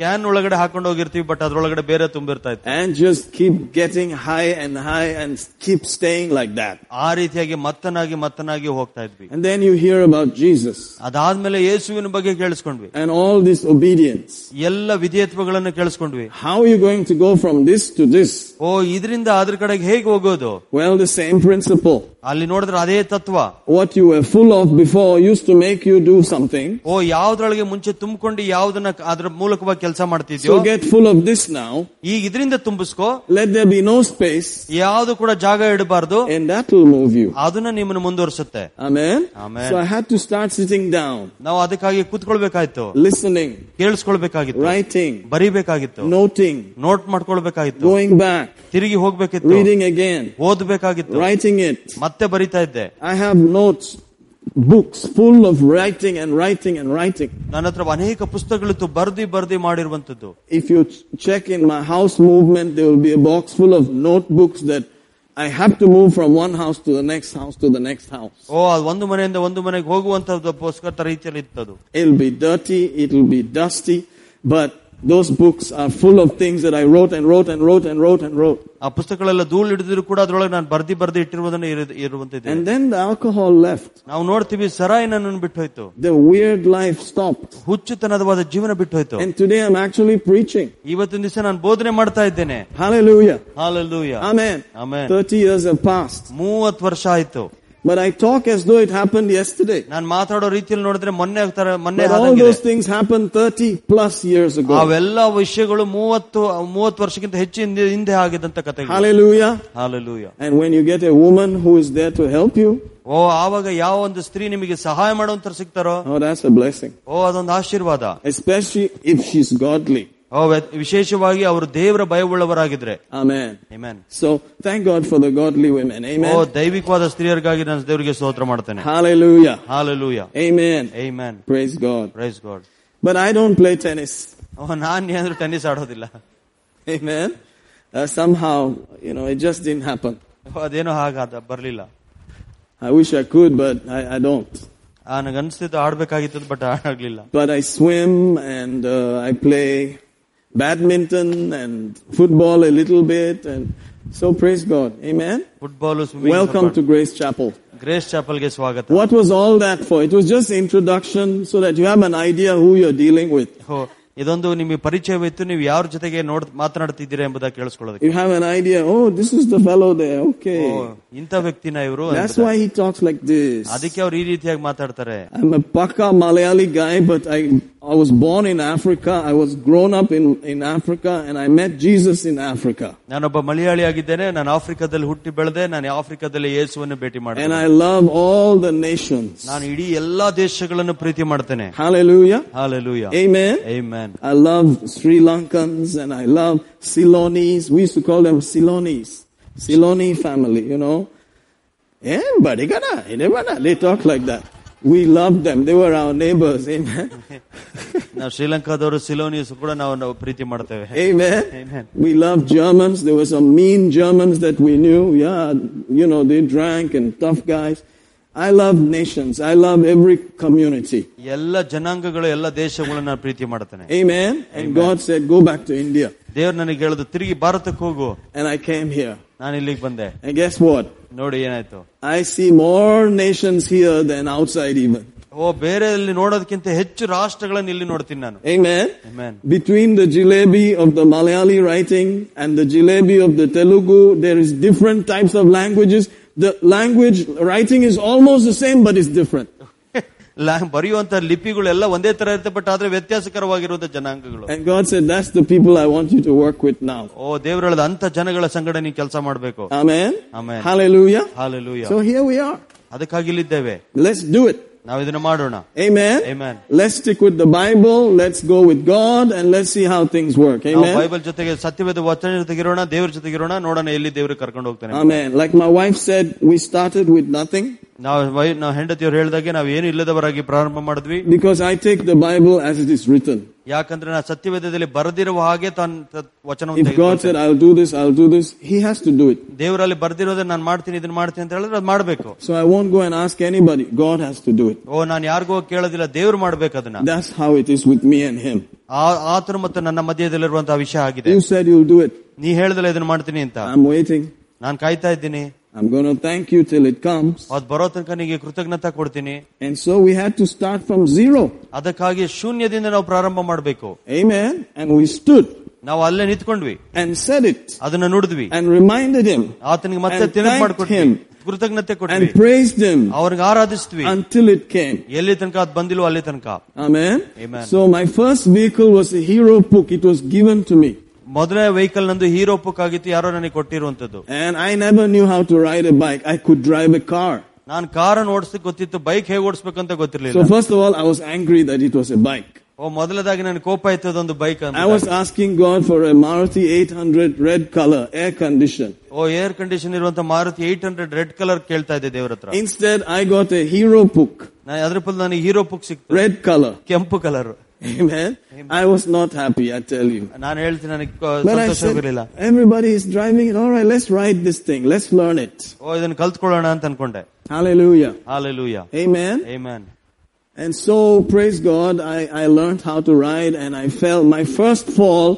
S2: can ಒಳಗಡೆ ಹಾಕೊಂಡು ಹೋಗಿರ್ತೀವಿ but ಅದ್ರೊಳಗಡೆ ಬೇರೆ ತುಂಬಿರ್ತಾ ಇತ್ತು
S1: And just keep getting high and high and keep staying like that.
S2: ಆ ರೀತಿಯಾಗಿ ಮತ್ತನಾಗಿ ಮತ್ತನಾಗಿ ಹೋಗ್ತಾ ಇದ್ವಿ
S1: And then you hear about Jesus
S2: ಅದಾದ್ಮೇಲೆ ಯೇಸುವಿನ ಬಗ್ಗೆ ಕೇಳಿಸ್ಕೊಂಡ್ವಿ
S1: and all this obedience.
S2: ಎಲ್ಲ ವಿಧೇಯತ್ವಗಳನ್ನು ಕೇಳಿಸ್ಕೊಂಡ್ವಿ
S1: How are you going to go from this to this?
S2: ಓ ಇದರಿಂದ ಅದ್ರ ಕಡೆಗೆ ಹೇಗೆ ಹೋಗೋದು
S1: Well, the same principle.
S2: ಅಲ್ಲಿ ನೋಡಿದ್ರೆ ಅದೇ ತತ್ವ
S1: What you were full of before used to make you do something.
S2: ಓ ಯಾವ್ದ್ರೊಳಗೆ ಮುಂಚೆ ತುಂಬಿಕೊಂಡು ಯಾವ್ದನ್ನ ಅದ್ರ ಮೂಲಕವಾಗಿ ಕೆಲಸ ಮಾಡ್ತಿದ್ಯೋ
S1: So get full of this now.
S2: ಈಗ ಇದರಿಂದ ತುಂಬಿಸ್ಕೋ
S1: Let there be no space
S2: ಯಾವ್ದು ಕೂಡ ಜಾಗ ಇಡಬಾರ್ದು
S1: and that will move you.
S2: ಅದನ್ನ ನಿಮ್ಮನ್ನು ಮುಂದುವರಿಸುತ್ತೆ
S1: Amen.
S2: Amen.
S1: So I had to start sitting down,
S2: ನಾವು ಅದಕ್ಕಾಗಿ ಕೂತ್ಕೊಳ್ಬೇಕಾಯ್ತು
S1: listening,
S2: ಕೇಳಿಸ್ಕೊಳ್ಬೇಕಾಗಿತ್ತು
S1: writing,
S2: ಬರಿಬೇಕಾಗಿತ್ತು
S1: noting,
S2: ನೋಟ್ ಮಾಡ್ಕೊಳ್ಬೇಕಾಗಿತ್ತು
S1: going back,
S2: ತಿರುಗಿ ಹೋಗ್ಬೇಕಿತ್ತು
S1: reading again,
S2: ಓದ್ಬೇಕಾಗಿತ್ತು
S1: writing it.
S2: ಮತ್ತೆ ಬರಿತಾ ಇದ್ದೆ
S1: I have notes, books full of writing and writing and writing.
S2: ನನ್ನ ಹತ್ರ ಅನೇಕ ಪುಸ್ತಕಗಳಿತ್ತು ಬರ್ದಿ ಬರ್ದಿ ಮಾಡಿರುವಂತದ್ದು
S1: If you ch- check in my house movement, there will be a box full of notebooks that I have to move from one house to the next house to the next house.
S2: ಓ ಅದು ಒಂದು ಮನೆಯಿಂದ ಒಂದು ಮನೆಗೆ ಹೋಗುವಂತದ್ದು ಪುಸ್ತಕ ರೀತಿಯಲ್ಲಿ ಇತ್ತದು
S1: It'll be dirty, it'll be dusty, but those books are full of things that I wrote and wrote and wrote and wrote and wrote.
S2: ಆ ಪುಸ್ತಕಗಳೆಲ್ಲ ಧೂಳು ಹಿಡಿದ್ರು ಕೂಡ ಅದ್ರೊಳಗೆ ನಾನು ಬರ್ದಿ ಬರ್ದಿ ಇಟ್ಟಿರುವುದನ್ನ ಇರುವಂತಿದೆ
S1: And then the alcohol left.
S2: ನಾವು ನೋಡ್ತೀವಿ ಸರಾಯಿ ನನ್ನನ್ನು ಬಿಟ್ಟೋಯ್ತು
S1: The weird life stopped.
S2: ಹುಚ್ಚುತನದವಾದ ಜೀವನ ಬಿಟ್ಟೋಯ್ತು
S1: And today I'm actually preaching.
S2: ಇವತ್ತಿನ ದಿವಸ ನಾನು ಬೋಧನೆ ಮಾಡ್ತಾ ಇದ್ದೇನೆ
S1: Hallelujah.
S2: Hallelujah
S1: Amen.
S2: Amen.
S1: 30 years have passed.
S2: ಮೂವತ್ತು ವರ್ಷ ಆಯ್ತು
S1: But I talk as though it happened yesterday.
S2: ನಾನು ಮಾತಾಡೋ ರೀತಿಯಲ್ಲಿ ನೋಡಿದ್ರೆ ಮೊನ್ನೆ ತರ ಮೊನ್ನೆ
S1: But all
S2: ಆದಂಗಿದೆ.
S1: those things happened 30 plus years ago.
S2: ಅವೆಲ್ಲ ವಿಷಯಗಳು ಮೂವತ್ತು ಮೂವತ್ತು ವರ್ಷಕ್ಕಿಂತ ಹೆಚ್ಚು ಹಿಂದೆ ಹಿಂದೆ ಆಗಿದ್ದಂತ ಕಥೆ
S1: Hallelujah.
S2: Hallelujah
S1: And when you get a woman who is there to help you,
S2: ಓ ಆವಾಗ ಯಾವ ಒಂದು ಸ್ತ್ರೀ ನಿಮಗೆ ಸಹಾಯ ಮಾಡುವಂತ ಸಿಗ್ತಾರೋ
S1: oh, that's a blessing.
S2: ಓ ಅದೊಂದು ಆಶೀರ್ವಾದ
S1: Especially if she's godly.
S2: ಓ ವ್ಯ- ವಿಶೇಷವಾಗಿ ಅವರು ದೇವರ ಭಯವುಳ್ಳವರಾಗಿದ್ರೆ
S1: Amen.
S2: Amen.
S1: So thank God for the godly women.
S2: O
S1: Amen.
S2: ದೈವಿಕವಾದ ಸ್ತ್ರೀಯರಿಗಾಗಿ ನಾನು ದೇವರಿಗೆ ಸ್ತೋತ್ರ ಮಾಡ್ತೇನೆ
S1: Hallelujah.
S2: Hallelujah
S1: Amen.
S2: ಏ man
S1: Praise God.
S2: Praise God
S1: But I don't play tennis.
S2: ಓ ನಾನ್ ಏನಾದ್ರು tennis ಆಡೋದಿಲ್ಲ
S1: Amen. Uh, somehow, you know, it just didn't happen.
S2: ಅದೇನೋ ಹಾಗಾದ ಬರಲಿಲ್ಲ
S1: I wish I could, but I, I don't.
S2: ನನಗೆ ಅನಿಸ್ತಿತ್ತು ಆಡ್ಬೇಕಾಗಿತ್ತು but ಆಡಾಗ್ಲಿಲ್ಲ
S1: But I swim and uh, I play badminton and football a little bit, and so praise God. Amen.
S2: Football
S1: Welcome to Grace Chapel.
S2: Grace ಚಾಪಲ್ಗೆ ಸ್ವಾಗತ
S1: What was all that for? It was just introduction so that you have an idea who you're dealing with.
S2: ಹೋ, ಇದೊಂದು ನಿಮಗೆ ಪರಿಚಯವಿತ್ತು ನೀವು ಯಾರ ಜೊತೆಗೆ ನೋಡ್ ಮಾತನಾಡ್ತಿದ್ದೀರಾ ಎಂಬುದಾಗಿ ಕೇಳಿಸ್ಕೊಳ್ಳೋದಕ್ಕೆ
S1: You have an idea. Oh, this is the fellow there. Okay.
S2: ಓ, ಇಂಥ ವ್ಯಕ್ತಿನ ಇವರು
S1: That's why he talks like this.
S2: ಅದಕ್ಕೆ ಅವ್ರು ಈ ರೀತಿಯಾಗಿ ಮಾತಾಡ್ತಾರೆ
S1: I'm a Paka Malayali guy, but I, I was born in Africa. I was grown up in, in Africa and I met Jesus in Africa.
S2: ನಾನೊಬ್ಬ ಮಲಯಾಳಿ ಆಗಿದ್ದೇನೆ ನಾನು ಆಫ್ರಿಕಾದಲ್ಲಿ ಹುಟ್ಟಿ ಬೆಳೆದೆ ನಾನು ಆಫ್ರಿಕಾದಲ್ಲಿ ಯೇಸುವನ್ನು ಭೇಟಿ
S1: And
S2: ಮಾಡ್ತೇನೆ
S1: I love all the nations.
S2: ನಾನು ಇಡೀ ಎಲ್ಲಾ ದೇಶಗಳನ್ನು ಪ್ರೀತಿ ಮಾಡ್ತೇನೆ
S1: Hallelujah.
S2: Hallelujah
S1: Amen.
S2: Amen.
S1: I love Sri Lankans and I love Ceylonese. We used to call them Ceylonese. Ceyloni family, you know. Everybody gonna, everybody, they talk like that. We loved them. They were our neighbors. Amen.
S2: ನಾವು ಶ್ರೀಲಂಕಾದವರು ಸಿಲೋನಿಯಸ್ ಕೂಡ ನಾವು ನಾವು ಪ್ರೀತಿ ಮಾಡ್ತೇವೆ
S1: Amen.
S2: Amen.
S1: We love Germans. There were some mean Germans that we knew. Yeah, you know, they drank and tough guys. I love nations. I love every community.
S2: ಎಲ್ಲ ಜನಾಂಗಗಳು ಎಲ್ಲ ದೇಶಗಳನ್ನು ನಾನು ಪ್ರೀತಿ ಮಾಡ್ತೇನೆ
S1: Amen. And God said, go back to India.
S2: ದೇವ್ರು ನನಗೆ ಹೇಳುದು ತಿರುಗಿ ಭಾರತಕ್ಕೆ ಹೋಗು
S1: And I came here.
S2: ನಾನು ಇಲ್ಲಿಗೆ ಬಂದೆ
S1: And guess what?
S2: ನೋಡಿ ಏನಾಯ್ತು
S1: I see more nations here than outside even.
S2: ಓ ಬೇರೆ ಅಲ್ಲಿ ನೋಡೋದಕ್ಕಿಂತ ಹೆಚ್ಚು ರಾಷ್ಟ್ರಗಳನ್ನು ಇಲ್ಲಿ ನೋಡ್ತೀನಿ ನಾನು
S1: Amen.
S2: Amen.
S1: Between the jalebi of the Malayali writing and the jalebi of the Telugu, there is different types of languages. The language writing is almost the same, but it's different.
S2: ಲಾ- ಬರೆಯುವಂತ ಲಿಪಿಗಳೆಲ್ಲ ಒಂದೇ ತರ ಇರುತ್ತೆ but ಆದ್ರೆ ವ್ಯತ್ಯಾಸಕರವಾಗಿರುವಂತ ಜನಾಂಗಗಳು
S1: And God said, that's the people I want you to work with now.
S2: ಓ ದೇವ್ರು ಹೇಳದ ಅಂತ ಜನಗಳ ಸಂಗಡ ನೀವು ಕೆಲಸ ಮಾಡಬೇಕು
S1: Amen.
S2: Amen.
S1: Hallelujah.
S2: Hallelujah
S1: So here we are.
S2: ಅದಕ್ಕಾಗಿ ಇಲ್ಲಿದ್ದೇವೆ
S1: Let's do it.
S2: ನಾವು ಇದನ್ನ ಮಾಡೋಣ
S1: Amen.
S2: Amen.
S1: Let's stick with the Bible. Let's go with God and let's see how things work.
S2: ನಾವು
S1: Amen.
S2: ಬೈಬಲ್ ಜೊತೆಗೆ ಸತ್ಯವೇದ ವಚನ ಜೊತೆಗಿರೋಣ ದೇವ್ರ ಜೊತೆಗಿರೋಣ ನೋಡೋಣ ಎಲ್ಲಿ ದೇವ್ರು ಕರ್ಕೊಂಡು ಹೋಗ್ತಾನೆ
S1: Amen. Like my wife said, we started with nothing
S2: ನಾವು ವೈ- ನಾವು ಹೆಂಡತಿಯವ್ರು ಹೇಳಿದಾಗೆ ನಾವು ಏನು ಇಲ್ಲದವರಾಗಿ ಪ್ರಾರಂಭ ಮಾಡಿದ್ವಿ
S1: because I take the Bible as it is written.
S2: ಯಾಕಂದ್ರೆ ನಾ ಸತ್ಯವೇದದಲ್ಲಿ ಬರೆದಿರುವ ಹಾಗೆ ತಾನು
S1: If God said,
S2: ವಚನ
S1: I'll do this, I'll do this, He has to do it.
S2: ದೇವರಲ್ಲಿ ಬರ್ದಿರೋದೇ ನಾನು ಮಾಡ್ತೀನಿ ಇದನ್ನ ಮಾಡ್ತೀನಿ ಅಂತ ಹೇಳಿದ್ರೆ ಅದು ಮಾಡ್ಬೇಕು
S1: So I won't go and ask anybody. God has to do it.
S2: ಓ ನಾನು ಯಾರಿಗೂ ಕೇಳೋದಿಲ್ಲ ದೇವ್ರು ಮಾಡ್ಬೇಕು ಅದನ್ನ
S1: That's how it is with me and Him.
S2: ಆ- ಆತನು ಮತ್ತು ನನ್ನ ಮಧ್ಯದಲ್ಲಿರುವಂತಹ ವಿಷಯ ಆಗಿದೆ
S1: You said you'll do it.
S2: ನೀ ಹೇಳ್ದಲ್ಲ ಇದನ್ನ ಮಾಡ್ತೀನಿ ಅಂತ
S1: I'm waiting.
S2: ನಾನು ಕಾಯ್ತಾ ಇದ್ದೀನಿ
S1: I'm going to thank you till it comes.
S2: ಅದ್ ಬರೋ ತನಕ ನಿಮಗೆ ಕೃತಜ್ಞತೆ ಕೊಡ್ತೀನಿ
S1: And so we had to start from zero.
S2: ಅದಕ್ಕಾಗಿ ಶೂನ್ಯದಿಂದ ನಾವು ಪ್ರಾರಂಭ ಮಾಡ್ಬೇಕು
S1: Amen. And we stood
S2: ನಾವು ಅಲ್ಲೇ ನಿಂತ್ಕೊಂಡ್ವಿ
S1: and said it
S2: ಅದನ್ನ ನುಡಿದ್ವಿ
S1: and reminded Him
S2: ಆತನಿಗೆ ಮತ್ತೆ
S1: And
S2: ತಿರುಗಿ
S1: thanked
S2: ಮಾಡ್ಕೊಟ್ವಿ
S1: him.
S2: ಕೃತಜ್ಞತೆ ಕೊಟ್ವಿ
S1: and praised Him
S2: ಅವ್ರಿಗೆ ಆರಾಧಿಸಿದ್ವಿ
S1: until it came.
S2: ಎಲ್ಲಿ ತನಕ ಅದ್ ಬಂದಿಲ್ವೋ ಅಲ್ಲಿ ತನಕ
S1: Amen.
S2: Amen.
S1: So my first vehicle was a hero book. It was given to me.
S2: ಮೊದಲನೇ ವೆಹಿಕಲ್ ನಂದು ಹೀರೋ ಪುಕ್ ಆಗಿತ್ತು ಯಾರೋ ನನಗೆ ಕೊಟ್ಟಿರುವಂತದ್ದು
S1: And I never knew how to ride a bike. I could drive a car.
S2: ನಾನು ಕಾರನ್ನು ಓಡಿಸ್ಲಿಕ್ಕೆ ಗೊತ್ತಿತ್ತು bike ಹೇಗೆ ಓಡಿಸ್ಬೇಕಂತ ಗೊತ್ತಿರ್ಲಿಲ್ಲ
S1: So first of all, I was angry that it was a bike.
S2: ಓ ಮೊದಲದಾಗಿ ನನಗೆ ಕೋಪ ಇತ್ತು ಅದೊಂದು bike
S1: I was asking God for a Maruti 800 red color, air condition.
S2: ಓ ಏರ್ ಕಂಡೀಷನ್ ಇರುವಂತ Maruti eight hundred red colour ಕೇಳ್ತಾ ಇದ್ದೆ ದೇವ್ರ ಹತ್ರ
S1: Instead, I got a hero book,
S2: ನಾನು ಅದ್ರ ಬದಲು ನನಗೆ ಹೀರೋ ಪುಕ್ ಸಿಕ್ತು
S1: red color.
S2: ಕೆಂಪು colour
S1: Amen. I was not happy, I tell you.
S2: ನಾನು ಹೇಳ್ತೀನಿ ನನಗೆ
S1: But I
S2: ಸಂತೋಷವಿರಲಿಲ್ಲ
S1: said, everybody is driving it. All right, let's ride this thing. Let's learn it.
S2: ಓ ಇದನ್ನ ಕಲ್ತ್ಕೊಳ್ಳೋಣ ಅಂತ ಅನ್ಕೊಂಡೆ
S1: Hallelujah.
S2: Hallelujah
S1: Amen.
S2: Amen
S1: And so, praise God, I, I learned how to ride and I fell. My first fall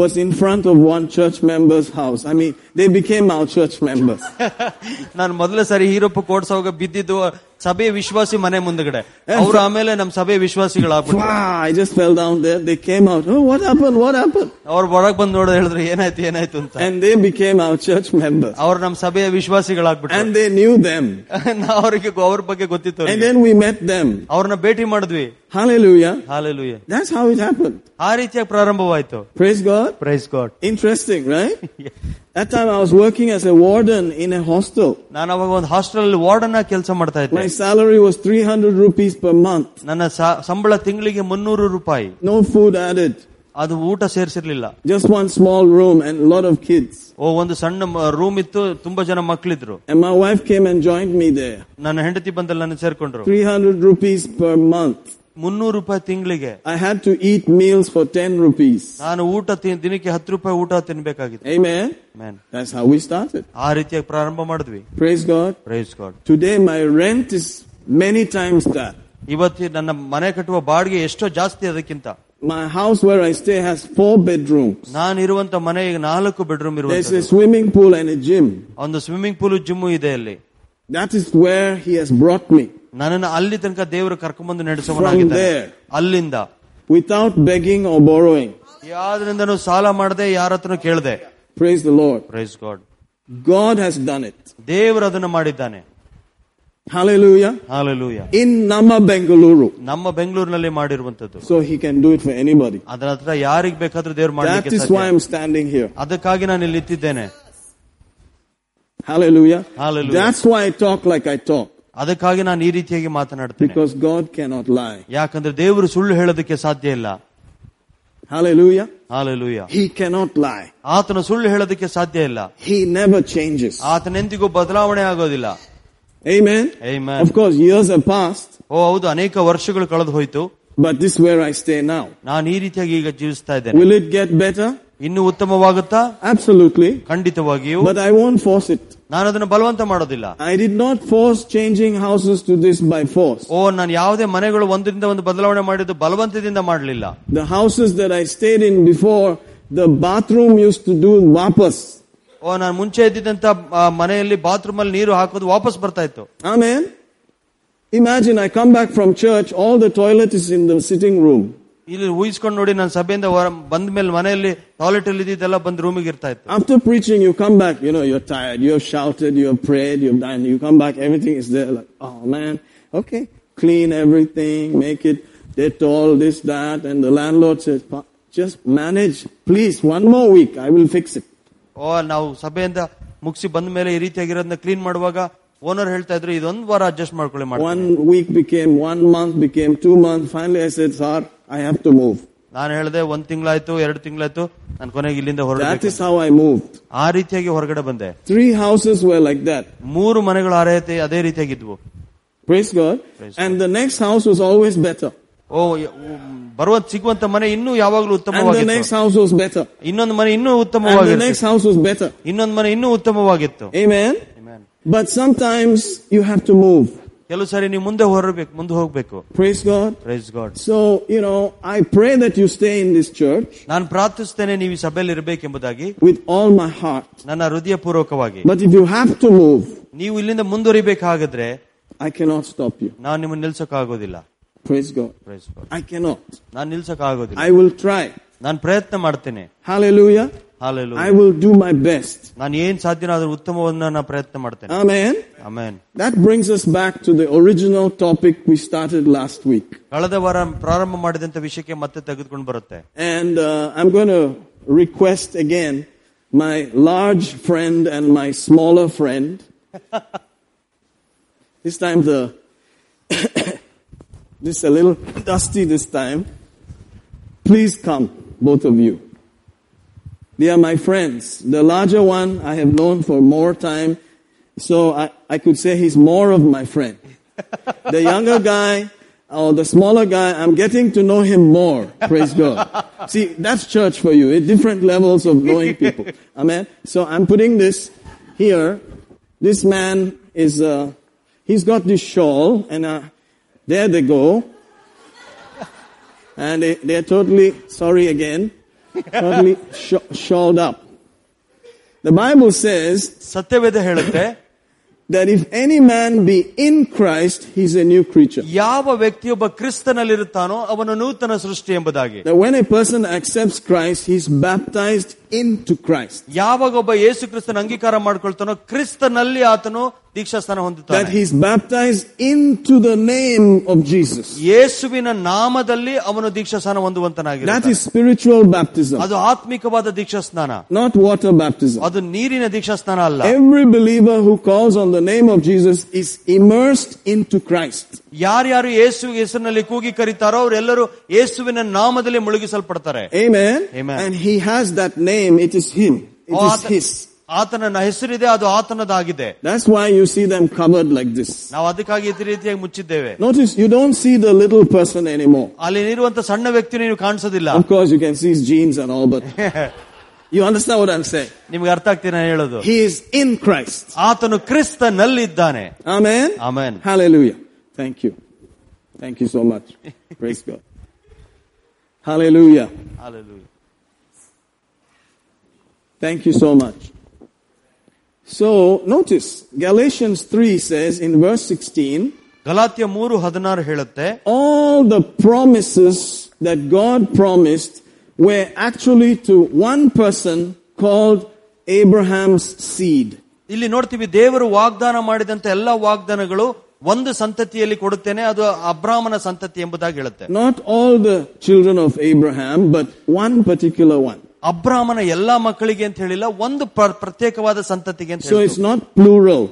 S1: was in front of one church member's house. I mean, they became our church members.
S2: ನಾನು ಮೊದಲ ಸಾರಿ Hero Puch ಓಡಿಸೋವಾಗ ಬಿದ್ದಿದ್ದು ಸಭೆ ವಿಶ್ವಾಸಿ ಮನೆ ಮುಂದಗಡೆ ಅವ್ರು ಆಮೇಲೆ ನಮ್ ಸಭೆ ವಿಶ್ವಾಸಿಗಳಾಗ್ಬಿಟ್ಟು
S1: wow, I just fell down there. They came out. Oh, what happened? What happened?
S2: ಅವ್ರು ಹೊರಗ್ ಬಂದು ನೋಡಿದ್ರೆ ಹೇಳಿದ್ರು ಏನಾಯ್ತು ಏನಾಯ್ತು ಅಂತ
S1: And they became our church members.
S2: ಅವ್ರು ನಮ್ ಸಭೆಯ ವಿಶ್ವಾಸಿಗಳಾಗ್ಬಿಟ್ರು
S1: And they knew them.
S2: ನಾವ್ ಅವ್ರಿಗೆ ಗೊ- ಅವ್ರ ಬಗ್ಗೆ ಗೊತ್ತಿತ್ತು
S1: And
S2: ಅವ್ರಿಗೆ.
S1: then we met them.
S2: ಅವ್ರನ್ನ ಭೇಟಿ ಮಾಡಿದ್ವಿ
S1: Hallelujah.
S2: Hallelujah
S1: That's how it happened.
S2: ಆ ರೀತಿಯಾಗಿ ಪ್ರಾರಂಭವಾಯ್ತು
S1: Praise God.
S2: Praise god
S1: Interesting, right? That time I was working as a warden in a hostel.
S2: ನಾನು ಅವಾಗ ಒಂದು ಹಾಸ್ಟೆಲ್ ಅಲ್ಲಿ ವಾರ್ಡನ್ ಆಗಿ ಕೆಲಸ ಮಾಡ್ತಾ ಇದ್ದೆ
S1: My salary was 300 rupees per month.
S2: ನನ್ನ ಸಾ- ಸಂಬಳ ತಿಂಗಳಿಗೆ ಮುನ್ನೂರು ರೂಪಾಯಿ
S1: No food added.
S2: ಅದು ಊಟ ಸೇರಿಸಿರ್ಲಿಲ್ಲ
S1: Just one small room and a lot of kids.
S2: ಓ ಒಂದು ಸಣ್ಣ ರೂಮ್ ಇತ್ತು ತುಂಬಾ ಜನ ಮಕ್ಳಿದ್ರು
S1: And my wife came and joined me there.
S2: ನನ್ನ ಹೆಂಡತಿ ಬಂದಲ್ಲಿ ನನ್ನ ಸೇರ್ಕೊಂಡ್ರು
S1: 300 rupees per month.
S2: ಮುನ್ನೂರು ರೂಪಾಯಿ ತಿಂಗಳಿಗೆ
S1: I had to eat meals for 10 rupees.
S2: ನಾನು ಊಟ ತಿ- ದಿನಕ್ಕೆ ಹತ್ತು ರೂಪಾಯಿ ಊಟ ತಿನ್ಬೇಕಾಗಿತ್ತು
S1: Amen.
S2: Amen
S1: That's how we started.
S2: ಆ ರೀತಿಯಾಗಿ ಪ್ರಾರಂಭ ಮಾಡಿದ್ವಿ
S1: Praise God.
S2: Praise God
S1: Today my rent is many times that.
S2: ಇವತ್ತು ನನ್ನ ಮನೆ ಕಟ್ಟುವ ಬಾಡಿಗೆ ಎಷ್ಟೋ ಜಾಸ್ತಿ ಅದಕ್ಕಿಂತ
S1: My house where I stay has four bedrooms.
S2: ನಾನಿರುವಂತ ಮನೆ ಈಗ ನಾಲ್ಕು ಬೆಡ್ರೂಮ್
S1: There's a
S2: ಇರುವಂತ
S1: swimming pool and a gym.
S2: ಒಂದು ಸ್ವಿಮ್ಮಿಂಗ್ ಪೂಲ್ ಜಿಮ್ಮು ಇದೆ ಅಲ್ಲಿ
S1: That is where he has brought me.
S2: ನನ್ನನ್ನು ಅಲ್ಲಿ ತನಕ ದೇವರು ಕರ್ಕೊಂಡ್ಬಂದು
S1: From
S2: ನಡೆಸುವನಾಗಿದ್ದಾನೆ
S1: there,
S2: ಅಲ್ಲಿಂದ
S1: without begging or borrowing.
S2: ಯಾವ್ದ್ರಿಂದನೂ ಸಾಲ ಮಾಡದೆ ಯಾರ ಹತ್ರನೂ ಕೇಳದೆ
S1: Praise the Lord.
S2: Praise God
S1: God has done it.
S2: ದೇವರು ಅದನ್ನು ಮಾಡಿದ್ದಾನೆ
S1: Hallelujah.
S2: Hallelujah
S1: In Nama Bengaluru.
S2: ನಮ್ಮ ಬೆಂಗಳೂರಿನಲ್ಲಿ ಮಾಡಿರುವಂತದ್ದು
S1: So he can do it for anybody.
S2: ಅದರ ಹತ್ರ ಯಾರಿಗ್ ಬೇಕಾದ್ರೂ ದೇವ್ರು
S1: That
S2: ಮಾಡ್ಲಿಕ್ಕೆ
S1: is why
S2: ಸಾಧ್ಯ
S1: I'm standing here.
S2: ಅದಕ್ಕಾಗಿ ನಾನು ಇಲ್ಲಿ ನಿಂತಿದ್ದೇನೆ
S1: Hallelujah.
S2: Hallelujah.
S1: That's why I talk like I talk.
S2: ಅದಕ್ಕಾಗಿ ನಾನು ಈ ರೀತಿಯಾಗಿ ಮಾತನಾಡ್ತೇನೆ
S1: Because God cannot lie.
S2: ಯಾಕಂದ್ರೆ ದೇವರು ಸುಳ್ಳು ಹೇಳೋದಕ್ಕೆ ಸಾಧ್ಯ ಇಲ್ಲ
S1: Hallelujah.
S2: Hallelujah
S1: He cannot lie.
S2: ಆತನ ಸುಳ್ಳು ಹೇಳೋದಕ್ಕೆ ಸಾಧ್ಯ ಇಲ್ಲ
S1: He never changes.
S2: ಆತನೆಂದಿಗೂ ಬದಲಾವಣೆ ಆಗೋದಿಲ್ಲ
S1: Amen.
S2: Amen.
S1: Of course, years have passed,
S2: ಓ ಹೌದು ಅನೇಕ ವರ್ಷಗಳು ಕಳೆದು ಹೋಯ್ತು
S1: but this is where I stay now.
S2: ನಾನು ಈ ರೀತಿಯಾಗಿ ಈಗ ಜೀವಿಸ್ತಾ ಇದ್ದೇನೆ
S1: Will it get better?
S2: ಇನ್ನು ಉತ್ತಮವಾಗುತ್ತಾ
S1: Absolutely.
S2: ಖಂಡಿತವಾಗಿಯೂ
S1: But I won't force it.
S2: ನಾನು ಅದನ್ನು ಬಲವಂತ ಮಾಡೋದಿಲ್ಲ
S1: I did not force changing houses to this by force.
S2: ಓ ನಾನು ಯಾವುದೇ ಮನೆಗಳು ಒಂದರಿಂದ ಒಂದು ಬದಲಾವಣೆ ಮಾಡಿದ್ದು ಬಲವಂತದಿಂದ ಮಾಡಲಿಲ್ಲ
S1: The houses that I stayed in before, the bathroom used to do vapas.
S2: ಓ ನಾನು ಮುಂಚೆ ಇದ್ದಿದ್ದಂತ ಆ, ಮನೆಯಲ್ಲಿ ಬಾತ್ರೂಮ್ ಅಲ್ಲಿ ನೀರು ಹಾಕೋದು ವಾಪಸ್ ಬರ್ತಾ ಇತ್ತು
S1: Amen. Imagine I come back from church, all the toilet is in the sitting room.
S2: ಇಲ್ಲಿ ಊಹಿಸ್ಕೊಂಡು ನೋಡಿ ನಾನು ಸಭೆಯಿಂದ ಹೊರ ಬಂದ ಮೇಲೆ ಮನೆಯಲ್ಲಿ ಟಾಯ್ಲೆಟ್ ಅಲ್ಲಿ ಇದ್ದಿದ್ದೆಲ್ಲ ಬಂದು ರೂಮಿಗೆ ಇರ್ತಾ ಇತ್ತು
S1: After preaching, you come back, you know, you're tired, you have shouted, you have prayed, you've done, you come back, everything is there, like, oh man, okay, clean everything, make it, that, all this, that, and the landlord says, "Pa- just manage, please, one more week, I will fix it.
S2: ಓ ನಾವು ಸಭೆಯಿಂದ ಮುಗಿಸಿ ಬಂದ ಮೇಲೆ ಈ ರೀತಿಯಾಗಿರೋದನ್ನ clean ಮಾಡುವಾಗ owner ಹೇಳ್ತಾ ಇದ್ರು ಇದೊಂದು ವಾರ ಅಡ್ಜಸ್ಟ್ ಮಾಡ್ಕೊಳ್ಳಿ ಮಾಡಿ
S1: One week became, one month became, two months, finally I said, sir, I have to move.
S2: ನಾನು ಹೇಳಿದೆ ಒಂದ್ ತಿಂಗಳಾಯ್ತು ಎರಡು ತಿಂಗಳಾಯ್ತು ನಾನು ಕೊನೆಗೆ ಇಲ್ಲಿಂದ
S1: That
S2: ಹೊರಡಬೇಕು
S1: is how I moved.
S2: ಆ ರೀತಿಯಾಗಿ ಹೊರಗಡೆ ಬಂದೆ
S1: Three houses were like that.
S2: ಮೂರು ಮನೆಗಳು ಆ ರೀತಿ ಅದೇ ರೀತಿಯಾಗಿದ್ವು
S1: Praise God.
S2: Praise
S1: and the next house was always better.
S2: ಓ ಯ- ಉ- ಬರುವಂತ ಸಿಗುವಂತ ಮನೆ ಇನ್ನೂ ಯಾವಾಗಲೂ
S1: And the
S2: ಉತ್ತಮವಾಗಿತ್ತು
S1: next house was better.
S2: ಇನ್ನೊಂದು ಮನೆ ಇನ್ನೂ
S1: And the
S2: ಉತ್ತಮವಾಗಿತ್ತು
S1: next house was better.
S2: ಇನ್ನೊಂದು ಮನೆ ಇನ್ನೂ ಉತ್ತಮವಾಗಿತ್ತು
S1: Amen.
S2: Amen.
S1: But sometimes you have to move.
S2: ಕೆಲವು ಸಾರಿ ನೀವು ಮುಂದೆ ಹೊರಬೇಕು ಮುಂದೆ ಹೋಗ್ಬೇಕು
S1: Praise God.
S2: Praise God
S1: So, you know, I pray that you stay in this church
S2: ನಾನು ಪ್ರಾರ್ಥಿಸ್ತೇನೆ ನೀವು ಈ ಸಭೆಯಲ್ಲಿ ಇರಬೇಕೆಂಬುದಾಗಿ
S1: with all my heart.
S2: ನನ್ನ ಹೃದಯ ಪೂರ್ವಕವಾಗಿ
S1: But if you have to move,
S2: ನೀವು ಇಲ್ಲಿಂದ ಮುಂದುವರಿಬೇಕಾಗಿದ್ರೆ
S1: I cannot stop you.
S2: ನಾನು ನಿಮ್ಮನ್ನು ನಿಲ್ಸಕ್ಕಾಗೋದಿಲ್ಲ
S1: Praise God.
S2: Praise God
S1: I cannot.
S2: ನಾನು ನಿಲ್ಸಕ್ಕಾಗೋದಿಲ್ಲ
S1: I will try.
S2: ನಾನು ಪ್ರಯತ್ನ ಮಾಡ್ತೇನೆ
S1: Hallelujah.
S2: ಹಾಲೆಲ್ಲೂ
S1: I will do my best.
S2: ನಾನು ಏನ್ ಸಾಧ್ಯನೋ ಅದ್ರ ಉತ್ತಮವನ್ನ ನಾನು ಪ್ರಯತ್ನ ಮಾಡ್ತೇನೆ
S1: Amen.
S2: ಆಮೇನ್
S1: That brings us back to the original topic we started last week.
S2: ಕಳೆದ ವಾರ ಪ್ರಾರಂಭ ಮಾಡಿದಂತ ವಿಷಯಕ್ಕೆ ಮತ್ತೆ ತೆಗೆದುಕೊಂಡು ಬರುತ್ತೆ
S1: And uh, I'm going to request again my large friend and my smaller friend. this time the this a little dusty this time. Please come, both of you. They are my friends. The larger one I have known for more time, so I, I could say he's more of my friend. The younger guy or the smaller guy, I'm getting to know him more. Praise God. See, that's church for you. eh, Different levels of knowing people. Amen. So I'm putting this here. This man is, uh, he's got this shawl, and uh, there they go. And they, they're totally, sorry again, totally sh- shawled up. The Bible says
S2: ಸತ್ಯವೇದ ಹೇಳುತ್ತೆ
S1: that if any man be in Christ, he's a new creature.
S2: ಯಾವ ವ್ಯಕ್ತಿಯೊಬ್ಬ ಕ್ರಿಸ್ತನಲ್ಲಿರುತ್ತಾನೋ ಅವನು ನೂತನ ಸೃಷ್ಟಿ ಎಂಬುದಾಗಿ
S1: That when a person accepts Christ, he's baptized into Christ.
S2: ಯಾವಾಗ ಒಬ್ಬ ಯೇಸು ಕ್ರಿಸ್ತನ ಅಂಗೀಕಾರ ಮಾಡ್ಕೊಳ್ತಾನೋ ಕ್ರಿಸ್ತನಲ್ಲಿ ಆತನು ದೀಕ್ಷಾಸ್ಥಾನ
S1: That
S2: ಹೊಂದುತ್ತಾನೆ
S1: he's baptized into the name of Jesus.
S2: ಯೇಸುವಿನ ನಾಮದಲ್ಲಿ ಅವನು ದೀಕ್ಷಾಸ್ಥಾನ
S1: That
S2: ಹೊಂದುವಂತನಾಗಿದ್ದಾನೆ
S1: is spiritual baptism,
S2: ಅದು ಆತ್ಮಿಕವಾದ ದೀಕ್ಷಾಸ್ನಾನ
S1: not water baptism.
S2: ಅದು ನೀರಿನ ದೀಕ್ಷಾಸ್ನಾನ ಅಲ್ಲ
S1: Every believer who calls on the name of Jesus is immersed into Christ.
S2: ಯಾರ್ಯಾರು ಯೇಸು ಹೆಸರಿನಲ್ಲಿ ಕೂಗಿ ಕರೀತಾರೋ ಅವರೆಲ್ಲರೂ ಯೇಸುವಿನ ನಾಮದಲ್ಲಿ ಮುಳುಗಿಸಲ್ಪಡ್ತಾರೆ
S1: Amen.
S2: Amen.
S1: And he has that name. It is him. It is
S2: Oh, ಆತ-
S1: his.
S2: ಆತನ ಹೆಸರಿದೆ ಅದು ಆತನದಾಗಿದೆ
S1: That's why you see them covered like this.
S2: ನಾವು ಅದಕ್ಕಾಗಿ ಇದೇ ರೀತಿಯಾಗಿ ಮುಚ್ಚಿದ್ದೇವೆ
S1: Notice you don't see the little person anymore.
S2: ಅಲ್ಲಿ ಇರುವಂತ ಸಣ್ಣ ವ್ಯಕ್ತಿ ನೀವು ಕಾಣಿಸೋದಿಲ್ಲ
S1: Of course, you can see his jeans and all, but you understand what I'm saying.
S2: ನಿಮ್ಗೆ ಅರ್ಥ ಆಗ್ತೀನಿ ನಾನು ಹೇಳೋದು
S1: He is in Christ.
S2: ಆತನು ಕ್ರಿಸ್ತನಲ್ಲಿದ್ದಾನೆ
S1: Amen.
S2: Amen
S1: Hallelujah. Thank you. Thank you so much. Praise God. Hallelujah. Thank you so much. So notice Galatians 3 says in verse 16,
S2: Galatia ಮೂರು ಹದಿನಾರು ಹೇಳುತ್ತೆ
S1: all the promises that God promised were actually to one person called Abraham's seed.
S2: ಇಲ್ಲಿ ನೋಡ್ತೀವಿ ದೇವರು ವಾಗ್ದಾನ ಮಾಡಿದಂತ ಎಲ್ಲಾ ವಾಗ್ದಾನಗಳು ಒಂದು ಸಂತತಿಯಲ್ಲಿ ಕೊಡುತ್ತೇನೆ ಅದು ಅಬ್ರಾಹ್ಮನ ಸಂತತಿ ಎಂಬುದಾಗಿ ಹೇಳುತ್ತೆ
S1: Not all the children of Abraham, but one particular one.
S2: ಅಬ್ರಾಹ್ಮನ ಎಲ್ಲಾ ಮಕ್ಕಳಿಗೆ ಅಂತ ಹೇಳಿಲ್ಲ ಒಂದು ಪ್ರ- ಪ್ರತ್ಯೇಕವಾದ ಸಂತತಿಗೆ ಅಂತ
S1: So it's
S2: ಹೇಳಿತು.
S1: not plural.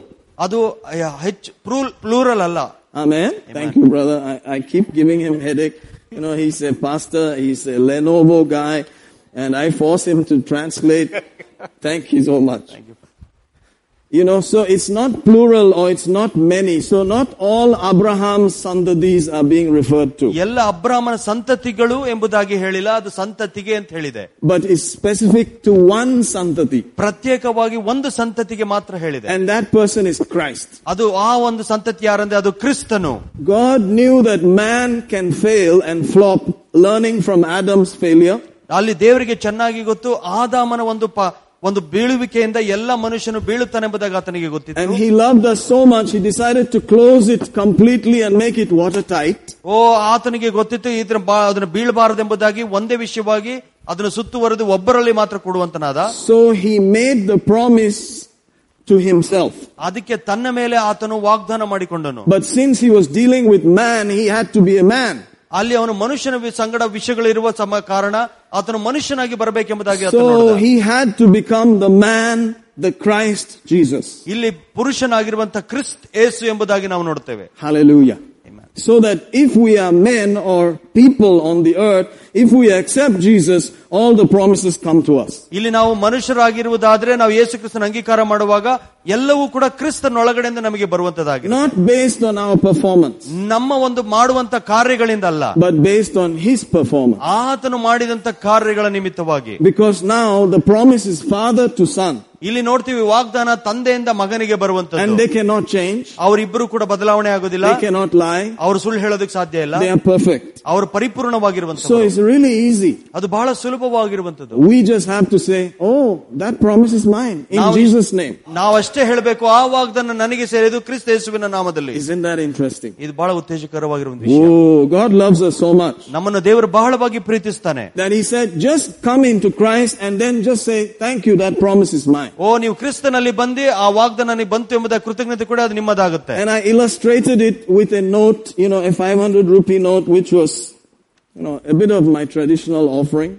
S2: ಅದು ಅಯ್ಯ, ಹೆಚ್ಚು ಪ್ಲೂರಲ್ ಅಲ್ಲ
S1: Amen. Thank you, brother. I, I keep giving him headache. You know, he's a pastor, he's a Lenovo guy, and I force him to translate. Thank you so much. you. know, so it's not plural or it's not many. So not all Abraham's sandadis are being referred to.
S2: ಎಲ್ಲ ಅಬ್ರಾಹ್ಮನ ಸಂತತಿಗಳು ಎಂಬುದಾಗಿ ಹೇಳಿಲ್ಲ ಅದು ಸಂತತಿಗೆ ಅಂತ ಹೇಳಿದೆ
S1: But it's specific to one sandadi.
S2: ಪ್ರತ್ಯೇಕವಾಗಿ ಒಂದು ಸಂತತಿಗೆ ಮಾತ್ರ ಹೇಳಿದೆ
S1: And that person is Christ.
S2: ಅದು ಆ ಒಂದು ಸಂತತಿ ಯಾರಂದ್ರೆ ಅದು ಕ್ರಿಸ್ತನು
S1: God knew that man can fail and flop learning from Adam's failure.
S2: ಅಲ್ಲಿ ದೇವರಿಗೆ ಚೆನ್ನಾಗಿ ಗೊತ್ತು ಆದಾಮನ ಒಂದು ಪ- ಒಂದು ಬೀಳುವಿಕೆಯಿಂದ ಎಲ್ಲ ಮನುಷ್ಯನು ಬೀಳುತ್ತಾನೆಂಬುದಾಗಿ ಆತನಿಗೆ
S1: And
S2: ಗೊತ್ತಿತ್ತು
S1: he loved us so much, he decided to close it completely and make it watertight.
S2: ಓ ಆತನಿಗೆ ಗೊತ್ತಿತ್ತು ಇದ್ರ ಬಾ- ಅದನ್ನ ಬೀಳಬಾರದೆಂಬುದಾಗಿ ಒಂದೇ ವಿಷಯವಾಗಿ ಅದನ್ನು ಸುತ್ತುವರೆದು ಒಬ್ಬರಲ್ಲಿ ಮಾತ್ರ ಕೊಡುವಂತನಾದ
S1: So he made the promise to himself.
S2: ಅದಕ್ಕೆ ತನ್ನ ಮೇಲೆ ಆತನು ವಾಗ್ದಾನ ಮಾಡಿಕೊಂಡನು
S1: But since he was dealing with man, he had to be a man.
S2: ಅಲ್ಲಿ ಅವನು ಮನುಷ್ಯನ ವಿ- ಸಂಗಡ ವಿಷಯಗಳಿರುವ ಸಮ ಕಾರಣ ಆತನು ಮನುಷ್ಯನಾಗಿ ಬರಬೇಕೆಂಬುದಾಗಿ ಆತನು
S1: So
S2: ನೋಡಿದ.
S1: he had to become the man, the Christ Jesus.
S2: ಇಲ್ಲಿ ಪುರುಷನಾಗಿರುವಂತಹ ಕ್ರಿಸ್ತ್ ಏಸು ಎಂಬುದಾಗಿ ನಾವು ನೋಡ್ತೇವೆ
S1: Hallelujah.
S2: Amen.
S1: So that if we are men or people on the earth, if we accept Jesus, all the promises come to us.
S2: ಇಲ್ಲಿ ನಾವು ಮನುಷ್ಯರಾಗಿರುವುದಾದ್ರೆ ನಾವು ಯೇಸು ಕ್ರಿಸ್ತನ ಅಂಗೀಕಾರ ಮಾಡುವಾಗ ಎಲ್ಲವೂ ಕೂಡ ಕ್ರಿಸ್ತನೊಳಗಡೆಯಿಂದ ನಮಗೆ ಬರುವಂತದಾಗಿದೆ
S1: Not based on our performance,
S2: ನಮ್ಮ ಒಂದು ಮಾಡುವಂತ ಕಾರ್ಯಗಳಿಂದ ಅಲ್ಲ
S1: but based on his performance.
S2: ಆತನು ಮಾಡಿದಂತ ಕಾರ್ಯಗಳ ನಿಮಿತ್ತವಾಗಿ
S1: Because now the promise is father to son.
S2: ಇಲ್ಲಿ ನೋಡ್ತೀವಿ ವಾಗ್ದಾನ ತಂದೆಯಿಂದ ಮಗನಿಗೆ
S1: And
S2: ಬರುವಂತದ್ದು
S1: they cannot change.
S2: ಅವರಿಬ್ಬರು ಕೂಡ ಬದಲಾವಣೆ ಆಗೋದಿಲ್ಲ
S1: They cannot lie.
S2: ಅವರು ಸುಳ್ಳು ಹೇಳೋದಕ್ಕೆ ಸಾಧ್ಯ ಇಲ್ಲ
S1: They are perfect.
S2: ಅವರು
S1: So
S2: ಪರಿಪೂರ್ಣವಾಗಿರುವಂತದ್ದು
S1: it's really easy.
S2: ಅದು ಬಹಳ ಸುಲಭವಾಗಿರುವಂತದ್ದು
S1: We just have to say, oh, that promise is mine in
S2: Now-
S1: Jesus' name.
S2: ನಾವಷ್ಟೇ ಹೇಳಬೇಕು ಆ ವಾಗ್ದಾನ ನನಗೆ ಸೇರಿದ್ದು ಕ್ರಿಸ್ತ ಯೇಸುವಿನ ನಾಮದಲ್ಲಿ
S1: Isn't that interesting?
S2: ಇದು ಬಹಳ ಉತ್ತೇಜಕರವಾಗಿರುವ ಒಂದು ವಿಷಯ
S1: Oh, God loves us so much
S2: ನಮ್ಮನ್ನು ದೇವರು ಬಹಳವಾಗಿ ಪ್ರೀತಿಸ್ತಾನೆ
S1: that He said, just come into Christ and then just say, thank you, that promise is mine.
S2: ಓ ನೀವು ಕ್ರಿಸ್ತನಲ್ಲಿ ಬಂದು ಆ ವಾಗ್ದಾನ ನೀವು ಬಂತು ಎಂಬುದ ಕೃತಜ್ಞತೆ ಕೂಡ ಅದು ನಿಮ್ಮದಾಗುತ್ತೆ
S1: And I illustrated it with a note, you know, a 500 rupee note, which was, you know, a bit of my traditional offering.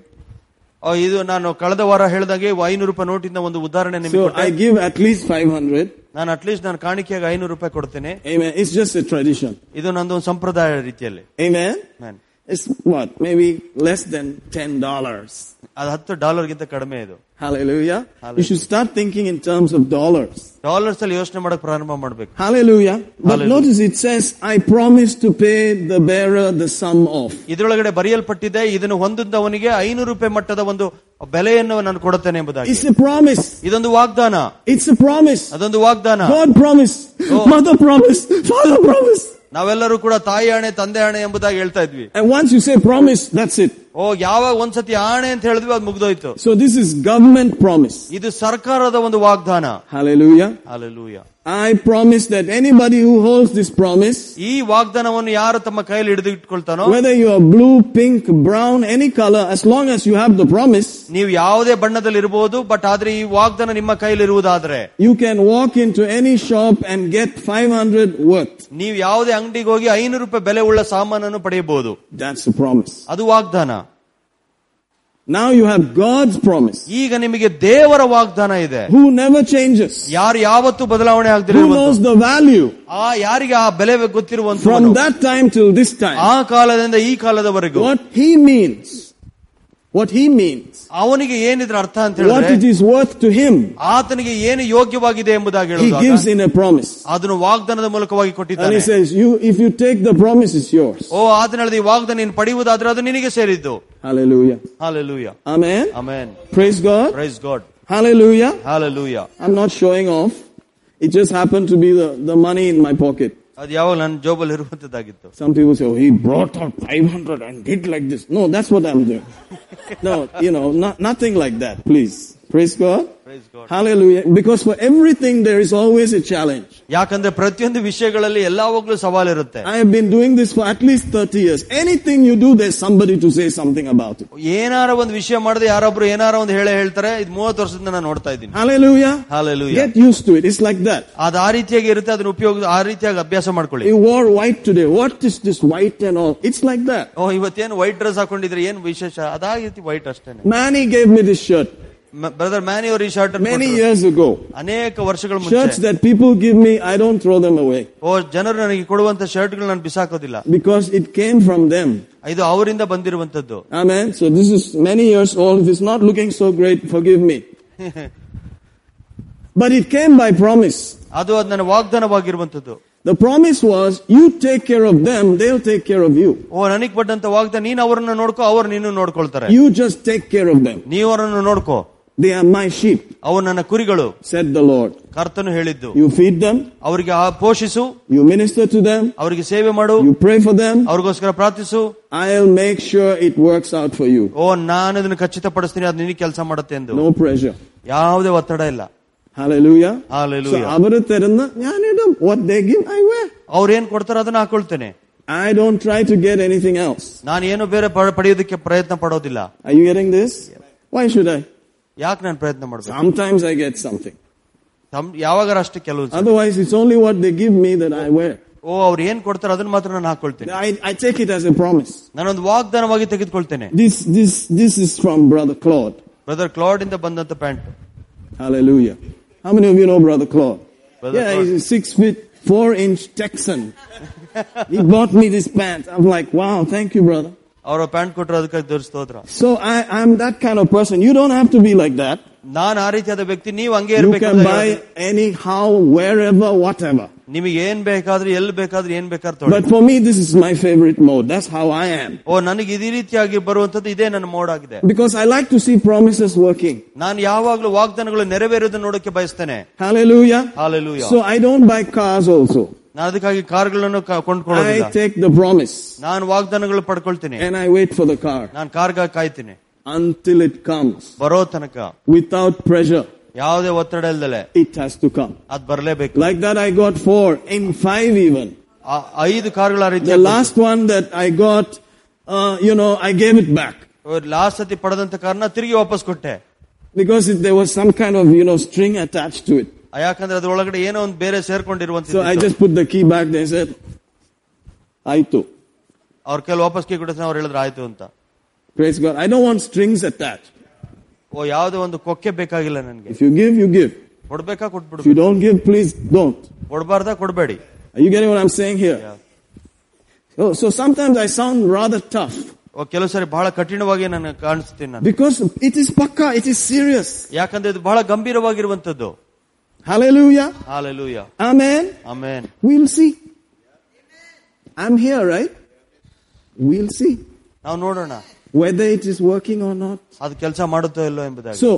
S2: ಆ, ಇದು ನಾನು ಕಳೆದ ವಾರ ಹೇಳಿದಾಗೆ ಇವು ಐನೂರು ರೂಪಾಯಿ ನೋಟಿಂದ ಒಂದು ಉದಾಹರಣೆ ನಿಮಗೆ
S1: So
S2: ಕೊಟ್ಟೆ
S1: I give at least 500.
S2: ನಾನು ಅಟ್ಲೀಸ್ಟ್ ನಾನು ಕಾಣಿಕೆಯಾಗಿ ಐನೂರು ರೂಪಾಯಿ ಕೊಡ್ತೇನೆ
S1: Amen. It's just a tradition.
S2: ಇದು ನಂದು ಒಂದು ಸಂಪ್ರದಾಯ ರೀತಿಯಲ್ಲಿ
S1: Amen.
S2: Amen.
S1: It's what? Maybe less than ten dollars.
S2: ಅದು ಹತ್ತು ಡಾಲರ್ಗಿಂತ ಕಡಿಮೆ ಇದು
S1: Hallelujah.
S2: Hallelujah.
S1: You should start thinking in terms of dollars.
S2: Dollars ಅಲ್ಲಿ ಯೋಚನೆ ಮಾಡಕ್ ಪ್ರಾರಂಭ ಮಾಡ್ಬೇಕು
S1: Hallelujah. But
S2: Hallelujah.
S1: notice it says, I promise to pay the bearer the sum of.
S2: ಇದರೊಳಗಡೆ ಬರೆಯಲ್ಪಟ್ಟಿದೆ ಇದನ್ನು ಹೊಂದಿದ್ದವನಿಗೆ ಐನೂರು ರೂಪಾಯಿ ಮಟ್ಟದ ಒಂದು ಬೆಲೆಯನ್ನು ನಾನು ಕೊಡುತ್ತೇನೆ ಎಂಬುದಾಗಿ
S1: It's a promise.
S2: ಇದೊಂದು ವಾಗ್ದಾನ
S1: It's a promise.
S2: ಅದೊಂದು ವಾಗ್ದಾನ
S1: God promise.
S2: Oh.
S1: Mother promise. Father promise.
S2: ನಾವೆಲ್ಲರೂ ಕೂಡ ತಾಯಿ ಆಣೆ ತಂದೆ ಆಣೆ ಎಂಬುದಾಗಿ ಹೇಳ್ತಾ ಇದ್ವಿ
S1: And once you say promise, that's it.
S2: ಓ ಯಾವಾಗ ಒಂದ್ಸತಿ ಆಣೆ ಅಂತ ಹೇಳಿದ್ವಿ ಅದು ಮುಗ್ದೋಯ್ತು
S1: So this is government promise.
S2: ಇದು ಸರ್ಕಾರದ ಒಂದು ವಾಗ್ದಾನ
S1: Hallelujah.
S2: Alleluia
S1: I promise that anybody who holds this promise
S2: ಈ ವಾಗ್ದಾನವನ್ನು ಯಾರು ತಮ್ಮ ಕೈಯಲ್ಲಿ ಹಿಡಿದು ಇಟ್ಕೊಳ್ತಾನೋ
S1: Whether you are blue, pink, brown, any color, as long as you have the promise,
S2: ನೀವು ಯಾವುದೇ ಬಣ್ಣದಲ್ಲಿ ಇರಬಹುದು ಬಟ್ ಆದ್ರೆ ಈ ವಾಗ್ದಾನ ನಿಮ್ಮ ಕೈಯಲ್ಲಿ ಇರುವುದಾದ್ರೆ
S1: you can walk into any shop and get 500 worth.
S2: ನೀವು ಯಾವುದೇ ಅಂಗಡಿಗೆ ಹೋಗಿ ಐನೂರು ರೂಪಾಯಿ ಬೆಲೆ ಉಳ್ಳ ಸಾಮಾನನ್ನು ಪಡೆಯಬಹುದು
S1: That's the promise.
S2: ಅದು ವಾಗ್ದಾನ
S1: Now you have God's promise,
S2: ಈಗ ನಿಮಗೆ ದೇವರ ವಾಗ್ದಾನ ಇದೆ
S1: who never changes,
S2: ಯಾರು ಯಾವತ್ತೂ ಬದಲಾವಣೆ
S1: who
S2: ಆಗದಿರುವಂತ
S1: knows the value
S2: ಆ ಯಾರಿಗೆ ಆ ಬೆಲೆ ಗೊತ್ತಿರುವಂತ Ah,
S1: from that time till this time.
S2: ಆ ಕಾಲದಿಂದ ಈ ಕಾಲದವರೆಗೂ
S1: What he means, what he means,
S2: ಅವನಿಗೆ ಏನಿದ್ರ ಅರ್ಥ ಅಂತ
S1: what it
S2: ಹೇಳಿದ್ರೆ
S1: is worth to him.
S2: ಆತನಿಗೆ ಏನು ಯೋಗ್ಯವಾಗಿದೆ ಎಂಬುದಾಗಿ
S1: He
S2: ಹೇಳುವಾಗ
S1: gives in a promise.
S2: ಅದನ್ನು ವಾಗ್ದಾನದ ಮೂಲಕವಾಗಿ
S1: And
S2: ಕೊಟ್ಟಿದ್ದಾನೆ
S1: he says, you, if you take the promise, it's yours.
S2: ಓ ಆತನ ಹೇಳಿದ ಈ ವಾಗ್ದಾನ ನೀನು ಪಡೆಯುವುದಾದ್ರೆ ಅದು ನಿನಗೆ ಸೇರಿದ್ದು
S1: Hallelujah.
S2: Hallelujah
S1: Amen.
S2: Amen
S1: Praise God.
S2: Praise God
S1: Hallelujah.
S2: Hallelujah
S1: I'm not showing off. It just happened to be the, the money in my pocket.
S2: ಅದು ಯಾವಾಗ ನನ್ನ ಜೋಬಲ್ಲಿ ಇರುವಂತದ್ದಾಗಿತ್ತು
S1: Some people say, oh, he brought out 500 and did like this. No, that's what I'm doing. no, you know, not, nothing like that, please. Praise God.
S2: Praise God
S1: Hallelujah. Because for everything, there is always a challenge.
S2: ಯಾಕಂದ್ರೆ ಪ್ರತಿಯೊಂದು ವಿಷಯಗಳಲ್ಲಿ ಎಲ್ಲಾವಾಗ್ಲೂ ಸವಾಲಿರುತ್ತೆ
S1: I have been doing this for at least 30 years. Anything you do, there's somebody to say something about it.
S2: ಏನಾರ ಒಂದು ವಿಷಯ ಮಾಡದೆ ಯಾರೊಬ್ರು ಏನಾರ ಒಂದು ಹೇಳೇ ಹೇಳ್ತಾರೆ ಇದು ಮೂವತ್ತು ವರ್ಷದಿಂದ ನಾನು ನೋಡ್ತಾ ಇದ್ದೀನಿ
S1: Hallelujah.
S2: Hallelujah
S1: Get used to it. It's like that.
S2: ಅದು ಆ ರೀತಿಯಾಗಿ ಇರುತ್ತೆ ಅದನ್ನ ಉಪಯೋಗ ಆ ರೀತಿಯಾಗಿ ಅಭ್ಯಾಸ ಮಾಡ್ಕೊಳ್ಳಿ
S1: You wore white today. What is this white and all? It's like that.
S2: ಓ ಇವತ್ತೇನು ವೈಟ್ ಡ್ರೆಸ್ ಹಾಕೊಂಡಿದ್ರೆ ಏನ್ ವಿಶೇಷ ಅದಾಗ ರೀತಿ ವೈಟ್ ಅಷ್ಟೇನೆ
S1: Manny gave me this shirt
S2: brother Manny ಅವರು ಈ ಶರ್ಟ್
S1: many years ago.
S2: ಅನೇಕ ವರ್ಷಗಳ
S1: Shirts
S2: ಮುಂಚೆ
S1: that people give me, I don't throw them away
S2: ಓ ಜನರು ನನಗೆ ಕೊಡುವಂತ ಶರ್ಟ್ಗಳು ನಾನು ಬಿಸಾಕೋದಿಲ್ಲ
S1: because it came from them.
S2: ಇದು ಅವರಿಂದ ಬಂದಿರುವಂತದ್ದು
S1: Amen. So this is many years old. If it's not looking so great, forgive me. But it came by promise.
S2: ಅದು ಅದು ನನ್ನ ವಾಗ್ದಾನವಾಗಿರುವಂತದ್ದು
S1: The promise was, you take care of them, they'll take care of you.
S2: ಓ ನನಗ್ ಪಟ್ಟಂತ ವಾಗ್ದಾನ ನೀನ್ ಅವರನ್ನ ನೋಡ್ಕೋ ಅವ್ರು ನೀನು ನೋಡ್ಕೊಳ್ತಾರೆ
S1: You just take care of them.
S2: ನೀವ್ ಅವರನ್ನು ನೋಡ್ಕೋ
S1: They are my sheep,
S2: ಅವು ನನ್ನ ಕುರಿಗಳು
S1: said the Lord.
S2: ಕರ್ತನು ಹೇಳಿದ್ದು
S1: You feed them,
S2: ಅವರಿಗೆ ಆ- ಪೋಷಿಸು
S1: you minister to them,
S2: ಅವರಿಗೆ ಸೇವೆ ಮಾಡು
S1: you pray for them.
S2: ಅವ್ರಿಗೋಸ್ಕರ ಪ್ರಾರ್ಥಿಸು
S1: I'll make sure it works out for you.
S2: ಓ ನಾನು ಇದನ್ನು ಖಚಿತಪಡಿಸ್ತೀನಿ ಅದು ನಿನಗೆ ಕೆಲಸ ಮಾಡುತ್ತೆ ಎಂದು
S1: No pressure.
S2: ಯಾವುದೇ ಒತ್ತಡ ಇಲ್ಲ
S1: Hallelujah. So
S2: Hallelujah.
S1: അവര് തരുന്ന ഞാൻ ഇടും. What they give, I wear.
S2: ಅವ್ರೇನ್ ಕೊಡ್ತಾರೋ ಅದನ್ನ ಹಾಕೊಳ್ತೇನೆ
S1: I don't try to get anything else.
S2: ನಾನು ಏನು ಬೇರೆ ಪಡ- ಪಡೆಯೋದಕ್ಕೆ ಪ್ರಯತ್ನ ಪಡೋದಿಲ್ಲ
S1: Are you getting this? Why should I?
S2: ಯಾಕೆ ನಾನು ಪ್ರಯತ್ನ ಮಾಡ್ಬೇಕು
S1: Sometimes I get something.
S2: ತಮ್- ಯಾವಾಗಾರ ಅಷ್ಟೇ ಕೆಲವು ಸಲ.
S1: Otherwise, it's only what they give me that I wear.
S2: ಓ ಅವ್ರು ಏನ್ ಕೊಡ್ತಾರೋ ಅದನ್ನ ಮಾತ್ರ ನಾನು ಹಾಕೊಳ್ತೇನೆ
S1: I, I take it as a promise.
S2: ನಾನೊಂದು ವಾಗ್ದಾನವಾಗಿ ತೆಗೆದುಕೊಳ್ತೇನೆ
S1: This, this, this is from Brother Claude.
S2: Brother Claude ಇಂದ ಬಂದಂತ pant
S1: Hallelujah. How many of you know Brother Claude?
S2: Brother
S1: yeah,
S2: Claude.
S1: he's a six feet, four inch Texan. he bought me this pants. I'm like, wow, thank you, brother.
S2: ಅವರ pant ಕೊಟ್ಟರು ಅದಕ್ಕಾಗಿ ತೋರಿಸ್ತೋದ್ರ
S1: So I, I'm that kind of person. You don't have to be like that.
S2: ನಾನು ಆ ರೀತಿಯಾದ ವ್ಯಕ್ತಿ ನೀವು ಹಂಗೆ
S1: You
S2: ಇರ್ಬೇಕು
S1: can buy anyhow, wherever, whatever.
S2: ನಿಮಗೆ ಏನ್ ಬೇಕಾದ್ರೂ ಎಲ್ಲಿ ಬೇಕಾದ್ರೂ ಏನ್ ಬೇಕಾದ್ರೂ ತೊಗೊಳ್ಳಿ
S1: But for me, this is my favorite mode. That's how I am.
S2: ಓ ನನಗೆ ಇದೇ ರೀತಿಯಾಗಿ ಬರುವಂತದ್ದು ಇದೇ ನನ್ನ ಮೋಡ್ ಆಗಿದೆ
S1: Because I like to see promises working.
S2: ನಾನು ಯಾವಾಗ್ಲೂ ವಾಗ್ದಾನಗಳು ನೆರವೇರೋದನ್ನ ನೋಡಕ್ಕೆ ಬಯಸ್ತೇನೆ
S1: Hallelujah.
S2: Hallelujah
S1: So I don't buy cars also.
S2: ನಾನು ಅದಕ್ಕಾಗಿ ಕಾರ್ಗಳನ್ನು ಕ-
S1: I
S2: ಕೊಂಡ್ಕೊಳ್ಳೋದಿಲ್ಲ
S1: take the promise
S2: ನಾನು ವಾಗ್ದಾನಗಳು ಪಡ್ಕೊಳ್ತೀನಿ
S1: and I wait for the car
S2: ನಾನು ಕಾರ್ಗ ಕಾಯ್ತೀನಿ
S1: until it comes.
S2: ಬರೋ ತನಕ
S1: Without pressure,
S2: ಯಾವುದೇ ಒತ್ತಡ ಇಲ್ದಲೆ
S1: it has to come.
S2: ಅದ್ ಬರ್ಲೇಬೇಕು
S1: Like that, I got four, in five even.
S2: ಆ- ಐದು ಕಾರ್ಗಳ ರೀತಿ
S1: The last one that I got, uh, you know, I gave it back.
S2: Last ಸತಿ ಪಡೆದಂತ ಕಾರ್ನ ತಿರುಗಿ ವಾಪಸ್ ಕೊಟ್ಟೆ
S1: Because it, there was some kind of, you know, string attached to it.
S2: ಆ, ಯಾಕಂದ್ರೆ ಅದ್ರೊಳಗಡೆ ಏನೋ ಒಂದು ಬೇರೆ
S1: So I
S2: ಸೇರ್ಕೊಂಡಿರುವಂತ
S1: just put the key back there and said, Aitu.
S2: ಅವ್ರ ಕೈಲಿ ವಾಪಸ್ ಕೈ ಕೊಡಿಸ್ ಅವ್ರು ಹೇಳಿದ್ರೆ ಆಯ್ತು ಅಂತ
S1: Praise God. I don't want strings attached.
S2: ಓ ಯಾವ್ದೋ ಒಂದು ಕೊಕ್ಕೆ ಬೇಕಾಗಿಲ್ಲ ನನ್ಗೆ
S1: If you give, you give.
S2: ಕೊಡ್ಬೇಕಾ
S1: If you
S2: ಕೊಟ್ಬಿಡ್ಬೇಕು
S1: don't give, please don't.
S2: ಕೊಡ್ಬಾರ್ದಾ ಕೊಡ್ಬೇಡಿ
S1: Are you getting what I'm saying here?
S2: Yeah.
S1: So, so sometimes I sound rather tough
S2: ಓ, ಕೆಲವು ಸರಿ ಬಹಳ ಕಠಿಣವಾಗಿ ನಾನು ಕಾಣಿಸ್ತೀನಿ ನಾನು
S1: because it is pakka, it is serious.
S2: ಯಾಕಂದ್ರೆ ಇದು ಬಹಳ ಗಂಭೀರವಾಗಿರುವಂತದ್ದು
S1: Hallelujah.
S2: Hallelujah
S1: Amen.
S2: ಆಮೇನ್
S1: We'll see. I'm here, right? We'll see
S2: ನಾವು ನೋಡೋಣ
S1: whether it is working or not.
S2: ಅದು ಕೆಲಸ ಮಾಡುತ್ತೋ ಇಲ್ಲೋ ಎಂಬುದಾಗಿ
S1: So,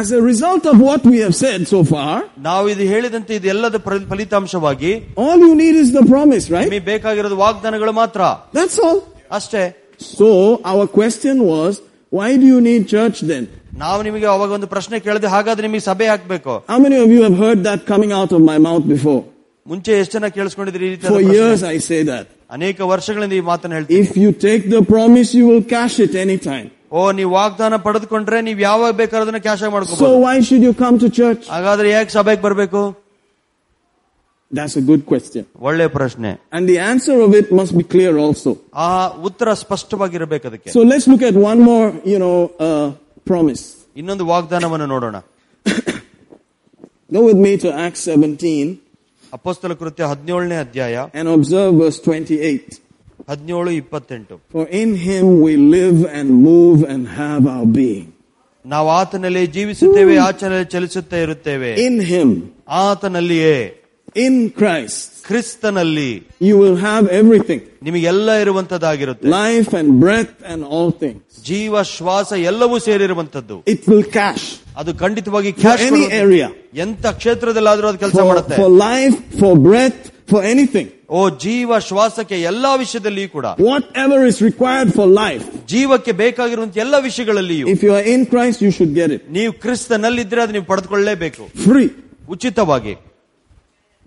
S1: as a result of what we have said so far,
S2: ನಾವು ಇದು ಹೇಳಿದಂತೆ ಇದೆಲ್ಲದ ಪ್ರ- ಫಲಿತಾಂಶವಾಗಿ
S1: all you need is the promise, right?
S2: ನಿಮಗೆ ಬೇಕಾಗಿರೋದು ವಾಗ್ದಾನಗಳು ಮಾತ್ರ
S1: That's all.
S2: ಅಷ್ಟೇ
S1: So, our question was, why do you need church then?
S2: ನಾವು ನಿಮಗೆ ಅವಾಗ ಒಂದು ಪ್ರಶ್ನೆ ಕೇಳಿದೆ ಹಾಗಾದ್ರೆ ನಿಮಗೆ ಸಭೆ ಹಾಕ್ಬೇಕು
S1: How many of you have heard that coming out of my mouth before?
S2: ಮುಂಚೆ ಎಷ್ಟು ಜನ ಕೇಳಿಸ್ಕೊಂಡಿದ್ರಿ ಈ ರೀತಿಯಾದ
S1: For
S2: ಪ್ರಶ್ನೆ?
S1: years I say that.
S2: ಅನೇಕ ವರ್ಷಗಳಿಂದ ಈ ಮಾತನ್ನ ಹೇಳ್ತೀವಿ
S1: If you take the promise, you will cash it anytime.
S2: ಓ ನೀವು ವಾಗ್ದಾನ ಪಡೆದುಕೊಂಡ್ರೆ ನೀವು ಯಾವಾಗ ಬೇಕಾದ್ರೂ ಕ್ಯಾಶ್
S1: So
S2: ಮಾಡ್ಕೋಬಹುದು
S1: why should you come to church?
S2: ಹಾಗಾದ್ರೆ ಯಾಕೆ ಸಭೆಗೆ ಬರ್ಬೇಕು
S1: That's a good question.
S2: ಒಳ್ಳೆ ಪ್ರಶ್ನೆ
S1: And the answer of it must be clear also.
S2: ಆ ಉತ್ತರ ಸ್ಪಷ್ಟವಾಗಿರ್ಬೇಕು ಅದಕ್ಕೆ
S1: So let's look at one more, you know, uh, promise.
S2: ಇನ್ನೊಂದು ವಾಗ್ದಾನವನ್ನು ನೋಡೋಣ
S1: Go with me to Acts 17
S2: ಅಪೋಸ್ತಲ ಕೃತ್ಯ ಹದಿನೇಳನೇ ಅಧ್ಯಾಯ
S1: and observe verse 28.
S2: ಹದಿನೇಳು ಇಪ್ಪತ್ತೆಂಟು
S1: For in him we live and move and have our being.
S2: ನಾವು ಆತನಲ್ಲಿ ಜೀವಿಸುತ್ತೇವೆ ಆತನಲ್ಲಿ ಚಲಿಸುತ್ತಾ ಇರುತ್ತೇವೆ
S1: In him,
S2: ಆತನಲ್ಲಿಯೇ
S1: in Christ,
S2: ಕ್ರಿಸ್ತನಲ್ಲಿ
S1: you will have everything.
S2: ನಿಮಗೆಲ್ಲ ಇರುವಂತದ್ದಾಗಿರುತ್ತೆ
S1: Life and breath and all things.
S2: ಜೀವ ಶ್ವಾಸ ಎಲ್ಲವೂ ಸೇರಿರುವಂತದ್ದು
S1: It will cash
S2: ಅದು ಖಂಡಿತವಾಗಿ
S1: for
S2: cash
S1: any
S2: ಕೊಡುತ್ತೆ.
S1: area.
S2: ಎಂತ ಕ್ಷೇತ್ರದಲ್ಲಾದ್ರೂ ಅದು ಕೆಲಸ
S1: For,
S2: ಮಾಡುತ್ತೆ
S1: for life, for breath, for anything.
S2: ಓ ಜೀವ ಶ್ವಾಸಕ್ಕೆ ಎಲ್ಲಾ ವಿಷಯದಲ್ಲಿಯೂ ಕೂಡ
S1: Whatever is required for life,
S2: ಜೀವಕ್ಕೆ ಬೇಕಾಗಿರುವಂತ ಎಲ್ಲ ವಿಷಯಗಳಲ್ಲಿಯೂ
S1: if you are in Christ, you should get it.
S2: ನೀವು ಕ್ರಿಸ್ತನಲ್ಲಿದ್ರೆ ಅದು ನೀವು ಪಡೆದುಕೊಳ್ಳಲೇಬೇಕು
S1: Free.
S2: ಉಚಿತವಾಗಿ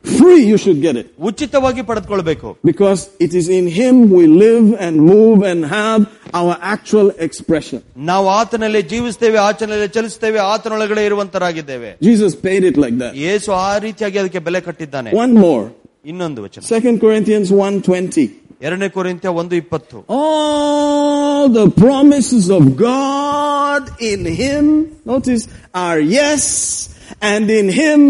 S1: Free you should get it.
S2: ಉಚಿತವಾಗಿ ಪಡೆದುಕೊಳ್ಬೇಕು
S1: Because it is in him we live and move and have our actual expression.
S2: ನಾವು ಆತನಲ್ಲೇ ಜೀವಿಸ್ತೇವೆ ಆತನಲ್ಲೇ ಚಲಿಸ್ತೇವೆ ಆತನೊಳಗಡೆ ಇರುವಂತರಾಗಿದ್ದೇವೆ
S1: Jesus paid it like that.
S2: ಯೇಸು ಆ ರೀತಿಯಾಗಿ ಅದಕ್ಕೆ ಬೆಲೆ ಕಟ್ಟಿದ್ದಾನೆ
S1: One more.
S2: ಇನ್ನೊಂದು ವಚನ
S1: 2 Corinthians 1.20.
S2: ಎರಡನೇ ಕೊರಿಂತ್ಯ ಒಂದು ಇಪ್ಪತ್ತು
S1: All the promises of God in Him, notice, are yes, and in Him,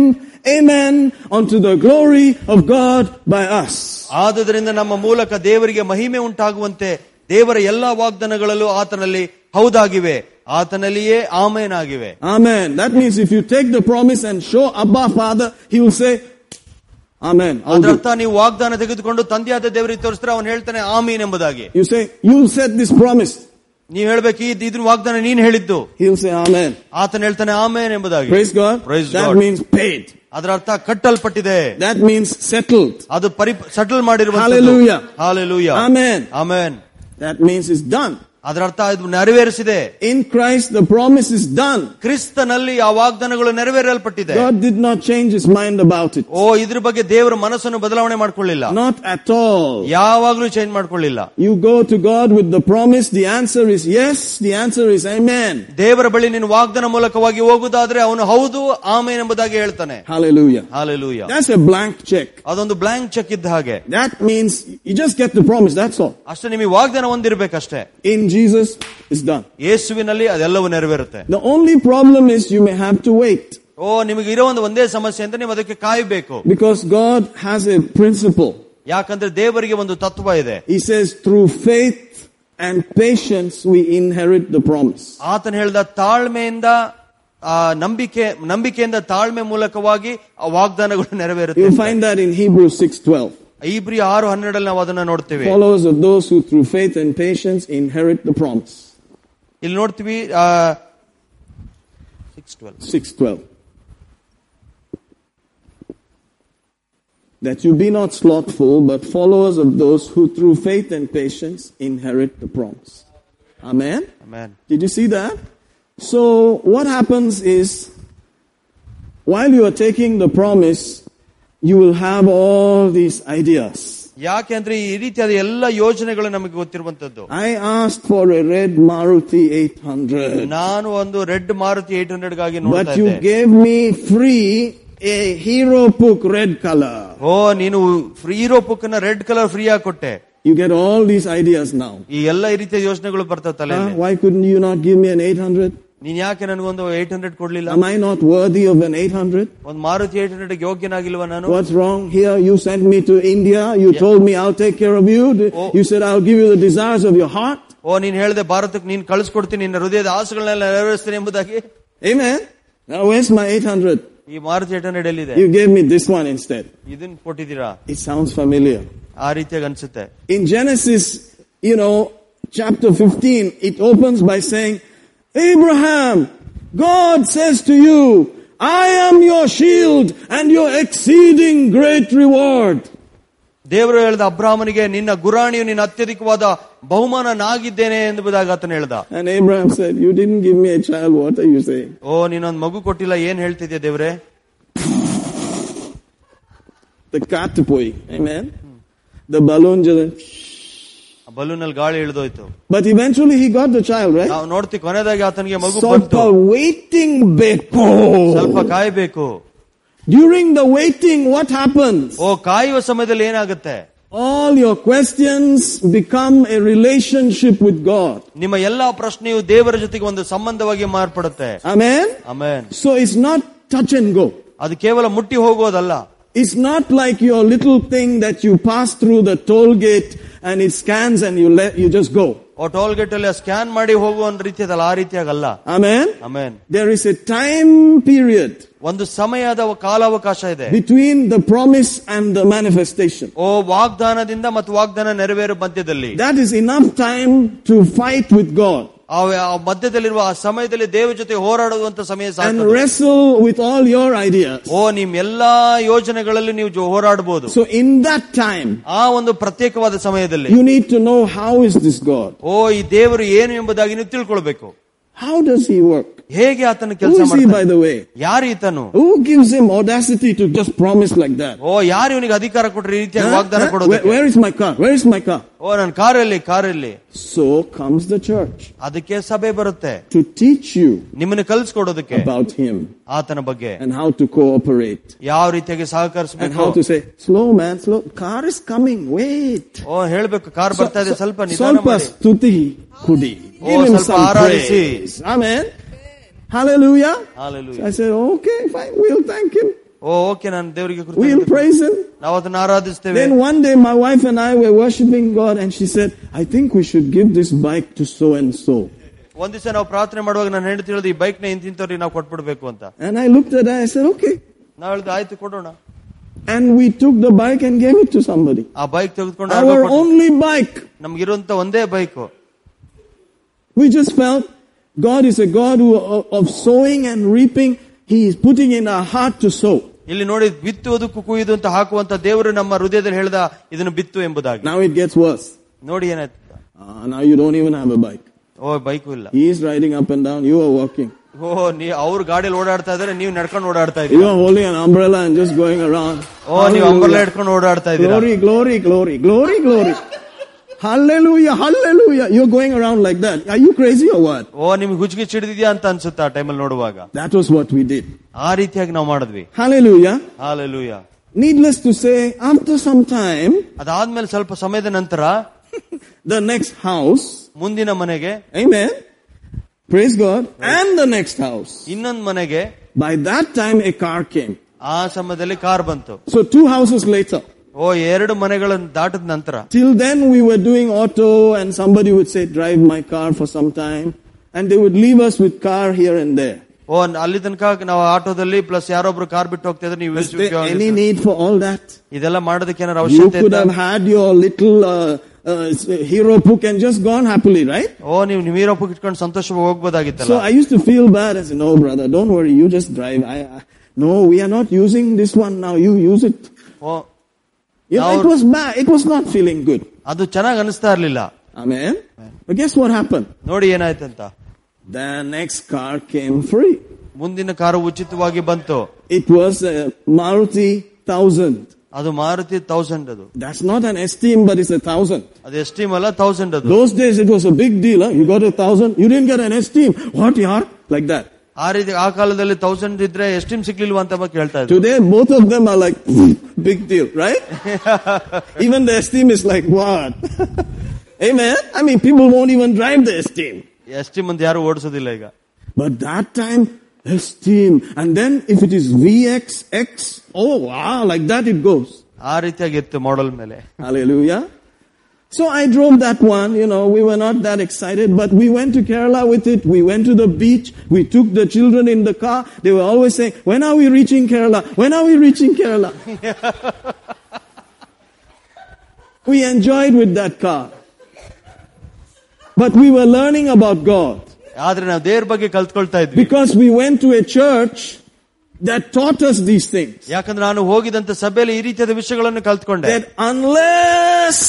S1: amen, unto the glory of God by us.
S2: ಆದುದರಿಂದ ನಮ್ಮ ಮೂಲಕ ದೇವರಿಗೆ ಮಹಿಮೆ ಉಂಟಾಗುವಂತೆ ದೇವರ ಎಲ್ಲಾ ವಾಗ್ದಾನಗಳಲ್ಲೂ ಆತನಲ್ಲಿ ಹೌದಾಗಿವೆ ಆತನಲ್ಲಿಯೇ ಆಮೇನ್ ಆಗಿವೆ
S1: Amen. That means if you take the promise and show Abba Father, He will say, Amen. I'll do.
S2: ಅದರರ್ಥ ನೀವು ವಾಗ್ದಾನ ತೆಗೆದುಕೊಂಡು ತಂದೆಯಾದ ದೇವರಿಗೆ ತೋರಿಸಿದ್ರೆ ಅವನು ಹೇಳ್ತಾನೆ ಆಮೀನ್ ಎಂಬುದಾಗಿ
S1: You say, You said this promise.
S2: ನೀವ್ ಹೇಳ್ಬೇಕು ಈ ಇದ್ರ ವಾಗ್ದಾನ ನೀನ್ ಹೇಳಿದ್ದು
S1: He'll say, Amen.
S2: ಆತನ ಹೇಳ್ತಾನೆ ಆಮೇನ್ ಎಂಬುದಾಗಿ
S1: Praise God.
S2: Praise
S1: that
S2: God.
S1: means paid.
S2: ಅದರ ಅರ್ಥ ಕಟ್ಟಲ್ಪಟ್ಟಿದೆ
S1: That means settled.
S2: ಅದು ಪರಿ ಸೆಟಲ್
S1: Hallelujah.
S2: Hallelujah
S1: Amen.
S2: ಆಮೇನ್
S1: That means it's done.
S2: ಅದರ ಅರ್ಥ ಇದು ನೆರವೇರಿಸಿದೆ
S1: In Christ, the promise is done.
S2: ಕ್ರಿಸ್ತನಲ್ಲಿ ಆ ವಾಗ್ದಾನಗಳು ನೆರವೇರಲ್ಪಟ್ಟಿದೆ
S1: God did not change his mind about it.
S2: ಓ ಇದ್ರ ಬಗ್ಗೆ ದೇವರು ಮನಸ್ಸನ್ನು ಬದಲಾವಣೆ ಮಾಡ್ಕೊಳ್ಳಿಲ್ಲ
S1: Not at all.
S2: ಯಾವಾಗ್ಲೂ ಚೇಂಜ್ ಮಾಡ್ಕೊಳ್ಳಿಲ್ಲ
S1: You go to God with the promise, the answer is yes, the answer is amen.
S2: ದೇವರ ಬಳಿ ನೀನು ವಾಗ್ದಾನ ಮೂಲಕವಾಗಿ ಹೋಗುದಾದ್ರೆ ಅವನು ಹೌದು ಆಮೇನ್ ಎಂಬುದಾಗಿ ಹೇಳ್ತಾನೆ
S1: Hallelujah.
S2: Hallelujah
S1: That's a blank check.
S2: ಅದೊಂದು ಬ್ಲಾಂಕ್ ಚೆಕ್ ಇದ್ದ ಹಾಗೆ
S1: That means you just get the promise, that's all.
S2: ಅಷ್ಟೇ ನಿಮಗೆ ವಾಗ್ದಾನ ಒಂದಿರ್ಬೇಕಷ್ಟೇ
S1: In Jesus, it's done.
S2: ಯೇಸುವಿನಲ್ಲಿ ಅದೆಲ್ಲವೂ ನೆರವೇರುತ್ತೆ
S1: The only problem is you may have to wait
S2: ಓ ನಿಮಗೆ ಇರೋ ಒಂದು ಒಂದೇ ಸಮಸ್ಯೆ ಅಂತ ನೀವು ಅದಕ್ಕೆ ಕಾಯಬೇಕು
S1: because God has a principle.
S2: ಯಾಕಂದ್ರೆ ದೇವರಿಗೆ ಒಂದು ತತ್ವ ಇದೆ
S1: He says, through faith and patience, we inherit the promise.
S2: ಆತನ ಹೇಳಿದ ತಾಳ್ಮೆಯಿಂದ ಆ ನಂಬಿಕೆ ನಂಬಿಕೆಯಿಂದ ತಾಳ್ಮೆ ಮೂಲಕವಾಗಿ ಆ ವಾಗ್ದಾನಗಳು ನೆರವೇರುತ್ತೆ
S1: You'll
S2: ಅಂತ.
S1: find that in Hebrews 6:12.
S2: ಇಬ್ರಿ ಆರು ಹನ್ನೆರಡಲ್ಲಿ ನಾವು ಅದನ್ನ ನೋಡ್ತೀವಿ
S1: Followers of those who through faith and patience inherit the promise.
S2: ಇಲ್ಲಿ ನೋಡ್ತೀವಿ six
S1: 6:12
S2: twelve
S1: that you be not slothful but followers of those who through faith and patience inherit the promise amen
S2: Amen.
S1: did you see that so what happens is while you are taking the promise you will have all these ideas
S2: ಯಾಕೆ ಅಂದ್ರೆ ಈ ರೀತಿಯಾದ ಎಲ್ಲ ಯೋಜನೆಗಳು ನಮಗೆ ಗೊತ್ತಿರುವಂತದ್ದು
S1: i asked for a red maruti 800
S2: ನಾನು ಒಂದು red Maruti eight hundred ಗಾಗಿ ನೋಡ್ತಾ
S1: but you
S2: ಇದ್ದೆ
S1: gave me free a hero book red color
S2: ಓ ನೀನು ಫ್ರೀ ಇರೋ ಪುಕ್ಕನ ರೆಡ್ ಕಲರ್ ಫ್ರೀ ಆಗಿ ಕೊಟ್ಟೆ
S1: You get all these ideas now.
S2: ಈ ಎಲ್ಲ ಈ ರೀತಿಯ ಯೋಜನೆಗಳು ಬರ್ತಾವ
S1: Huh?
S2: ತಲೆಯಲ್ಲಿ
S1: Why couldn't you not give me an 800?
S2: ನೀನ್ ಯಾಕೆ ನನಗೊಂದು ಏಟ್ ಹಂಡ್ರೆಡ್ ಕೊಡ್ಲಿಲ್ಲ
S1: Am I not worthy of an 800?
S2: ಒಂದು ಮಾರುತಿ ಏಟ್ ಹಂಡ್ರೆಡ್ ಯೋಗ್ಯನಾಗಿಲ್ವಾ ನಾನು
S1: What's wrong here? You sent me to India. You told me I'll take care of you.
S2: Oh.
S1: You said I'll give you the desires of your heart.
S2: ಓ ನೀನ್ ಹೇಳ್ದೆ ಭಾರತಕ್ಕೆ ನೀನ್ ಕಳಿಸ್ಕೊಡ್ತೀನಿ ನಿನ್ನ ಹೃದಯದ ಆಸೆಗಳನ್ನೆಲ್ಲ ನೆರವೇರಿಸ್ತೀನಿ ಎಂಬುದಾಗಿ
S1: Amen. Now where's my 800?
S2: ಈ Maruti eight hundred ಎಲ್ಲಿದೆ
S1: You gave me this one instead.
S2: ಇದನ್ನ ಕೊಟ್ಟಿದ್ದೀರಾ
S1: It sounds familiar.
S2: ಆ ರೀತಿಯಾಗಿ ಅನ್ಸುತ್ತೆ
S1: In Genesis, you know, chapter 15, it opens by saying, Abraham, God says to you, I am your shield and your exceeding great reward.
S2: ದೇವರು ಹೇಳ್ದ ಅಬ್ರಾಹ್ಮನಿಗೆ ನಿನ್ನ ಗುರಾಣಿಯು ನಿನ್ನ ಅತ್ಯಧಿಕವಾದ ಬಹುಮಾನ ನಾಗಿದ್ದೇನೆ ಎಂಬುದಾಗಿ ಆತನ ಹೇಳ್ದ
S1: And Abraham said, you didn't give me a child, what are you saying?
S2: ಓ ನೀನೊಂದ್ ಮಗು ಕೊಟ್ಟಿಲ್ಲ ಏನ್ ಹೇಳ್ತಿದ್ಯಾ ದೇವ್ರೆ
S1: The katapoi, amen? The balloon just...
S2: balloon ಅಲ್ಲಿ ಗಾಳಿ ಇಳಿದೋಯ್ತು
S1: But eventually he got the child, right?
S2: ನಾವು ನೋಡ್ತೀವಿ ಕೊನೆದಾಗಿ ಆತನಿಗೆ ಮಗು
S1: ಸ್ವಲ್ಪ
S2: ಬಂತು
S1: waiting beko.
S2: ಸ್ವಲ್ಪ ಕಾಯ್ಬೇಕು
S1: During the waiting, what happens?
S2: ಓ ಕಾಯುವ ಸಮಯದಲ್ಲಿ ಏನಾಗುತ್ತೆ
S1: All your questions become a relationship with God.
S2: ನಿಮ್ಮ ಎಲ್ಲಾ ಪ್ರಶ್ನೆಯು ದೇವರ ಜೊತೆಗೆ ಒಂದು ಸಂಬಂಧವಾಗಿ ಮಾರ್ಪಡುತ್ತೆ
S1: Amen?
S2: Amen
S1: So it's not touch and go.
S2: ಅದು ಕೇವಲ ಮುಟ್ಟಿ ಹೋಗೋದಲ್ಲ
S1: It's not like your little thing that you pass through the toll gate and it scans and you let, you just go.
S2: ಆ ಟೋಲ್ ಗೇಟ್ ಅಲ್ಲಿ scan ಮಾಡಿ ಹೋಗುವ ಒಂದು ರೀತಿ ಅದಲ್ಲ ಆ ರೀತಿಯಾಗಲ್ಲ
S1: Amen.
S2: Amen
S1: There is a time period
S2: ಒಂದು ಸಮಯದ ಅವ- ಕಾಲಾವಕಾಶ ಇದೆ
S1: between the promise and the manifestation.
S2: ಓ ವಾಗ್ದಾನದಿಂದ ಮತ್ತು ವಾಗ್ದಾನ ನೆರವೇರು ಮಧ್ಯದಲ್ಲಿ
S1: That is enough time to fight with God
S2: ಆ ಆ ಮಧ್ಯದಲ್ಲಿರುವ ಆ ಸಮಯದಲ್ಲಿ ದೇವ ಜೊತೆ ಹೋರಾಡುವಂತ ಸಮಯ
S1: and
S2: ಸಾಕು
S1: wrestle with all your ideas.
S2: ಓ ನಿಮ್ ಎಲ್ಲಾ ಯೋಜನೆಗಳಲ್ಲಿ ನೀವು ಜೊ- ಹೋರಾಡಬಹುದು
S1: So in that time,
S2: ಆ ಒಂದು ಪ್ರತ್ಯೇಕವಾದ ಸಮಯದಲ್ಲಿ
S1: you need to know how is this God?
S2: ಓ ಈ ದೇವರು ಏನು ಎಂಬುದಾಗಿ ನೀವು ತಿಳ್ಕೊಳ್ಬೇಕು
S1: How does he work?
S2: ಹೇಗೆ ಆತನ
S1: Who
S2: ಕೆಲಸ
S1: is he by
S2: ಮಾಡ್ತಾನೆ
S1: the way?
S2: ಯಾರು ಈತನು
S1: Who gives him audacity to just promise like that?
S2: ಓ ಯಾರು ಇವನಿಗೆ ಅಧಿಕಾರ ಕೊಟ್ರಿ ಈ ರೀತಿಯಾಗಿ
S1: Huh?
S2: ವಾಗ್ದಾನ
S1: Huh? Where-
S2: ಕೊಡೋದಕ್ಕೆ
S1: where is my car? Where is my car?
S2: ಓ ನನ್ನ ಕಾರಲ್ಲಿ ಕಾರಲ್ಲಿ
S1: So comes the church
S2: ಅದಕ್ಕೆ ಸಭೆ ಬರುತ್ತೆ
S1: to teach you
S2: ನಿಮ್ಮನ್ನು ಕಲ್ಸ್ಕೊಡೋದಕ್ಕೆ
S1: about him
S2: ಆತನ ಬಗ್ಗೆ
S1: and how to cooperate
S2: ಯಾವ ರೀತಿಯಾಗಿ
S1: and
S2: ಸಹಕರಿಸಬೇಕು
S1: how to say, slow man, slow, car is coming, wait.
S2: ಓ ಹೇಳ್ಬೇಕು ಕಾರ್ ಬರ್ತಾ ಇದೆ ಸ್ವಲ್ಪ ನಿಧಾನ
S1: ಸ್ವಲ್ಪ
S2: ಮಾಡಿ.
S1: ಸ್ತುತಿ ಕುಡಿ.
S2: Oh,
S1: Give him
S2: ಸ್ವಲ್ಪ
S1: some
S2: ಆರಾಧಿಸಿ.
S1: praise. Amen. Hallelujah. So
S2: Hallelujah.
S1: I said, okay, fine, we'll thank him.
S2: ಓ ಓಕೆ ನಾನು ದೇವರಿಗೆ
S1: We'll
S2: ಕೃತಜ್ಞತೆ
S1: praise him.
S2: ನಾವು ಅದನ್ನ ಆರಾಧಿಸ್ತೇವೆ
S1: Then one day my wife and I were worshiping God and she said, I think we should give this bike to so and so.
S2: ಒಂದ್ ದಿವಸ ನಾವು ಪ್ರಾರ್ಥನೆ ಮಾಡುವಾಗ ನಾನು ಹೇಳ್ತಿ ಹೇಳಿದ ಈ ಬೈಕ್ ನ ಇಂತಿಂತವ್ರಿಗೆ ನಾವು ಕೊಟ್ಬಿಡ್ಬೇಕು ಅಂತ
S1: And I looked at her, I said, okay.
S2: ನಾವ್ ಹೇಳ್ದು ಆಯ್ತು ಕೊಡೋಣ
S1: And we took the bike and gave it to somebody.
S2: ಆ ಬೈಕ್ ತೆಗೆದುಕೊಂಡು
S1: Our only bike.
S2: ನಮ್ಗಿರುವಂತ ಒಂದೇ bike
S1: We just felt God is a God who, uh, of sowing and reaping. He is putting in our heart to sow.
S2: ಇಲ್ಲಿ ನೋಡಿ ಬಿತ್ತುವುದಕ್ಕೂ ಕುಯ್ಯುವುದು ಅಂತ ಹಾಕುವಂತ ದೇವರು ನಮ್ಮ ಹೃದಯದಲ್ಲಿ ಹೇಳ್ದ ಇದನ್ನು ಬಿತ್ತು ಎಂಬುದಾಗಿ
S1: Now it gets worse.
S2: ನೋಡಿ ಏನಾಯ್ತು
S1: Ah, now you don't even have a bike.
S2: ಓ ಬೈಕು ಇಲ್ಲ
S1: He is riding up and down. You are walking.
S2: ಓ ನೀ ಅವ್ರ ಗಾಡಿಯಲ್ಲಿ ಓಡಾಡ್ತಾ ಇದಾರೆ ನೀವು ನಡ್ಕೊಂಡು ಓಡಾಡ್ತಾ ಇದ್ದೀರಿ
S1: You are holding an umbrella and just going around.
S2: ಓ ನೀವು ಅಂಬರ್ಲ ಹಿಡ್ಕೊಂಡು ಓಡಾಡ್ತಾ ಇದ್ದೀರಾ
S1: Glory, glory, glory, glory, glory. Hallelujah, hallelujah. You're going around like that. Are you crazy or what?
S2: ಓ ನಿಮ್ಗೆ ಹುಚ್ಚಿಗೆ ಚಿಡಿದಿದ್ಯಾ ಅಂತ ಅನ್ಸುತ್ತೆ ಆ ಟೈಮಲ್ಲಿ ನೋಡುವಾಗ
S1: That was what we did.
S2: ಆ ರೀತಿಯಾಗಿ ನಾವು ಮಾಡಿದ್ವಿ
S1: Hallelujah.
S2: Hallelujah
S1: Needless to say, after some time,
S2: ಅದಾದ್ಮೇಲೆ ಸ್ವಲ್ಪ ಸಮಯದ ನಂತರ
S1: the next house,
S2: ಮುಂದಿನ ಮನೆಗೆ
S1: amen, praise God, and the next house.
S2: ಇನ್ನೊಂದು ಮನೆಗೆ
S1: By that time, a car came.
S2: ಆ ಸಮಯದಲ್ಲಿ ಕಾರ್ ಬಂತು
S1: So two houses later,
S2: ಓ ಎರಡು ಮನೆಗಳನ್ನು ದಾಟಿದ ನಂತರ
S1: till then we were doing auto and somebody would say, drive my car for some time. And they would leave us with car here and there.
S2: ಓ ಅಲ್ಲಿ ತನಕ ನಾವು ಆಟೋದಲ್ಲಿ plus ಯಾರೊಬ್ರು car ಬಿಟ್ಟು ಹೋಗ್ತಾ ಇದ್ರೆ
S1: Is there any
S2: ನೀವು
S1: need for all that?
S2: ಇದೆಲ್ಲ ಮಾಡೋದಕ್ಕೆ ಏನಾರ
S1: You
S2: ಅವಶ್ಯಕತೆ
S1: could
S2: ಇತ್ತಾ?
S1: have had your little uh, uh, hero book and just gone happily, right?
S2: ಓ ನೀವು ನೀರಪ್ಪ ಇಟ್ಕೊಂಡು ಸಂತೋಷವಾಗಿ ಹೋಗ್ಬೋದಾಗಿತ್ತಲ್ಲ
S1: So I used to feel bad. I said, "No, brother, don't worry. You just drive. I, I no, we are not using this one now. You use it."
S2: O
S1: You know, it was bad. It was not feeling good.
S2: ಅದು ಚೆನ್ನಾಗಿ ಅನಿಸ್ತಾ ಇರ್ಲಿಲ್ಲ
S1: Amen. But guess what happened?
S2: ನೋಡಿ ಏನಾಯ್ತಂತ
S1: The next car came free.
S2: ಮುಂದಿನ car ಉಚಿತವಾಗಿ ಬಂತು
S1: It was a Maruti thousand.
S2: ಅದು ಮಾರುತಿ ತೌಸಂಡ್ ಅದು
S1: That's not an esteem, but it's a thousand.
S2: ಅದು ಎಸ್ಟೀಮ್ ಅಲ್ಲ ತೌಸಂಡ್ ಅದು
S1: Those days it was a big deal. Huh? You got a thousand. You didn't get an esteem. What, yar? Like that.
S2: ಆ ರೀತಿ ಆ ಕಾಲದಲ್ಲಿ thousand ಇದ್ರೆ esteem ಸಿಗ್ಲಿಲ್ವಾ ಅಂತ ಬಗ್ಗೆ ಹೇಳ್ತಾ ಇದ್ರು
S1: Today, both of them are like, "Hmm, big deal, right? even the esteem is like, what? Amen? I mean, people won't even drive the esteem.
S2: Esteem ಅಂತ ಯಾರು ಓಡಿಸೋದಿಲ್ಲ ಈಗ
S1: But that time, esteem. And then if it is VX, X, oh wow, like that it goes.
S2: ಆ ರೀತಿಯಾಗಿತ್ತು model ಮೇಲೆ
S1: Hallelujah. So I drove that one, you know, we were not that excited, but we went to Kerala with it. We went to the beach. We took the children in the car. They were always saying, when are we reaching Kerala? When are we reaching Kerala? we enjoyed with that car. But we were learning about God
S2: ಆದ್ರೆ ನಾವು ದೇವ್ರ ಬಗ್ಗೆ ಕಲ್ತ್ಕೊಳ್ತಾ ಇದ್ವಿ
S1: because we went to a church that taught us these things.
S2: ಯಾಕಂದ್ರೆ ನಾನು ಹೋಗಿದಂತ ಸಭೆಯಲ್ಲಿ ಈ ರೀತಿಯಾದ ವಿಷಯಗಳನ್ನು ಕಲ್ತ್ಕೊಂಡೆ
S1: that unless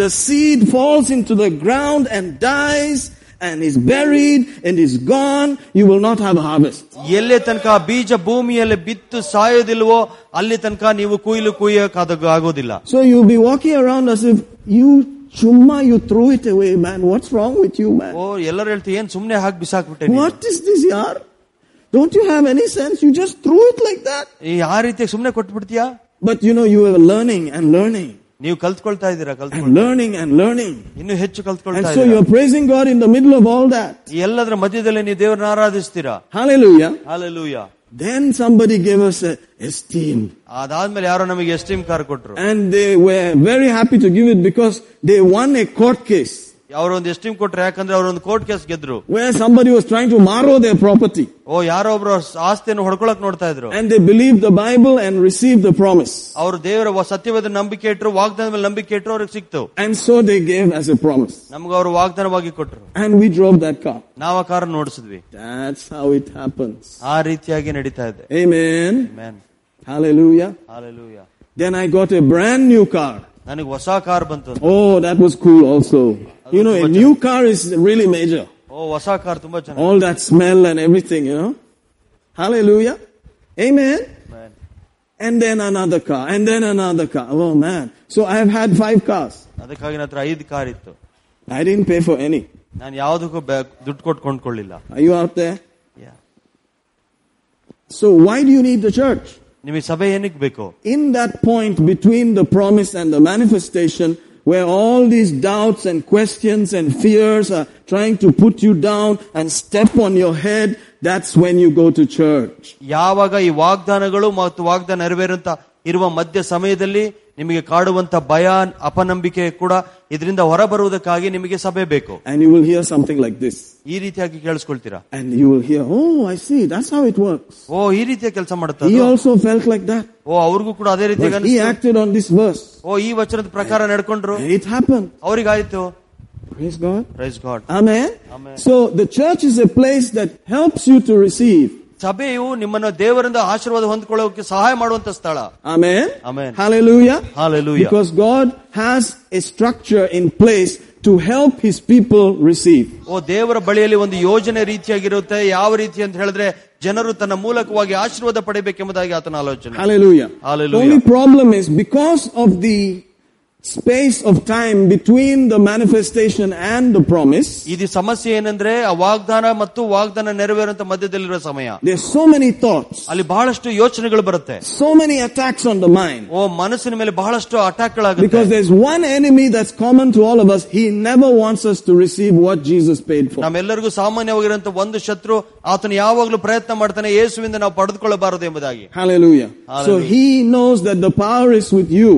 S1: the seed falls into the ground and dies and is buried and is gone, you will not have a harvest.
S2: ಎಲ್ಲೇ ತನಕ ಆ ಬೀಜ ಭೂಮಿಯಲ್ಲಿ ಬಿತ್ತು ಸಾಯೋದಿಲ್ವೋ ಅಲ್ಲಿ ತನಕ ನೀವು ಕುಯ್ಲು ಕುಯ್ಯಕ್ಕಾದ ಆಗೋದಿಲ್ಲ
S1: So you'll be walking around as if you chumma, you threw it away, man. What's wrong with you, man?
S2: ಓ ಎಲ್ಲರೂ ಹೇಳ್ತೀವಿ ಏನ್ ಸುಮ್ನೆ ಹಾಕಿ ಬಿಸಾಕ್ಬಿಟ್ಟೆ ನೀನು?
S1: What is this, yar? Don't you have any sense? You just threw it like that.
S2: ಈ ಆ ರೀತಿ ಸುಮ್ನೆ ಕೊಟ್ಬಿಡ್ತೀಯಾ
S1: But you know, you are learning and learning
S2: ನೀವು ಕಲ್ತ್ಕೊಳ್ತಾ ಇದ್ದೀರಾ ಕಲ್ತ್ಕೊಳ್ತಾ
S1: and learning and learning.
S2: ಇನ್ನು ಹೆಚ್ಚು
S1: And
S2: ಕಲ್ತ್ಕೊಳ್ತಾ
S1: so
S2: ಇದ್ದೀರಾ
S1: you're praising God in the middle of all that.
S2: ಈ ಎಲ್ಲದರ ಮಧ್ಯದಲ್ಲಿ ನೀವು ದೇವರನ್ನ ಆರಾಧಿಸ್ತೀರಾ
S1: Hallelujah.
S2: Hallelujah
S1: Then somebody gave us a esteem.
S2: ಅದಾದ್ಮೇಲೆ ಯಾರೋ ನಮಗೆ ಎಸ್ಟೀಮ್ ಕಾರ್ ಕೊಟ್ರು
S1: And they were very happy to give it because they won a court case
S2: ಅವರೊಂದು ಎಸ್ಟೀಮ್ ಕೊಟ್ರು ಯಾಕಂದ್ರೆ ಅವರೊಂದು ಕೋರ್ಟ್ ಕೇಸ್ ಗೆದ್ರು
S1: where somebody was trying to borrow their property.
S2: ಓ ಯಾರೋ ಒಬ್ರು ಅವ್ರ ಆಸ್ತಿಯನ್ನು ಹೊಡ್ಕೊಳಕ್ ನೋಡ್ತಾ ಇದ್ರು
S1: And they believed the Bible and received the promise.
S2: ಅವರು ದೇವರ ವ- ಸತ್ಯವಾದ ನಂಬಿಕೆ ಇಟ್ರು ವಾಗ್ದಾನ ಮೇಲೆ ನಂಬಿಕೆ ಇಟ್ರು ಅವ್ರಿಗೆ ಸಿಕ್ತು
S1: And so they gave as a promise.
S2: ನಮ್ಗೆ ಅವರು ವಾಗ್ದಾನವಾಗಿ ಕೊಟ್ರು
S1: And we drove that car.
S2: ನಾವು ಆ car ನೋಡಿಸಿದ್ವಿ
S1: That's how it happens.
S2: ಆ ರೀತಿಯಾಗಿ ನಡೀತಾ ಇದೆ
S1: Amen.
S2: Man
S1: Hallelujah.
S2: Hallelujah
S1: Then I got a brand new car.
S2: ನನಗೆ ಹೊಸ ಕಾರ್ ಬಂತು
S1: Oh, that was cool also. You know, a new car is really major.
S2: ಓ ಹೊಸ ಕಾರ್ ತುಂಬಾ ಚೆನ್ನಾಗಿ
S1: All that smell and everything, you know. Hallelujah. Amen.
S2: Amen
S1: And then another car. And then another car. Oh man. So I have had five cars.
S2: ಅದಕ್ಕಾಗಿ ನನ್ನ ಹತ್ರ ಐದು car ಇತ್ತು
S1: I didn't pay for any.
S2: ನಾನು ಯಾವುದಕ್ಕೂ ಬ್ಯಾ- ದುಡ್ಡು ಕೊಟ್ಟು ಕೊಂಡ್ಕೊಳ್ಳಿಲ್ಲ
S1: Are you out there?
S2: Yeah.
S1: So why do you need the church?
S2: ನಿಮಗೆ ಸಭೆ ಏನಕ್ಕೆ ಬೇಕು
S1: In that point between the promise and the manifestation, where all these doubts and questions and fears are trying to put you down and step on your head, that's when you go to church.
S2: ಯಾವಾಗ ಈ ವಾಗ್ದಾನಗಳು ಮತ್ತು ವಾಗ್ದಾನ ನೆರವೇರುವಂತ ಇರುವ ಮಧ್ಯ ಸಮಯದಲ್ಲಿ ನಿಮಗೆ ಕಾಡುವಂತ ಭಯ ಅಪನಂಬಿಕೆ ಕೂಡ ಇದರಿಂದ ಹೊರಬರುವುದಕ್ಕಾಗಿ ನಿಮಗೆ ಸಭೆ ಬೇಕು
S1: And you will hear something like this.
S2: ಈ ರೀತಿಯಾಗಿ ಕೇಳಿಸ್ಕೊಳ್ತೀರಾ
S1: And you will hear, oh, I see, that's how it works.
S2: ಓ ಈ ರೀತಿಯ ಕೆಲಸ
S1: He
S2: ಮಾಡುತ್ತಾರೆ
S1: also felt like that.
S2: ಓ ಅವ್ರಿಗೂ ಕೂಡ ಅದೇ ರೀತಿ
S1: But he acted on this verse.
S2: ಓ ಈ ವಚನದ ಪ್ರಕಾರ ನಡ್ಕೊಂಡ್ರು
S1: And it happened.
S2: ಅವ್ರಿಗಾಯ್ತು
S1: Praise God.
S2: Praise God
S1: Amen.
S2: Amen.
S1: So the church is a place that helps you to receive.
S2: ಸಭೆಯು ನಿಮ್ಮನ್ನು ದೇವರಿಂದ ಆಶೀರ್ವಾದ ಹೊಂದ್ಕೊಳ್ಳೋಕೆ ಸಹಾಯ ಮಾಡುವಂತ ಸ್ಥಳ
S1: Amen.
S2: Amen.
S1: Hallelujah.
S2: Hallelujah.
S1: Because God has a structure in place to help his people receive.
S2: ಓ ದೇವರ ಬಳಿಯಲ್ಲಿ ಒಂದು ಯೋಜನೆ ರೀತಿಯಾಗಿರುತ್ತೆ ಯಾವ ರೀತಿ ಅಂತ ಹೇಳಿದ್ರೆ ಜನರು ತನ್ನ ಮೂಲಕವಾಗಿ ಆಶೀರ್ವಾದ ಪಡೆಯಬೇಕೆಂಬುದಾಗಿ ಆತನ ಆಲೋಚನೆ
S1: Hallelujah.
S2: Hallelujah.
S1: The only problem is because of the space of time between the manifestation and the promise,
S2: ಇದು ಸಮಸ್ಯೆ ಏನಂದ್ರೆ ಆ ವಾಗ್ದಾನ ಮತ್ತು ವಾಗ್ದಾನ ನೆರವೇರುವಂತ ಮಧ್ಯದಲ್ಲಿರುವ ಸಮಯ
S1: there's so many thoughts,
S2: ಅಲ್ಲಿ ಬಹಳಷ್ಟು ಯೋಚನೆಗಳು ಬರುತ್ತೆ
S1: so many attacks on the mind.
S2: ಓ ಮನಸ್ಸಿನ ಮೇಲೆ ಬಹಳಷ್ಟು ಅಟ್ಯಾಕ್ ಗಳಾಗುತ್ತೆ
S1: Because there's one enemy that's common to all of us. He never wants us to receive what Jesus paid for.
S2: ನಮ್ಮೆಲ್ಲರಿಗೂ ಸಾಮಾನ್ಯವಾಗಿರುವಂತ ಒಂದು ಶತ್ರು ಆತನು ಯಾವಾಗಲೂ ಪ್ರಯತ್ನ ಮಾಡ್ತಾನೆ ಯೇಸುವಿಂದ ನಾವು ಪಡೆದುಕೊಳ್ಳಬಾರದು ಎಂಬುದಾಗಿ
S1: Hallelujah. So
S2: Hallelujah.
S1: he knows that the power is with you.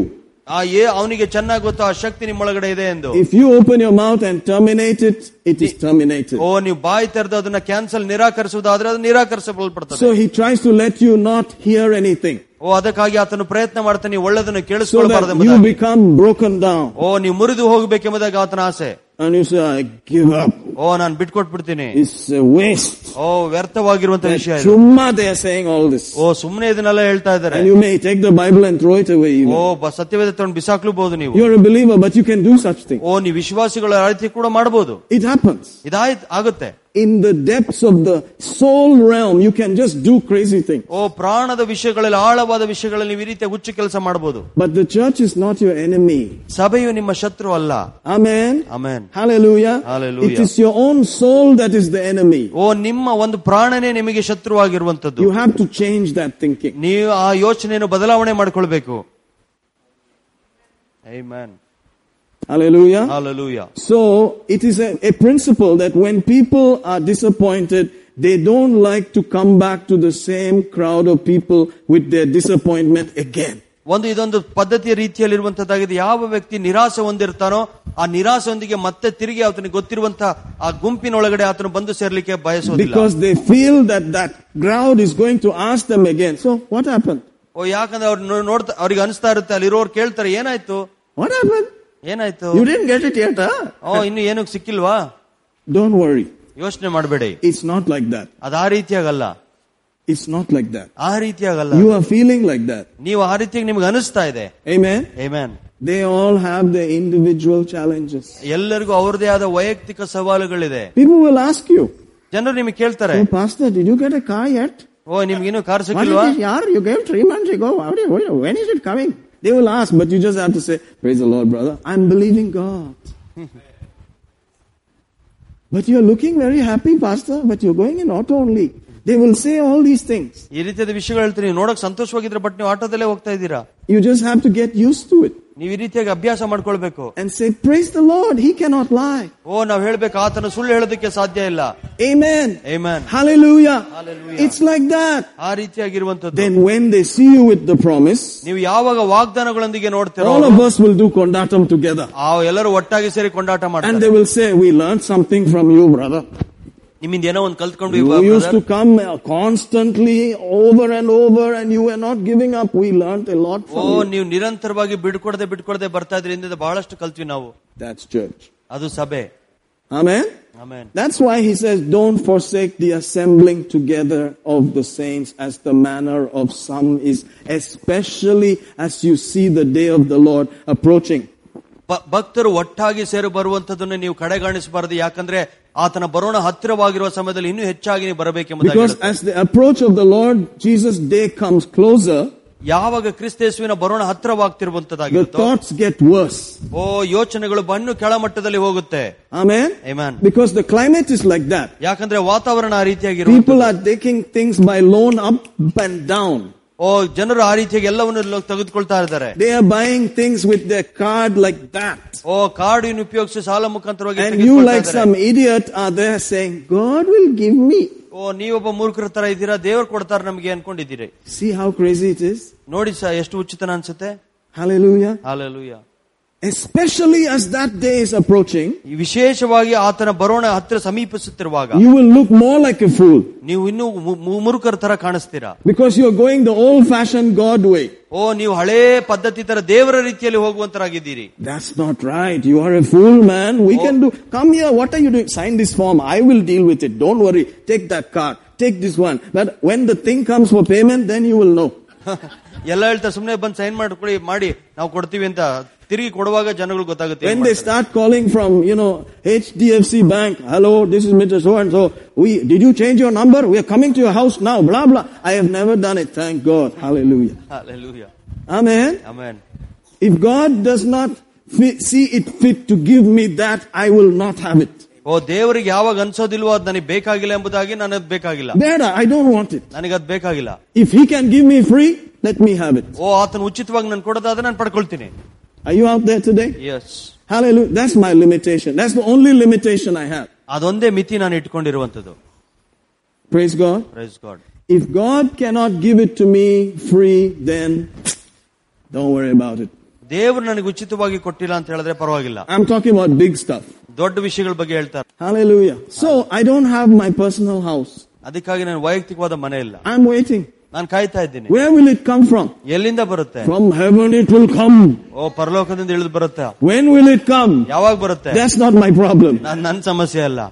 S2: ಆ ಏ ಅವನಿಗೆ ಚೆನ್ನಾಗಿ ಗೊತ್ತು ಆ ಶಕ್ತಿ ನಿಮ್ಮೊಳಗಡೆ ಇದೆ ಎಂದು
S1: If you open your mouth and terminate it, it is terminated.
S2: ಓ ನೀವು ಬಾಯಿ ತೆರೆದು ಅದನ್ನ ಕ್ಯಾನ್ಸಲ್ ನಿರಾಕರಿಸುವುದಾದ್ರೆ ಅದು ನಿರಾಕರಿಸಲ್ಪಡ್ತದೆ
S1: So he tries to let you not hear anything.
S2: ಓ ಅದಕ್ಕಾಗಿ ಆತನು ಪ್ರಯತ್ನ ಮಾಡ್ತಾನೆ ನೀವು ಒಳ್ಳೆದನ್ನು
S1: So
S2: ಕೇಳಿಸ್ಕೊಳ್ಬಾರದು
S1: that you
S2: ಎಂಬುದಾಗಿ
S1: become broken down.
S2: ಓ ನೀವು ಮುರಿದು ಹೋಗಬೇಕೆಂಬುದಾಗಿ ಆತನ ಆಸೆ
S1: And you say, I give up.
S2: ಓ ನಾನು ಬಿಟ್ಕೊಟ್ಬಿಡ್ತೀನಿ
S1: It's a waste.
S2: ಓ ವ್ಯರ್ಥವಾಗಿರುವಂತ ವಿಷಯ ಇದು
S1: Chumma they are saying all this.
S2: ಓ ಸುಮ್ಮನೆ ಇದನ್ನೆಲ್ಲ ಹೇಳ್ತಾ ಇದ್ದಾರೆ
S1: And you may take the Bible and throw it away
S2: O
S1: even.
S2: ಬ- ಸತ್ಯವೇದ ತಗೊಂಡು ಬಿಸಾಕ್ಲೂಬಹುದು ನೀವು
S1: You're a believer, but you can do such things.
S2: ಓ ನೀವು ವಿಶ್ವಾಸಿಗಳ ಆ ರೀತಿ ಕೂಡ ಮಾಡಬಹುದು
S1: It happens.
S2: ಇದಾಯ್ತು ಆಗುತ್ತೆ
S1: In the depths of the soul realm, you can just do crazy things.
S2: ಓ ಪ್ರಾಣದ ವಿಷಯಗಳಲ್ಲಿ ಆಳವಾದ ವಿಷಯಗಳಲ್ಲಿ ನೀವು ಈ ರೀತಿಯ ಹುಚ್ಚು ಕೆಲಸ ಮಾಡಬಹುದು
S1: But the church is not your enemy.
S2: ಸಭೆಯು ನಿಮ್ಮ ಶತ್ರು ಅಲ್ಲ
S1: Amen.
S2: Amen
S1: Hallelujah.
S2: Hallelujah.
S1: It is your own soul that is the enemy.
S2: ಓ ನಿಮ್ಮ ಒಂದು ಪ್ರಾಣನೇ ನಿಮಗೆ ಶತ್ರುವಾಗಿರುವಂತದ್ದು
S1: You have to change that thinking.
S2: ನೀವು ಆ ಯೋಚನೆಯನ್ನು ಬದಲಾವಣೆ ಮಾಡ್ಕೊಳ್ಬೇಕು Amen.
S1: Hallelujah.
S2: Hallelujah.
S1: So it is a, a principle that when people are disappointed, they don't like to come back to the same crowd of people with their disappointment again.
S2: ಒಂದು ಇದೊಂದು ಪದ್ಧತಿಯ ರೀತಿಯಲ್ಲಿರುವಂತದ್ದಾಗಿದೆ ಯಾವ ವ್ಯಕ್ತಿ ನಿರಾಸೆ ಹೊಂದಿರ್ತಾನೋ ಆ ನಿರಾಸೆಯೊಂದಿಗೆ ಮತ್ತೆ ತಿರುಗಿ ಆತನಿಗೆ ಗೊತ್ತಿರುವಂತಹ ಆ ಗುಂಪಿನೊಳಗಡೆ ಆತನು ಬಂದು ಸೇರ್ಲಿಕ್ಕೆ ಬಯಸೋದಿಲ್ಲ
S1: Because they feel that that crowd is going to ask them again. So what happened?
S2: ಓ ಯಾಕಂದ್ರೆ ಅವ್ರು ನೋ- ನೋಡ್ತಾ ಅವ್ರಿಗೆ ಅನಿಸ್ತಾ ಇರುತ್ತೆ ಅಲ್ಲಿರೋರು ಕೇಳ್ತಾರೆ ಏನಾಯ್ತು
S1: What happened?
S2: ಏನಾಯ್ತು
S1: You didn't get it yet, huh?
S2: ಓ ಇನ್ನು ಏನಕ್ಕೆ ಸಿಕ್ಕಿಲ್ವಾ
S1: Don't worry.
S2: ಯೋಚನೆ ಮಾಡಬೇಡಿ
S1: It's not like that.
S2: ಅದ್ ಆ ರೀತಿಯಾಗಲ್ಲ
S1: It's not like that.
S2: ಆ ರೀತಿಯಾಗಲ್ಲ
S1: You are feeling like that.
S2: ನೀವು ಆ ರೀತಿಯಾಗಿ ನಿಮ್ಗೆ ಅನಿಸ್ತಾ ಇದೆ
S1: Amen.
S2: Amen
S1: They all have their individual challenges.
S2: ಎಲ್ಲರಿಗೂ ಅವ್ರದೇ ಆದ ವೈಯಕ್ತಿಕ ಸವಾಲುಗಳಿದೆ
S1: People will ask you,
S2: ಜನರು ನಿಮ್ಗೆ ಕೇಳ್ತಾರೆ
S1: "Oh, Pastor, did you get a car yet?
S2: ಓ ನಿಮ್ಗೆ ಇನ್ನೂ ಕಾರ್
S1: When
S2: ಸಿಕ್ಕಿಲ್ವಾ
S1: is it? Yeah, you gave three months ago. How do you- When is it coming? They will ask, but you just have to say, Praise the Lord, brother. I'm believing God. but you're looking very happy, Pastor, but you're going in auto only. They will say all these things.
S2: ಈ ರೀತಿಯಾದ ವಿಷಯಗಳು ಹೇಳ್ತೀನಿ ನೀವು ನೋಡಕ್ ಸಂತೋಷವಾಗಿದ್ರೆ but ನೀವು ಆಟೋದಲ್ಲೇ ಹೋಗ್ತಾ ಇದ್ದೀರಾ
S1: You just have to get used to it.
S2: ನೀವು ಈ ರೀತಿಯಾಗಿ ಅಭ್ಯಾಸ ಮಾಡ್ಕೊಳ್ಬೇಕು
S1: and say, Praise the Lord, He cannot lie.
S2: ಓ ನಾವ್ ಹೇಳ್ಬೇಕು ಆತನ ಸುಳ್ಳು ಹೇಳೋದಕ್ಕೆ ಸಾಧ್ಯ ಇಲ್ಲ
S1: Amen.
S2: ಏಮನ್
S1: Hallelujah.
S2: Hallelujah.
S1: It's like that.
S2: ಆ ರೀತಿಯಾಗಿರುವಂತದ್ದು
S1: Then when they see you with the promise,
S2: ನೀವು ಯಾವಾಗ ವಾಗ್ದಾನಗಳೊಂದಿಗೆ ನೋಡ್ತೀರೋ
S1: all of us will do kondatam together.
S2: ಆ ಎಲ್ಲರೂ ಒಟ್ಟಾಗಿ ಸೇರಿ ಕೊಂಡಾಟ
S1: And
S2: ಮಾಡ್ತಾರೆ
S1: they will say, we learned something from you, brother.
S2: ನಿಮ್ಮಿಂದ ಏನೋ ಒಂದು ಕಲ್ತ್ಕೊಂಡ್ವಿ
S1: You used
S2: brother.
S1: to come uh, constantly over and over and you were not giving up. We learned a lot
S2: O
S1: from you.
S2: ನೀವು ನಿರಂತರವಾಗಿ ಬಿಡ್ಕೊಡದೆ ಬಿಡ್ಕೊಡದೆ ಬರ್ತಾ ಇದ್ರಿಂದ ಬಹಳಷ್ಟು ಕಲ್ತ್ವಿ ನಾವು
S1: That's church.
S2: ಅದು ಸಭೆ
S1: Amen.
S2: Amen
S1: That's why he says, don't forsake the assembling together of the saints as the manner of some is, especially as you see the day of the Lord approaching.
S2: ಬ- ಭಕ್ತರು ಒಟ್ಟಾಗಿ ಸೇರಿ ಬರುವಂತದನ್ನು ನೀವು ಕಡೆಗಾಣಿಸಬಾರದು ಯಾಕಂದ್ರೆ ಆತನ ಬರೋಣ ಹತ್ತಿರವಾಗಿರುವ ಸಮಯದಲ್ಲಿ ಇನ್ನೂ ಹೆಚ್ಚಾಗಿ ನೀವು ಬರಬೇಕೆಂಬುದಾಗಿ
S1: Because
S2: ಹೇಳುತ್ತೆ.
S1: as the approach of the Lord Jesus' day comes closer,
S2: ಯಾವಾಗ ಕ್ರಿಸ್ತೇಸುವಿನ ಬರೋಣ
S1: the
S2: ಹತ್ತಿರವಾಗ್ತಿರುವಂತದ್ದಾಗಿರುತ್ತೋ
S1: thoughts get worse.
S2: ಓ ಯೋಚನೆಗಳು ಬನ್ನು ಕೆಳಮಟ್ಟದಲ್ಲಿ ಹೋಗುತ್ತೆ
S1: Amen.
S2: Amen.
S1: Because the climate is like that.
S2: ಯಾಕಂದ್ರೆ ವಾತಾವರಣ ಆ ರೀತಿಯಾಗಿರುತ್ತೆ
S1: People are taking things by loan up and down.
S2: ಓ ಜನರು ಆ ರೀತಿಯಾಗಿ ಎಲ್ಲವನ್ನು ಲೋ- ತೆಗೆದುಕೊಳ್ತಾ ಇದ್ದಾರೆ
S1: They are buying things with their card like that.
S2: ಓ ಕಾರ್ಡ್ ಇನ್ನು ಉಪಯೋಗಿಸಿ ಸಾಲ ಮುಖಾಂತರವಾಗಿ
S1: And you
S2: ತೆಗೆದುಕೊಳ್ತಾ
S1: like
S2: ಇದ್ದಾರೆ.
S1: some idiot are there saying, God will give me.
S2: ಓ ನೀವೊಬ್ಬ ಮೂರ್ಖರ ತರ ಇದ್ದೀರಾ ದೇವ್ರು ಕೊಡ್ತಾರೆ ನಮ್ಗೆ ಅನ್ಕೊಂಡಿದ್ದೀರಿ
S1: See how crazy it is?
S2: ನೋಡಿ ಸರ್ ಎಷ್ಟು ಉಚಿತನ ಅನ್ಸುತ್ತೆ
S1: Hallelujah.
S2: Hallelujah
S1: Especially as that day is approaching,
S2: ಈ ವಿಶೇಷವಾಗಿ ಆತನ ಬರೋಣ ಹತ್ತಿರ ಸಮೀಪಿಸುತ್ತಿರುವಾಗ
S1: you will look more like a fool.
S2: ನೀವು ಇನ್ನೂ ಮು- ಮು- ಮುರುಕರ ತರ ಕಾಣಿಸ್ತೀರಾ
S1: Because you are going the old fashioned God way.
S2: ಓ ನೀವು ಹಳೇ ಪದ್ಧತಿ ತರ ದೇವರ ರೀತಿಯಲ್ಲಿ ಹೋಗುವಂತರಾಗಿದ್ದೀರಿ
S1: That's not right. You are a fool, man. We can do. Come here. What are you doing? Sign this form. I will deal with it. Don't worry. Take that card. Take this one. But when the thing comes for payment, then you will know.
S2: ಎಲ್ಲ ಹೇಳ್ತಾ ಸುಮ್ನೆ ಬಂದು sign ಮಾಡ್ಕೊಳ್ಳಿ ಮಾಡಿ ನಾವು ಕೊಡ್ತೀವಿ ಅಂತ ತಿರುಗಿ ಕೊಡುವಾಗ ಜನಗಳು ಗೊತ್ತಾಗುತ್ತೆ ಏನ್
S1: When they
S2: ಮಾಡ್ತಾರೆ.
S1: start calling from, you know, HDFC Bank. Hello, this is Mr. So and so. We did you change your number? We are coming to your house now. Blah blah. I have never done it. Thank God. Hallelujah.
S2: Hallelujah.
S1: Amen.
S2: Amen.
S1: If God does not fi- see it fit to give me that, I will not have it.
S2: ಓ ದೇವರಿಗೆ ಯಾವಾಗ ಅನ್ಸೋದಿಲ್ವೋ ಅದು ನನಗೆ ಬೇಕಾಗಿಲ್ಲ ಎಂಬುದಾಗಿ ನನಗೆ ಬೇಕಾಗಿಲ್ಲ
S1: Better. I don't want it.
S2: ನನಗೆ ಅದು ಬೇಕಾಗಿಲ್ಲ
S1: If he can give me free, let me have it.
S2: ಓ ಆತನ ಉಚಿತವಾಗಿ ನಾನು ಕೊಡೋದಾದ್ರೆ ನಾನು ಪಡ್ಕೊಳ್ತೀನಿ
S1: Are you out there today?
S2: Yes
S1: Hallelujah. That's my limitation. That's the only limitation I have.
S2: ಅದೊಂದೇ ಮಿತಿ ನಾನು ಇಟ್ಕೊಂಡಿರುವಂತದ್ದು
S1: Praise God.
S2: Praise God
S1: If God cannot give it to me free, then don't worry about it.
S2: ದೇವ್ರು ನನಗೆ ಉಚಿತವಾಗಿ ಕೊಟ್ಟಿಲ್ಲ ಅಂತ ಹೇಳಿದ್ರೆ ಪರವಾಗಿಲ್ಲ
S1: I'm talking about big stuff.
S2: ದೊಡ್ಡ ವಿಷಯಗಳ ಬಗ್ಗೆ ಹೇಳ್ತಾರೆ
S1: Hallelujah. So I don't have my personal house.
S2: ಅದಕ್ಕಾಗಿ ನಾನು ವೈಯಕ್ತಿಕವಾದ ಮನೆ ಇಲ್ಲ
S1: I'm waiting.
S2: ನಾನು ಕಾಯ್ತಾ ಇದ್ದೀನಿ
S1: Where will it come from?
S2: ಎಲ್ಲಿಂದ ಬರುತ್ತೆ
S1: From heaven it will come.
S2: ಓ ಪರಲೋಕದಿಂದ ಇಳಿದು ಬರುತ್ತೆ
S1: When will it come?
S2: ಯಾವಾಗ ಬರುತ್ತೆ
S1: That's not my problem.
S2: ನಾನ್ ನನ್ನ ಸಮಸ್ಯೆ ಅಲ್ಲ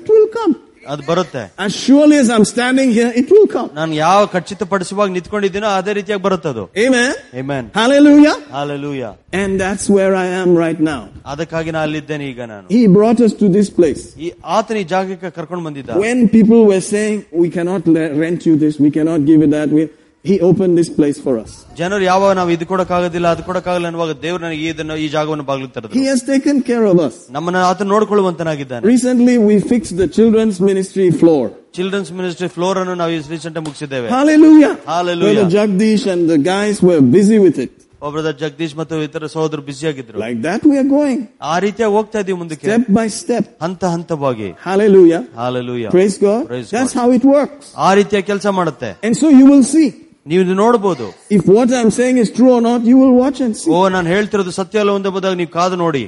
S1: It will come.
S2: ಅದು ಬರುತ್ತೆ
S1: As surely as I'm standing here, it will come.
S2: ನಾನು ಯಾವ ಖಚಿತಪಡಿಸುವಾಗ ನಿಂತ್ಕೊಂಡಿದ್ದೀನೋ ಅದೇ ರೀತಿಯಾಗಿ ಬರುತ್ತೆ ಅದು
S1: Amen.
S2: Amen
S1: Hallelujah.
S2: Hallelujah
S1: And that's where I am right now.
S2: ಅದಕ್ಕಾಗಿ ನಾ ಅಲ್ಲಿದ್ದೇನೆ ಈಗ ನಾನು
S1: He brought us to this place.
S2: ಈ ಆತನ ಈ ಜಾಗಕ್ಕೆ ಕರ್ಕೊಂಡು ಬಂದಿದ್ದ
S1: When people were saying, we cannot le- rent you this, we cannot give you that, we, he opened this place for us.
S2: ಜನರು ಯಾವಾಗ ನಾವು ಇದು ಕೊಡಕ್ಕಾಗೋದಿಲ್ಲ ಅದು ಕೊಡಕ್ಕಾಗಲ್ಲ ಅನ್ನುವಾಗ ದೇವ್ರು ನನಗೆ ಇದನ್ನು ಈ ಜಾಗವನ್ನು ಬಾಗಿಲು
S1: He
S2: ತರದು
S1: has taken care of us.
S2: ನಮ್ಮನ್ನ ಆತನ ನೋಡ್ಕೊಳ್ಳುವಂತನಾಗಿದ್ದಾನೆ
S1: Recently, we fixed the children's ministry floor.
S2: Children's ministry floor ಅನ್ನು ನಾವು ರೀಸೆಂಟ್ ಮುಗಿಸಿದ್ದೇವೆ
S1: Hallelujah.
S2: Hallelujah.
S1: Brother Jagdish and the guys were busy with it.
S2: ಒಬ್ಬರದ Jagadish ಮತ್ತು ಇತರ ಸಹೋದರು ಬ್ಯುಸಿ ಆಗಿದ್ರು
S1: Like that, we are going
S2: ಆ ರೀತಿಯಾಗಿ ಹೋಗ್ತಾ ಇದೀವಿ ಮುಂದಕ್ಕೆ
S1: step by step.
S2: ಹಂತ ಹಂತವಾಗಿ
S1: Hallelujah.
S2: Hallelujah
S1: Praise God.
S2: Praise
S1: That's
S2: God.
S1: how it works.
S2: ಆ ರೀತಿಯ ಕೆಲಸ ಮಾಡುತ್ತೆ
S1: And so you will see.
S2: ನೀವು ಇದು ನೋಡಬಹುದು
S1: If what I'm saying is true or not, you will watch and see.
S2: ಓ ನಾನು ಹೇಳ್ತಿರೋದು ಸತ್ಯ ಅಲ್ಲ ಎಂಬುದಾಗಿ ನೀವು ಕಾದು ನೋಡಿ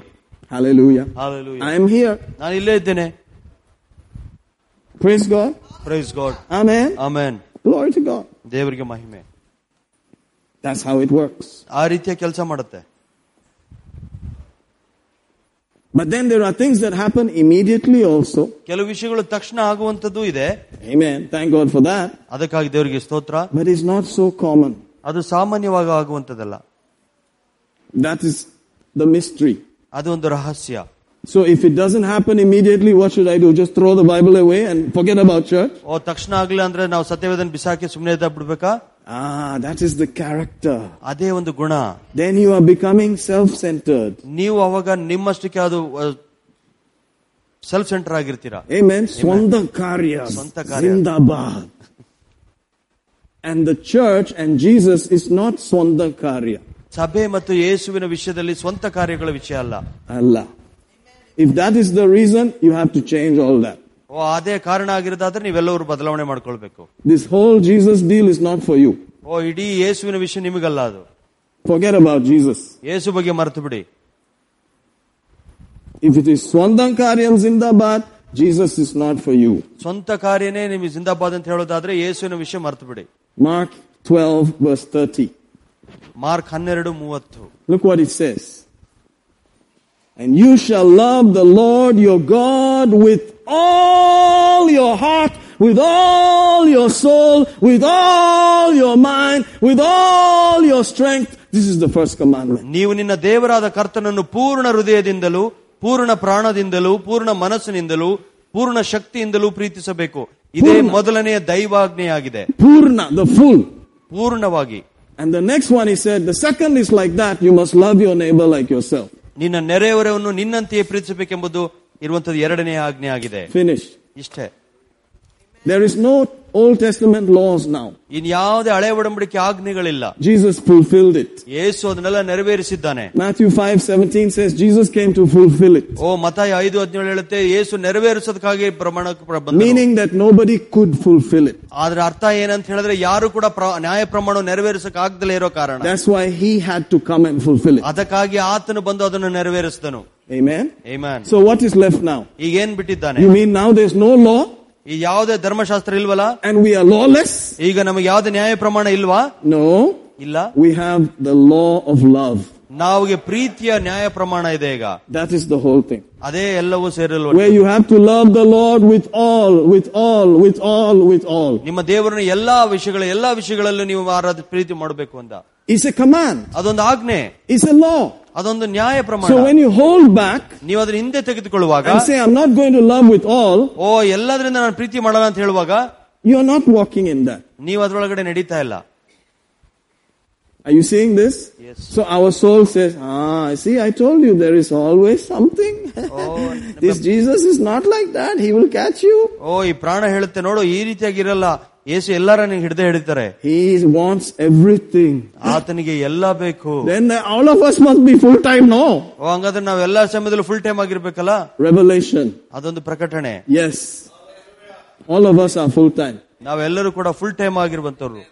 S1: Hallelujah.
S2: Hallelujah
S1: I am here.
S2: ನಾನು ಇಲ್ಲೇ ಇದ್ದೇನೆ
S1: Praise God.
S2: Praise God
S1: Amen.
S2: Amen
S1: Glory to God.
S2: ದೇವರಿಗೆ ಮಹಿಮೆ
S1: That's how it works.
S2: ಆ ರೀತಿಯ ಕೆಲಸ ಮಾಡುತ್ತೆ
S1: But then there are things that happen immediately also.
S2: ಕೆಲವು ವಿಷಯಗಳು ತಕ್ಷಣ ಆಗುವಂತದ್ದು ಇದೆ
S1: Amen. Thank God for that.
S2: ಅದಕ್ಕಾಗಿ ದೇವರಿಗೆ ಸ್ತೋತ್ರ
S1: But it's not so common.
S2: ಅದು ಸಾಮಾನ್ಯವಾಗಿ ಆಗುವಂತದಲ್ಲ
S1: That is the mystery.
S2: ಅದು ಒಂದು ರಹಸ್ಯ
S1: So if it doesn't happen immediately, what should I do? Just throw the Bible away and forget about church?
S2: ಓ ತಕ್ಷಣ ಆಗ್ಲಿಲ್ಲ ಅಂದ್ರೆ ನಾವು ಸತ್ಯವೇದನ ಬಿಸಾಕಿ ಸುಮ್ಮನೆ ಇದ್ದ ಬಿಡ್ಬೇಕಾ
S1: Ah, that is the character.
S2: ಅದೇ ಒಂದು ಗುಣ
S1: Then you are becoming self-centered.
S2: ನೀವು ಅವಾಗ ನಿಮ್ಮಷ್ಟಕ್ಕೆ ಅದು ಸೆಲ್ಫ್ ಸೆಂಟರ್ ಆಗಿರ್ತೀರಾ
S1: Amen. Swanda karya.
S2: Swanta karya.
S1: Zindabad. And the church and Jesus is not swanda karya.
S2: ಸಭೆ ಮತ್ತು ಯೇಸುವಿನ ವಿಷಯದಲ್ಲಿ ಸ್ವಂತ ಕಾರ್ಯಗಳ ವಿಷಯ ಅಲ್ಲ
S1: Allah. If that is the reason, you have to change all that.
S2: ಓ, ಅದೇ ಕಾರಣ ಆಗಿರೋದಾದ್ರೆ ನೀವೆಲ್ಲರೂ ಬದಲಾವಣೆ ಮಾಡ್ಕೊಳ್ಬೇಕು
S1: This whole Jesus deal is not for you.
S2: ಓ ಇಡೀ ಯೇಸುವಿನ ವಿಷಯ ನಿಮಗಲ್ಲ ಅದು
S1: Forget about Jesus.
S2: ಯೇಸು ಬಗ್ಗೆ ಮರೆತು ಬಿಡಿ
S1: If it is Swandam Karyam Zindabad, Jesus is not for you.
S2: ಸ್ವಂತ ಕಾರ್ಯನೇ ನಿಮಗೆ ಜಿಂದಾಬಾದ್ ಅಂತ ಹೇಳೋದಾದ್ರೆ ಯೇಸುವಿನ ವಿಷಯ ಮರೆತು ಬಿಡಿ
S1: Mark 12 verse 30.
S2: ಮಾರ್ಕ್ ಹನ್ನೆರಡು ಮೂವತ್ತು
S1: Look what it says. And you shall love the Lord your God with all your heart, with all your soul, with all your mind, with all your strength. This is the first commandment.
S2: ನೀವು ನಿನ್ನ ದೇವರಾದ ಕರ್ತನನ್ನು ಪೂರ್ಣ ಹೃದಯದಿಂದಲೂ ಪೂರ್ಣ ಪ್ರಾಣದಿಂದಲೂ ಪೂರ್ಣ ಮನಸ್ಸಿನಿಂದಲೂ ಪೂರ್ಣ ಶಕ್ತಿಯಿಂದಲೂ ಪ್ರೀತಿಸಬೇಕು ಇದೇ
S1: ಪೂರ್ಣ.
S2: ಮೊದಲನೆಯ ದೈವಾಜ್ಞೆಯಾಗಿದೆ
S1: Purna, the full.
S2: ಪೂರ್ಣವಾಗಿ
S1: And the next one he said, the second is like that. You must love your neighbor like yourself.
S2: ನಿನ್ನ ನೆರೆಯವರವನ್ನು ನಿನ್ನಂತೆಯೇ ಪ್ರೀತಿಸಬೇಕೆಂಬುದು ಇರುವಂತದ್ದು ಎರಡನೆಯ ಆಜ್ಞೆ ಆಗಿದೆ
S1: Finished.
S2: ಇಷ್ಟೇ
S1: There is no Old Testament laws now.
S2: ಇನ್ ಯಾವುದೇ ಹಳೆ ಒಡಂಬಡಿಕೆ ಆಜ್ಞೆಗಳಿಲ್ಲ
S1: Jesus fulfilled it.
S2: ಯೇಸು ಅದನ್ನೆಲ್ಲ ನೆರವೇರಿಸಿದ್ದಾನೆ
S1: Matthew 5:17 says Jesus came to fulfill it.
S2: ಓ ಮತಾಯ ಐದು ಹದಿನೇಳು ಹೇಳುತ್ತೆ ಯೇಸು ನೆರವೇರಿಸೋದಕ್ಕಾಗಿ ಪ್ರಮಾಣಕ್ಕೆ ಪ್ರ- ಬಂದನು.
S1: meaning that nobody could fulfill it.
S2: ಆದ್ರೆ ಅರ್ಥ ಏನಂತ ಹೇಳಿದ್ರೆ ಯಾರು ಕೂಡ ಪ್ರ- ನ್ಯಾಯ ಪ್ರಮಾಣ ನೆರವೇರಿಸಕ್ ಆಗದಲೇ ಇರೋ ಕಾರಣ
S1: That's why he had to come and fulfill it.
S2: ಅದಕ್ಕಾಗಿ ಆತನು ಬಂದು ಅದನ್ನು ನೆರವೇರಿಸಿದನು
S1: Amen.
S2: Amen
S1: So what is left now?
S2: ಈಗ ಏನ್ ಬಿಟ್ಟಿದ್ದಾನೆ
S1: You mean now there's no law
S2: ಈ ಯಾವುದೇ ಧರ್ಮಶಾಸ್ತ್ರ ಇಲ್ವಲ್ಲ
S1: and we are lawless?
S2: ಈಗ ನಮಗೆ ಯಾವ್ದೇ ನ್ಯಾಯ ಪ್ರಮಾಣ ಇಲ್ವಾ
S1: No.
S2: ಇಲ್ಲ
S1: We have the law of love.
S2: ನಾವಿಗೆ ಪ್ರೀತಿಯ ನ್ಯಾಯ ಪ್ರಮಾಣ ಇದೆ ಈಗ
S1: That is the whole thing.
S2: ಅದೇ ಎಲ್ಲವೂ ಸೇರಿಲ್ವ
S1: Where you have to love the Lord with all, with all, with all, with all.
S2: ನಿಮ್ಮ ದೇವರನ್ನ ಎಲ್ಲಾ ವಿಷಯಗಳ ಎಲ್ಲಾ ವಿಷಯಗಳಲ್ಲೂ ನೀವು ಆರಾಧ ಪ್ರೀತಿ ಮಾಡಬೇಕು ಅಂತ
S1: It's a command.
S2: ಅದೊಂದು ಆಜ್ಞೆ
S1: It's a law.
S2: ಅದೊಂದು ನ್ಯಾಯ ಪ್ರಮಾಣ
S1: So when you hold back
S2: ನೀವು ಅದನ್ನ ಹಿಂದೆ ತೆಗೆದುಕೊಳ್ಳುವಾಗ
S1: and say, I'm not going to love with all,
S2: ಓ ಎಲ್ಲದರಿಂದ ನಾನು ಪ್ರೀತಿ ಮಾಡಲ್ಲ ಅಂತ ಹೇಳುವಾಗ
S1: you are not walking in that.
S2: ನೀವು ಅದರೊಳಗಡೆ ನಡೀತಾ ಇಲ್ಲ
S1: Are you seeing this?
S2: Yes.
S1: So our soul says, Ah, I see, I told you there is always something.
S2: Oh,
S1: this Jesus is not like that. He will catch you.
S2: ಓ ಈ ಪ್ರಾಣ ಹೇಳುತ್ತೆ ನೋಡು ಈ ರೀತಿಯಾಗಿ ಇರಲ್ಲ ಏಸು ಎಲ್ಲಾರ ನಿಂಗೆ ಹಿಡ್ದೆ ಹಿಡಿತಾರೆ
S1: He wants everything.
S2: ಆತನಿಗೆ ಎಲ್ಲ ಬೇಕು
S1: Then all of us must be full time now.
S2: ಓ ಹಂಗಾದ್ರೆ ನಾವ್ ಎಲ್ಲಾ ಸಮಯದಲ್ಲೂ ಫುಲ್ ಟೈಮ್ ಆಗಿರ್ಬೇಕಲ್ಲ
S1: Revelation.
S2: ಅದೊಂದು ಪ್ರಕಟಣೆ
S1: Yes. All of us are full time.
S2: ನಾವೆಲ್ಲರೂ ಕೂಡ ಫುಲ್ ಟೈಮ್ ಆಗಿರುವಂತವ್ರು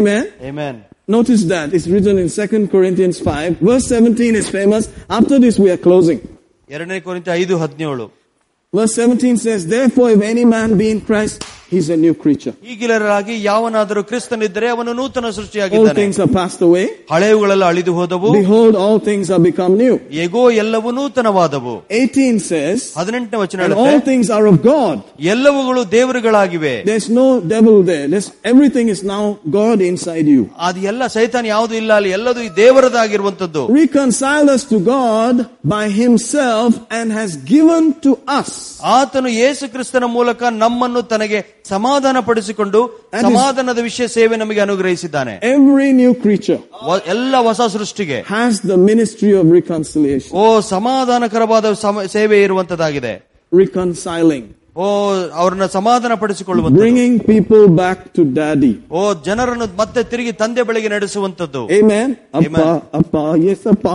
S1: Amen.
S2: Amen
S1: Notice that it's written in 2 Corinthians 5. Verse 17 is famous. After this, we are closing.
S2: ಎರಡನೇ ಕುರಿತು ಐದು ಹದಿನೇಳು
S1: Verse 17 says, Therefore, if any man be in Christ, he's a new creature.
S2: ಈಗಿಲರಾಗಿ ಯಾವನಾದರೂ ಕ್ರಿಸ್ತನಿದ್ದರೆ ಅವನು ನೂತನ
S1: All
S2: ಸೃಷ್ಟಿಯಾಗಿದ್ದಾನೆ
S1: things are passed away.
S2: ಹಳೆಯವುಗಳೆಲ್ಲ ಅಳಿದು ಹೋದವು
S1: Behold, all things are become new.
S2: ಎಗೋ ಎಲ್ಲವೂ ನೂತನವಾದವು
S1: 18 says,
S2: ಹದಿನೆಂಟನೇ ವಚನ
S1: and all
S2: ಹೇಳುತ್ತೆ
S1: things are of God.
S2: ಎಲ್ಲವುಗಳು ದೇವರುಗಳಾಗಿವೆ
S1: There's no devil there. There's, everything is now God inside you.
S2: ಅದು ಎಲ್ಲ ಸೈತಾನ್ ಯಾವುದು ಇಲ್ಲ ಅಲ್ಲಿ ಎಲ್ಲದು ಈ ದೇವರದಾಗಿರುವಂತದ್ದು
S1: Reconcile us to God by himself and has given to us.
S2: ಆತನು ಯೇಸು ಕ್ರಿಸ್ತನ ಮೂಲಕ ನಮ್ಮನ್ನು ತನಗೆ ಸಮಾಧಾನ ಪಡಿಸಿಕೊಂಡು
S1: And his-
S2: ಸಮಾಧಾನದ ವಿಷಯ ಸೇವೆ ನಮಗೆ ಅನುಗ್ರಹಿಸಿದ್ದಾನೆ
S1: Every new creature
S2: ವ- ಎಲ್ಲ ಹೊಸ ಸೃಷ್ಟಿಗೆ
S1: has the ministry of reconciliation.
S2: ಓ ಸಮಾಧಾನಕರವಾದ ಸಮ- ಸೇವೆ ಇರುವಂತದ್ದಾಗಿದೆ
S1: Reconciling.
S2: ಓ ಅವ್ರನ್ನ ಸಮಾಧಾನ ಪಡಿಸಿಕೊಳ್ಳುವಂತ
S1: Bringing people back to daddy.
S2: ಓ ಜನರನ್ನು ಮತ್ತೆ ತಿರುಗಿ ತಂದೆ ಬಳಿಗೆ ನಡೆಸುವಂತದ್ದು
S1: Amen. Appa,
S2: Amen.
S1: Appa, yes, Appa.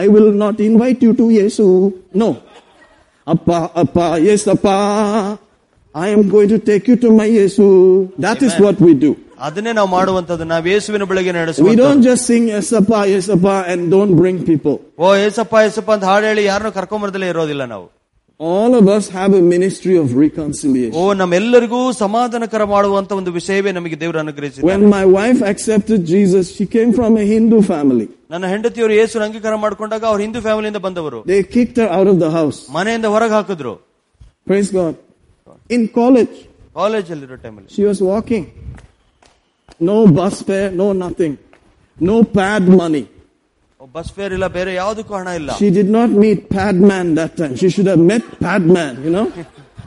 S1: I will not invite you to Yesu. No. Appa, Appa, yes, Appa. I am going to take you to my Yesu. That is
S2: Amen.
S1: what we do.
S2: ಅದನ್ನೇ ನಾವು ಮಾಡುವಂತದ್ದು ನಾವು ಯೇಸುವಿನ ಬಳಿಗೆ
S1: We don't
S2: ನಡೆಸುವಂತ
S1: just sing yes, Appa, yes, Appa and don't bring people.
S2: ಓ ಏಸಪ್ಪ ಏಸಪ್ಪ ಅಂತ ಹಾಡು ಹೇಳಿ ಯಾರನ್ನು ಕರ್ಕೊಂಬರ್ದಲೇ ಇರೋದಿಲ್ಲ ನಾವು
S1: All of us have a ministry of
S2: O
S1: reconciliation.
S2: ನಮ್ಮೆಲ್ಲರಿಗೂ ಸಮಾಧಾನಕರ ಮಾಡುವಂತ ಒಂದು ಸೇವೆ ನಮಗೆ ದೇವರು ಅನುಗ್ರಹಿಸಿದ
S1: When my wife accepted Jesus, she came from a Hindu family.
S2: ನನ್ನ ಹೆಂಡತಿಯವರು ಯೇಸು ಅಂಗೀಕಾರ ಮಾಡಿಕೊಂಡಾಗ ಅವ್ರು ಹಿಂದೂ ಫ್ಯಾಮಿಲಿಯಿಂದ ಬಂದವರು
S1: They kicked her out of the house.
S2: ಮನೆಯಿಂದ ಹೊರಗೆ ಹಾಕಿದ್ರು
S1: Praise God. In college,
S2: college ಅಲ್ಲಿರೋ ಟೈಮಲ್ಲಿ
S1: She was walking. No bus fare, no nothing. No pad money.
S2: Bus fare ಇಲ್ಲ ಬೇರೆ ಯಾವುದಕ್ಕೂ ಹಣ ಇಲ್ಲ
S1: She did not meet Padman that time. She should have met Padman, you know.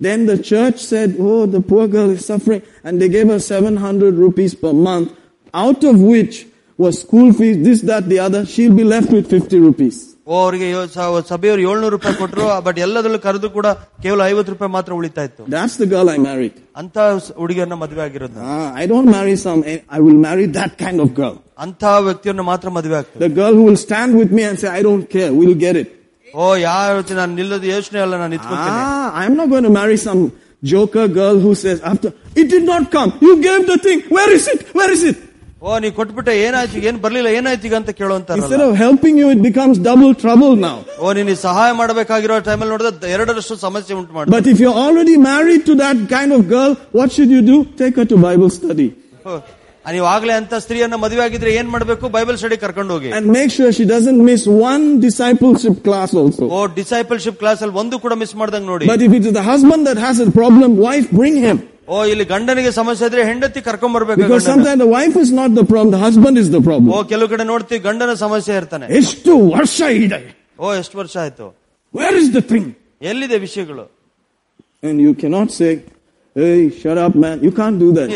S1: then the church said, Oh, the poor girl is suffering. And they gave her 700 rupees per month, out of which was school fees, this, that, the other. She'll be left with 50 rupees.
S2: ಓ ಅವರಿಗೆ ಸಭೆಯವರು ಏಳ್ನೂರು ರೂಪಾಯಿ ಕೊಟ್ಟರು but ಎಲ್ಲದರಲ್ಲೂ ಕರೆದು ಕೂಡ ಕೇವಲ ಐವತ್ತು ರೂಪಾಯಿ ಮಾತ್ರ ಉಳಿತಾ ಇತ್ತು
S1: That's the girl I married.
S2: ಅಂತ ಹುಡುಗಿಯನ್ನ ಮದುವೆ ಆಗಿರೋದು
S1: Ah, I don't marry some, I will marry that kind of girl.
S2: ಅಂತ ವ್ಯಕ್ತಿಯನ್ನ ಮಾತ್ರ ಮದುವೆ ಆಗ್ತದೆ
S1: The girl who will stand with me and say, I don't care, we'll get it.
S2: ಓ ಯಾರು ನಾನು ನಿಲ್ಲದ ಯೋಚನೆ ಅಲ್ಲ ನಾನು ನಿಂತ್ಕೊತೀನಿ
S1: Ah, I'm not going to marry some joker girl who says after, it did not come, you gave the thing, where is it, where is it?
S2: ಓ ನೀ ಕೊಟ್ಬಿಟ್ಟೆ ಏನಾಯ್ತು ಏನ್ ಬರ್ಲಿಲ್ಲ ಏನಾಯ್ತು ಈಗ ಅಂತ
S1: Instead
S2: ಕೇಳುವಂತಾರಲ್ಲ
S1: of helping you, it becomes double trouble now.
S2: ಓ ನೀನು ಸಹಾಯ ಮಾಡಬೇಕಾಗಿರೋ ಟೈಮಲ್ಲಿ ನೋಡಿದ್ರೆ ಎರಡರಷ್ಟು ಸಮಸ್ಯೆ ಉಂಟು ಮಾಡಿ
S1: But if you're already married to that kind of girl, what should you do? Take her to Bible study.
S2: ನೀವಾಗ್ಲೇ ಅಂತ ಸ್ತ್ರೀಯನ್ನ ಮದುವೆ ಆಗಿದ್ರೆ ಏನ್ ಮಾಡ್ಬೇಕು ಬೈಬಲ್ ಸ್ಟಡಿ ಕರ್ಕೊಂಡು ಹೋಗಿ
S1: And make sure she doesn't miss one discipleship class also.
S2: ಓ discipleship class ಅಲ್ಲಿ ಒಂದು ಕೂಡ ಮಿಸ್ ಮಾಡ್ದಂಗ್ ನೋಡಿ
S1: But if it is the husband that has a problem, wife, bring him.
S2: ಓ ಇಲ್ಲಿ ಗಂಡನಿಗೆ ಸಮಸ್ಯೆ ಇದ್ರೆ ಹೆಂಡತಿ ಕರ್ಕೊಂಡ್ ಬರ್ಬೇಕು
S1: Because
S2: ಗಂಡನ್ನ.
S1: sometimes the wife is not the problem, the husband is the
S2: O
S1: problem.
S2: ಕೆಲವು ಕಡೆ ನೋಡ್ತೀವಿ ಗಂಡನ ಸಮಸ್ಯೆ ಇರ್ತಾನೆ
S1: ಎಷ್ಟು ವರ್ಷ ಇದೆ?
S2: ಓ ಎಷ್ಟು ವರ್ಷ ಆಯ್ತು
S1: Where is the thing?
S2: ಎಲ್ಲಿದೆ ವಿಷಯಗಳು
S1: And you cannot say, hey, shut up man. You can't do that.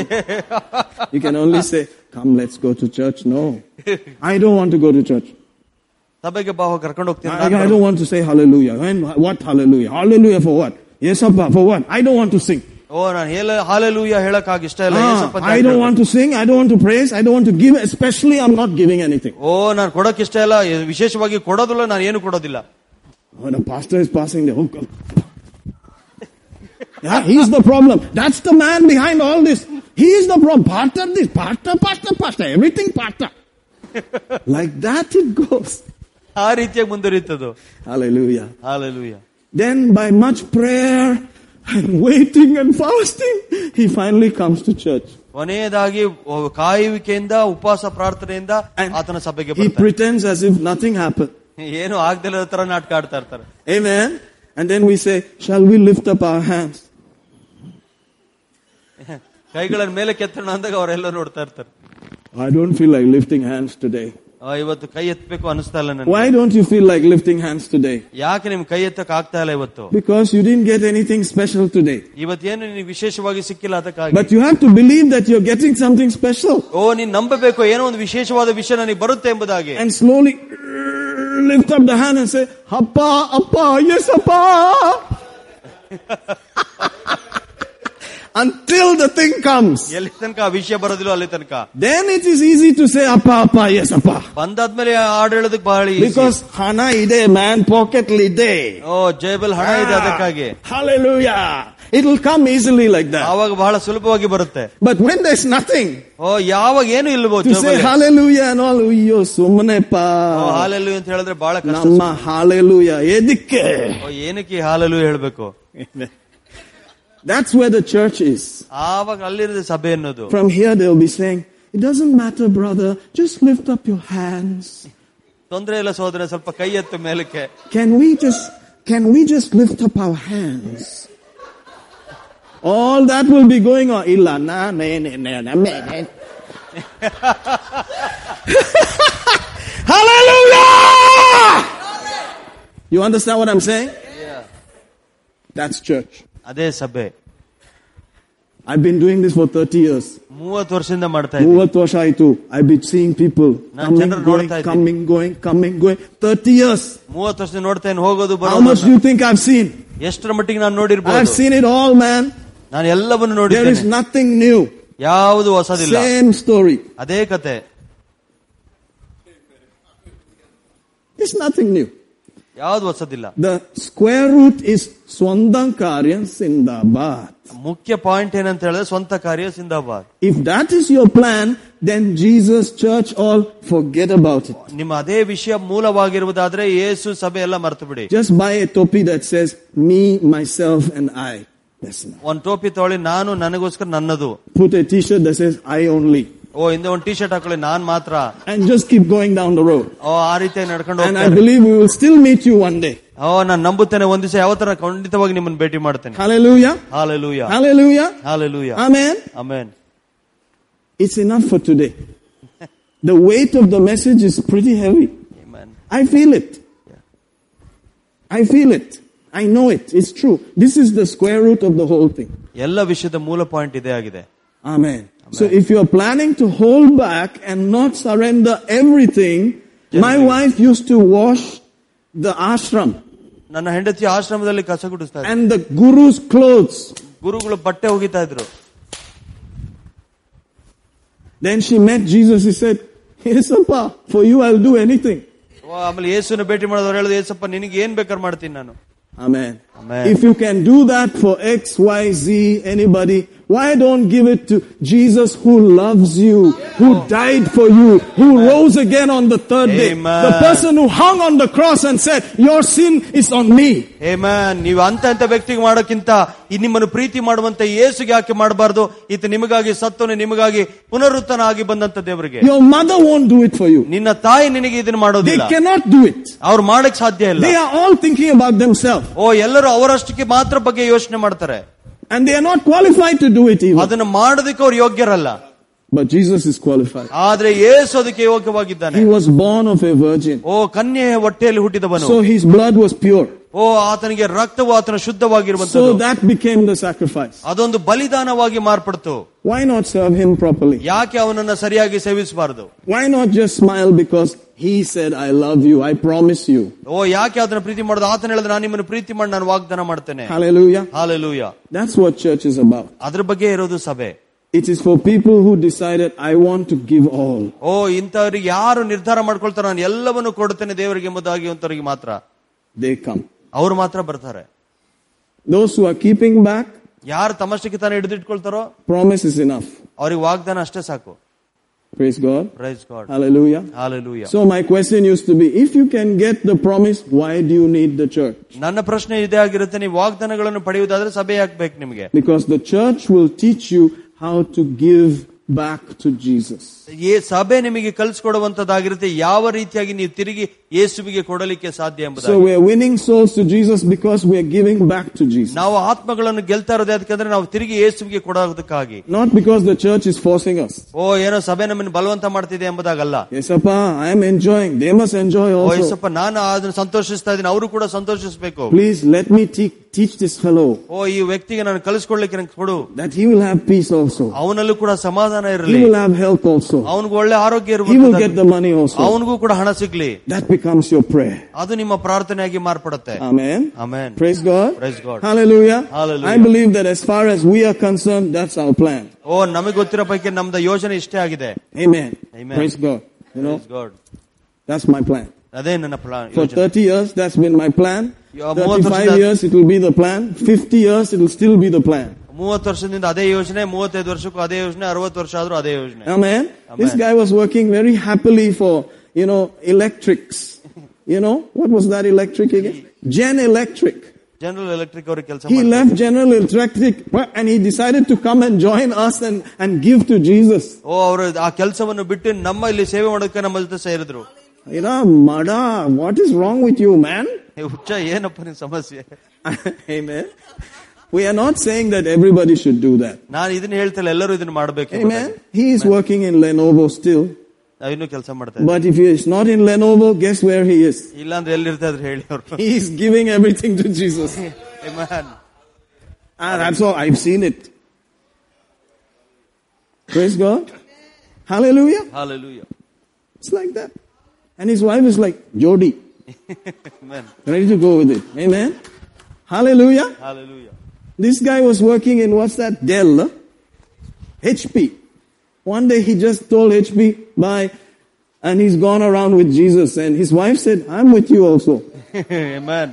S1: you can only say, come let's go to church. No. I don't want to go to church.
S2: ಸಭೆಗೆ ಬಾವ ಕರ್ಕೊಂಡು ಹೋಗ್ತೀನಿ
S1: I, I
S2: ನಾನು.
S1: don't want to say hallelujah. When, what hallelujah? Hallelujah for what? Yes, Abba, for what? I don't want to sing.
S2: ಓ ನಾನು ಹೇಳ hallelujah ಹೇಳಕ್ ಆಗ ಇಷ್ಟ ಇಲ್ಲ
S1: Ah,
S2: ಏಸಪ್ಪ ಅಂತ
S1: I don't
S2: ಹೇಳ್ಬೇಕು.
S1: want to sing. I don't want to praise. I don't want to give. Especially, I'm not giving anything.
S2: ಓ ನಾನು ಕೊಡಕ್ ಇಷ್ಟ ಇಲ್ಲ ವಿಶೇಷವಾಗಿ ಕೊಡೋದಿಲ್ಲ ನಾನು ಏನು ಕೊಡೋದಿಲ್ಲ
S1: When a pastor is passing the hook. Yeah, he's the problem. That's the man behind all this. He is the problem. Pastor this, pastor, pastor, pastor. Everything pastor. Like that it goes.
S2: ಆ ರೀತಿಯಾಗಿ ಮುಂದುವರಿತದು
S1: Hallelujah.
S2: Hallelujah
S1: Then by much prayer and waiting and fasting, he finally comes to church.
S2: ಕೊನೆಯದಾಗಿ ಓ, ಕಾಯುವಿಕೆಯಿಂದ ಉಪವಾಸ ಪ್ರಾರ್ಥನೆಯಿಂದ
S1: And
S2: ಆತನ ಸಭೆಗೆ
S1: He
S2: ಬರ್ತಾರೆ
S1: pretends as if nothing happened.
S2: ಏನು ಆಗ್ದಿಲ್ಲದ ತರ ನಾಟಕ ಆಡ್ತಾ ಇರ್ತಾರೆ
S1: Amen. And then we say, shall we lift up our hands?
S2: ಕೈಗಳನ್ನ ಮೇಲೆ ಕೆತ್ತಣ ಅಂದಾಗ ಅವರೆಲ್ಲ ನೋಡ್ತಾ ಇರ್ತಾರೆ
S1: I don't feel like lifting hands today.
S2: ಆ, ಇವತ್ತು ಕೈ ಎತ್ತಬೇಕು ಅನಿಸ್ತಾ ಇಲ್ಲ ನನಗೆ
S1: Why don't you feel like lifting hands today?
S2: ಯಾಕೆ ನಿಮ್ ಕೈ ಎತ್ತಕ್ ಆಗ್ತಾ ಇಲ್ಲ ಇವತ್ತು
S1: Because you didn't get anything special today.
S2: ಇವತ್ತೇನು ನಿನಗೆ ವಿಶೇಷವಾಗಿ ಸಿಕ್ಕಿಲ್ಲ ಅದಕ್ಕಾಗಿ
S1: But you have to believe that you're getting something special.
S2: ಓ ನೀನ್ ನಂಬಬೇಕು ಏನೋ ಒಂದು ವಿಶೇಷವಾದ ವಿಷಯ ನನಗೆ ಬರುತ್ತೆ ಎಂಬುದಾಗಿ
S1: And slowly lift up the hand and say, Appa, Appa, yes, Appa. Until the thing comes.
S2: ಎಲ್ಲಿ ತನಕ ಆ ವಿಷಯ ಬರೋದಿಲ್ಲ ಅಲ್ಲಿ ತನಕ
S1: Then it is easy to say, Appa, Appa, yes, Appa.
S2: ಬಂದಾದ್ಮೇಲೆ ಹಾಡು ಹೇಳೋದಕ್ಕೆ ಬಹಳ easy.
S1: Because Hana ide, man, pocket lide.
S2: ಓ ಜೇಬಲ್ ಹಣ ಇದೆ ಅದಕ್ಕಾಗಿ
S1: Hallelujah. It'll come easily like that.
S2: ಆವಾಗ ಬಹಳ ಸುಲಭವಾಗಿ ಬರುತ್ತೆ
S1: But when there's nothing
S2: ಓ ಯಾವಾಗ ಏನು ಇಲ್ವೋ
S1: to say hallelujah and all, ಅಯ್ಯೋ ಸುಮ್ಮನೆ ಪಾ
S2: ಹಾಲೆಲು ಅಂತ ಹೇಳಿದ್ರೆ ಬಹಳ ಕಷ್ಟ
S1: ನಮ್ಮ hallelujah ಎದಕ್ಕೆ
S2: ಓ, ಏನಕ್ಕೆ ಈ ಹಾಲೆಲು ಹೇಳ್ಬೇಕು
S1: That's where the church is.
S2: ಆವಾಗ ಅಲ್ಲಿರೋದು ಸಭೆ ಅನ್ನೋದು
S1: From here they'll be saying, it doesn't matter brother, just lift up your hands.
S2: ತೊಂದ್ರೆ ಇಲ್ಲ ಸೋದರ ಸ್ವಲ್ಪ ಕೈ ಎತ್ತು ಮೇಲಕ್ಕೆ
S1: Can we just, can we just lift up our hands? All that will be going on. ಇಲ್ಲ ನಾನೇ Hallelujah! You understand what I'm saying? That's church.
S2: ಅದೇ ಸಭೆ
S1: I've been doing this for 30 years.
S2: ಮೂವತ್ತು ವರ್ಷದಿಂದ ಮಾಡ್ತಾ ಇದ್ದೀನಿ
S1: ಮೂವತ್ತು ವರ್ಷ ಆಯ್ತು ಐ ಬಿ ಸೀಯಿಂಗ್ ಪೀಪಲ್
S2: ನಾನ್
S1: ಕಮಿಂಗ್
S2: ಜನರನ್ನ
S1: ಗೋಯಿಂಗ್
S2: ನೋಡ್ತಾ ಇದ್ದೀನಿ.
S1: Coming going coming going thirty years
S2: ಮೂವತ್ತು ವರ್ಷದಿಂದ ನೋಡ್ತೇನೆ ಹೋಗೋದು
S1: ಹೌ
S2: ಬರೋದು
S1: much you think I've seen
S2: ಎಷ್ಟರ ಮಟ್ಟಿಗೆ ನಾನು
S1: ಐವ್
S2: ನೋಡಿರ್ಬೋದು
S1: ಸೀನ್ ಇಟ್ ಆಲ್ ಮ್ಯಾನ್
S2: ನಾನು ಎಲ್ಲವನ್ನು
S1: ದೇರ್ ಇಸ್
S2: ನೋಡಿದ್ದೇನೆ
S1: ನಥಿಂಗ್ ನ್ಯೂ
S2: ಯಾವುದು ಹೊಸದಿಲ್ಲ
S1: ಸೇಮ್ ಸ್ಟೋರಿ
S2: ಅದೇ ಕತೆ
S1: ಇಟ್ಸ್ ನಥಿಂಗ್ ನ್ಯೂ
S2: ಯಾವ್ದು ಹೊಸದಿಲ್ಲ
S1: ದ ಸ್ಕ್ವೇರ್ ರೂಟ್ ಇಸ್ ಸ್ವಂತಂ ಕಾರ್ಯ ಸಿಂದಾಬಾದ್
S2: ಮುಖ್ಯ ಪಾಯಿಂಟ್ ಏನಂತ ಹೇಳಿದ್ರೆ ಸ್ವಂತ ಕಾರ್ಯ ಸಿಂದಾಬಾದ್
S1: if that is your plan then Jesus church all forget about it
S2: ನಿಮ್ಮ ಅದೇ ವಿಷಯ ಮೂಲವಾಗಿರುವುದಾದ್ರೆ ಯೇಸು ಸಭೆ ಎಲ್ಲ ಮರ್ತು ಬಿಡಿ
S1: ಜಸ್ಟ್ ಬೈ ಎ ಟೋಪಿ that says me myself and I
S2: ಒಂದ್ ಟೋಪಿ ತಗೊಳ್ಳಿ ನಾನು ನನಗೋಸ್ಕರ ನನ್ನದು
S1: put a T shirt that says I only
S2: ಓ ಹಿಂದೆ ಒಂದ್ ಟೀ ಶರ್ಟ್ ಹಾಕೊಳ್ಳಿ ನಾನ್ ಮಾತ್ರ
S1: and just keep going down the road.
S2: ಓ ಆ ರೀತಿಯಾಗಿ ನಡ್ಕೊಂಡು
S1: And I
S2: ಹೋಗ್ತಾರೆ
S1: believe we will still meet you one day.
S2: ಓ ನಾನು ನಂಬುತ್ತೇನೆ ಒಂದ್ ದಿವಸ ಯಾವ ತರ ಖಂಡಿತವಾಗಿ ನಿಮ್ಮನ್ನ ಭೇಟಿ ಮಾಡ್ತೇನೆ
S1: Hallelujah.
S2: Hallelujah
S1: Hallelujah.
S2: Hallelujah
S1: Amen.
S2: Amen
S1: It's enough for today. The weight of the message is pretty heavy.
S2: Amen.
S1: I feel it. I feel it. I know it. It's true. This is the square root of the whole thing.
S2: ಎಲ್ಲ ವಿಷಯದ ಮೂಲ point ಇದೇ ಆಗಿದೆ
S1: Amen. So if you are planning to hold back and not surrender everything, my wife used to wash the ashram
S2: ನನ್ನ ಹೆಂಡತಿಯ ಆಶ್ರಮದಲ್ಲಿ ಕಸ ಗುಡಿಸ್ತಾ ಇದ್ರು
S1: and the guru's clothes.
S2: ಗುರುಗಳು ಬಟ್ಟೆ ಒಗಿತಾ ಇದ್ರು
S1: Then she met Jesus. He said, Yes, Appa, for you I'll do anything.
S2: ಓ, ಆಮೇಲೆ ಯೇಸುನ ಭೇಟಿ ಮಾಡಿದವ್ರು ಹೇಳಿದ್ರು ಏಸಪ್ಪ ನಿನಗೆ ಏನ್ ಬೇಕಾದ್ರೆ ಮಾಡ್ತೀನಿ ನಾನು
S1: Amen.
S2: Amen.
S1: If you can do that for X, Y, Z, anybody, why don't give it to Jesus who loves you, who died for you, who rose again on the third day?
S2: Amen.
S1: The person who hung on the cross and said, Your sin is on me.
S2: Hey man ನೀವು ಅಂತ ಅಂತ ವ್ಯಕ್ತಿಗೆ ಮಾಡೋಕ್ಕಿಂತ ಈ ನಿಮ್ಮನ್ನು ಪ್ರೀತಿ ಮಾಡುವಂತ ಯೇಸುಗೆ ಯಾಕೆ ಮಾಡಬಾರ್ದು ಈತ ನಿಮಗಾಗಿ ಸತ್ತನು ನಿಮಗಾಗಿ ಪುನರುತ್ತನ ಆಗಿ ಬಂದಂತ ದೇವರಿಗೆ
S1: Your mother won't do it for you.
S2: ನಿನ್ನ ತಾಯಿ ನಿನಗೆ ಇದನ್ನ
S1: They
S2: ಮಾಡೋದಿಲ್ಲ
S1: cannot do it.
S2: ಅವ್ರು ಮಾಡಕ್ ಸಾಧ್ಯ ಇಲ್ಲ
S1: They are all thinking about themselves
S2: ಓ ಎಲ್ಲರೂ ಅವರಷ್ಟಕ್ಕೆ ಮಾತ್ರ ಬಗ್ಗೆ ಯೋಚನೆ ಮಾಡ್ತಾರೆ
S1: and they are not qualified to do it even.
S2: ಅದನ್ನ ಮಾಡೋದಕ್ಕೆ ಅವ್ರು ಯೋಗ್ಯರಲ್ಲ
S1: But Jesus is qualified.
S2: ಆದ್ರೆ ಯೇಸು ಅದಕ್ಕೆ ಯೋಗ್ಯವಾಗಿದ್ದಾನೆ
S1: He was born of a virgin.
S2: ಓ ಕನ್ಯೆಯ ಹೊಟ್ಟೆಯಲ್ಲಿ ಹುಟ್ಟಿದವನು
S1: So his blood was pure.
S2: ಓ ಆತನಿಗೆ ರಕ್ತವು ಆತನ
S1: So
S2: ಶುದ್ಧವಾಗಿರುವಂತದ್ದು
S1: that became the sacrifice.
S2: ಅದೊಂದು ಬಲಿದಾನವಾಗಿ ಮಾರ್ಪಡ್ತು
S1: Why not serve him properly?
S2: ಯಾಕೆ ಅವನನ್ನ ಸರಿಯಾಗಿ ಸೇವಿಸಬಾರದು
S1: Why not just smile because he said, I love you, I promise you.
S2: ಓ ಯಾಕೆ ಅದನ್ನ ಪ್ರೀತಿ ಮಾಡೋದು ಆತನ ಹೇಳಿದ್ರೆ ನಾನು ನಿಮ್ಮನ್ನು ಪ್ರೀತಿ ಮಾಡಿ ನಾನು ವಾಗ್ದಾನ ಮಾಡ್ತೇನೆ
S1: Hallelujah.
S2: Hallelujah
S1: That's what church is about.
S2: ಅದ್ರ ಬಗ್ಗೆ ಇರೋದು ಸಭೆ
S1: It is for people who decided, I want to give all.
S2: ಓ ಇಂಥವ್ರಿಗೆ ಯಾರು ನಿರ್ಧಾರ ಮಾಡ್ಕೊಳ್ತಾರೆ ನಾನು ಎಲ್ಲವನ್ನು ಕೊಡ್ತೇನೆ ದೇವರಿಗೆ ಎಂಬುದಾಗಿ ಅಂತವ್ರಿಗೆ ಮಾತ್ರ
S1: They come.
S2: ಅವ್ರು ಮಾತ್ರ ಬರ್ತಾರೆ
S1: Those who are keeping back,
S2: ಯಾರು ತಮ್ಮಷ್ಟಕ್ಕೆ ತಾನೇ ಹಿಡಿದಿಟ್ಕೊಳ್ತಾರೋ
S1: promise is enough.
S2: ಅವ್ರಿಗೆ ವಾಗ್ದಾನ ಅಷ್ಟೇ ಸಾಕು
S1: Praise God.
S2: Praise God
S1: Hallelujah.
S2: Hallelujah
S1: So my question used to be, if you can get the promise, why do you need the church?
S2: ನನ್ನ ಪ್ರಶ್ನೆ ಇದೇ ಆಗಿರುತ್ತೆ ನೀವು ವಾಗ್ದಾನಗಳನ್ನು ಪಡೆಯುವುದಾದ್ರೆ ಸಭೆ ಹಾಕ್ಬೇಕು ನಿಮಗೆ
S1: Because the church will teach you how to give back to Jesus.
S2: ಈ ಸಭೆ ನಿಮಗೆ ಕಲಿಸ್ಕೊಡುವಂತದ್ದಾಗಿರುತ್ತೆ ಯಾವ ರೀತಿಯಾಗಿ ನೀವು ತಿರುಗಿ ಯೇಸುವಿಗೆ ಕೊಡಲಿಕ್ಕೆ ಸಾಧ್ಯ
S1: So
S2: ಎಂಬುದಾಗಿ
S1: we are winning souls to Jesus because we are giving back to Jesus.
S2: ನಾವು ಆತ್ಮಗಳನ್ನು ಗೆಲ್ತಾ ಇರೋದು ಯಾಕಂದ್ರೆ ನಾವು ತಿರುಗಿ ಯೇಸುವಿಗೆ ಕೊಡೋದಕ್ಕಾಗಿ
S1: Not because the church is forcing us.
S2: ಓ ಏನೋ ಸಭೆ ನಮ್ಮನ್ನು ಬಲವಂತ ಮಾಡ್ತಿದೆ ಎಂಬುದಾಗಲ್ಲ
S1: Yes, Appa, I am enjoying. They must enjoy
S2: O
S1: also.
S2: Yesappa ನಾನು ಅದನ್ನ ಸಂತೋಷಿಸ್ತಾ ಇದ್ದೀನಿ ಅವರು ಕೂಡ ಸಂತೋಷಿಸಬೇಕು
S1: Please let me te- teach this fellow
S2: ಓ ಈ ವ್ಯಕ್ತಿಗೆ ನಾನು ಕಲಿಸ್ಕೊಡ್ಲಿಕ್ಕೆ ನಂಗೆ ಕೊಡು
S1: that he will have peace also.
S2: ಅವನಲ್ಲೂ ಕೂಡ ಸಮಾಧಾನ ಇರಲಿ
S1: He will have health also.
S2: ಅವನಿಗೂ ಒಳ್ಳೆ ಆರೋಗ್ಯ
S1: He will get
S2: ಇರಬೇಕು
S1: the money also.
S2: ಅವನಿಗೂ ಕೂಡ ಹಣ ಸಿಗ್ಲಿ
S1: That becomes your prayer.
S2: ಅದು ನಿಮ್ಮ ಪ್ರಾರ್ಥನೆಯಾಗಿ ಮಾರ್ಪಡುತ್ತೆ
S1: Amen.
S2: Amen
S1: Praise God.
S2: Praise God.
S1: Hallelujah.
S2: Hallelujah.
S1: I believe that as far as we are concerned, that's our plan.
S2: ಓ ನಮಗೆ ಗೊತ್ತಿರೋ ಪೈಕಿ ನಮ್ದು ಯೋಜನೆ ಇಷ್ಟೇ ಆಗಿದೆ
S1: Amen.
S2: Amen.
S1: Praise God. You know,
S2: Praise God.
S1: that's my plan.
S2: ಅದೇ ನನ್ನ plan
S1: For 30 years, that's been my plan.
S2: Yeah, more than
S1: 35
S2: that.
S1: years, it will be the plan. 50 years, it will still be the plan.
S2: ಮೂವತ್ತು ವರ್ಷದಿಂದ ಅದೇ ಯೋಜನೆ ಮೂವತ್ತೈದು ವರ್ಷಕ್ಕೂ ಅದೇ ಯೋಜನೆ ಅರವತ್ತು ವರ್ಷ ಆದ್ರೂ ಅದೇ ಯೋಜನೆ
S1: Amen. This
S2: Amen.
S1: guy was working very happily for, you know, electrics. You know, what was that electric again? Gen Electric.
S2: General Electric ಅವ್ರಿಗೆ ಕೆಲಸ
S1: He left General Electric and he decided to come and join us and, and give to Jesus.
S2: ಓ ಅವರು ಆ ಕೆಲಸವನ್ನು ಬಿಟ್ಟು ನಮ್ಮ ಇಲ್ಲಿ ಸೇವೆ ಮಾಡೋದಕ್ಕೆ ನಮ್ಮ ಜೊತೆ ಸೇರಿದ್ರು
S1: You know, Mada, what is wrong with you, man?
S2: ಏ, ಹುಚ್ಚ ಏನಪ್ಪ ನಿನ್ ಸಮಸ್ಯೆ
S1: Amen. We are not saying that everybody should do that.
S2: ನಾನು ಇದನ್ನ ಹೇಳ್ತಿಲ್ಲ ಎಲ್ಲರೂ ಇದನ್ನ ಮಾಡ್ಬೇಕು
S1: Amen. He is working in Lenovo still.
S2: ನಾವಿನ್ನೂ ಕೆಲಸ ಮಾಡ್ತಾ ಇದ್ದೀವಿ
S1: But if he is not in Lenovo, guess where he is?
S2: ಇಲ್ಲಾಂದ್ರೆ ಎಲ್ಲಿರ್ತಾ ಇದ್ರು ಹೇಳಿ ಅವರು
S1: He is giving everything to Jesus. Ah, that's all. I've seen it. Praise God. Hallelujah.
S2: Hallelujah
S1: It's like that. And his wife is like, Jodi,
S2: Amen.
S1: ready to go with it. Amen. Hallelujah.
S2: Hallelujah.
S1: This guy was working in what's that? Dell. huh? HP. One day he just told HP, bye. And he's gone around with Jesus. And his wife said, I'm with you also.
S2: Amen.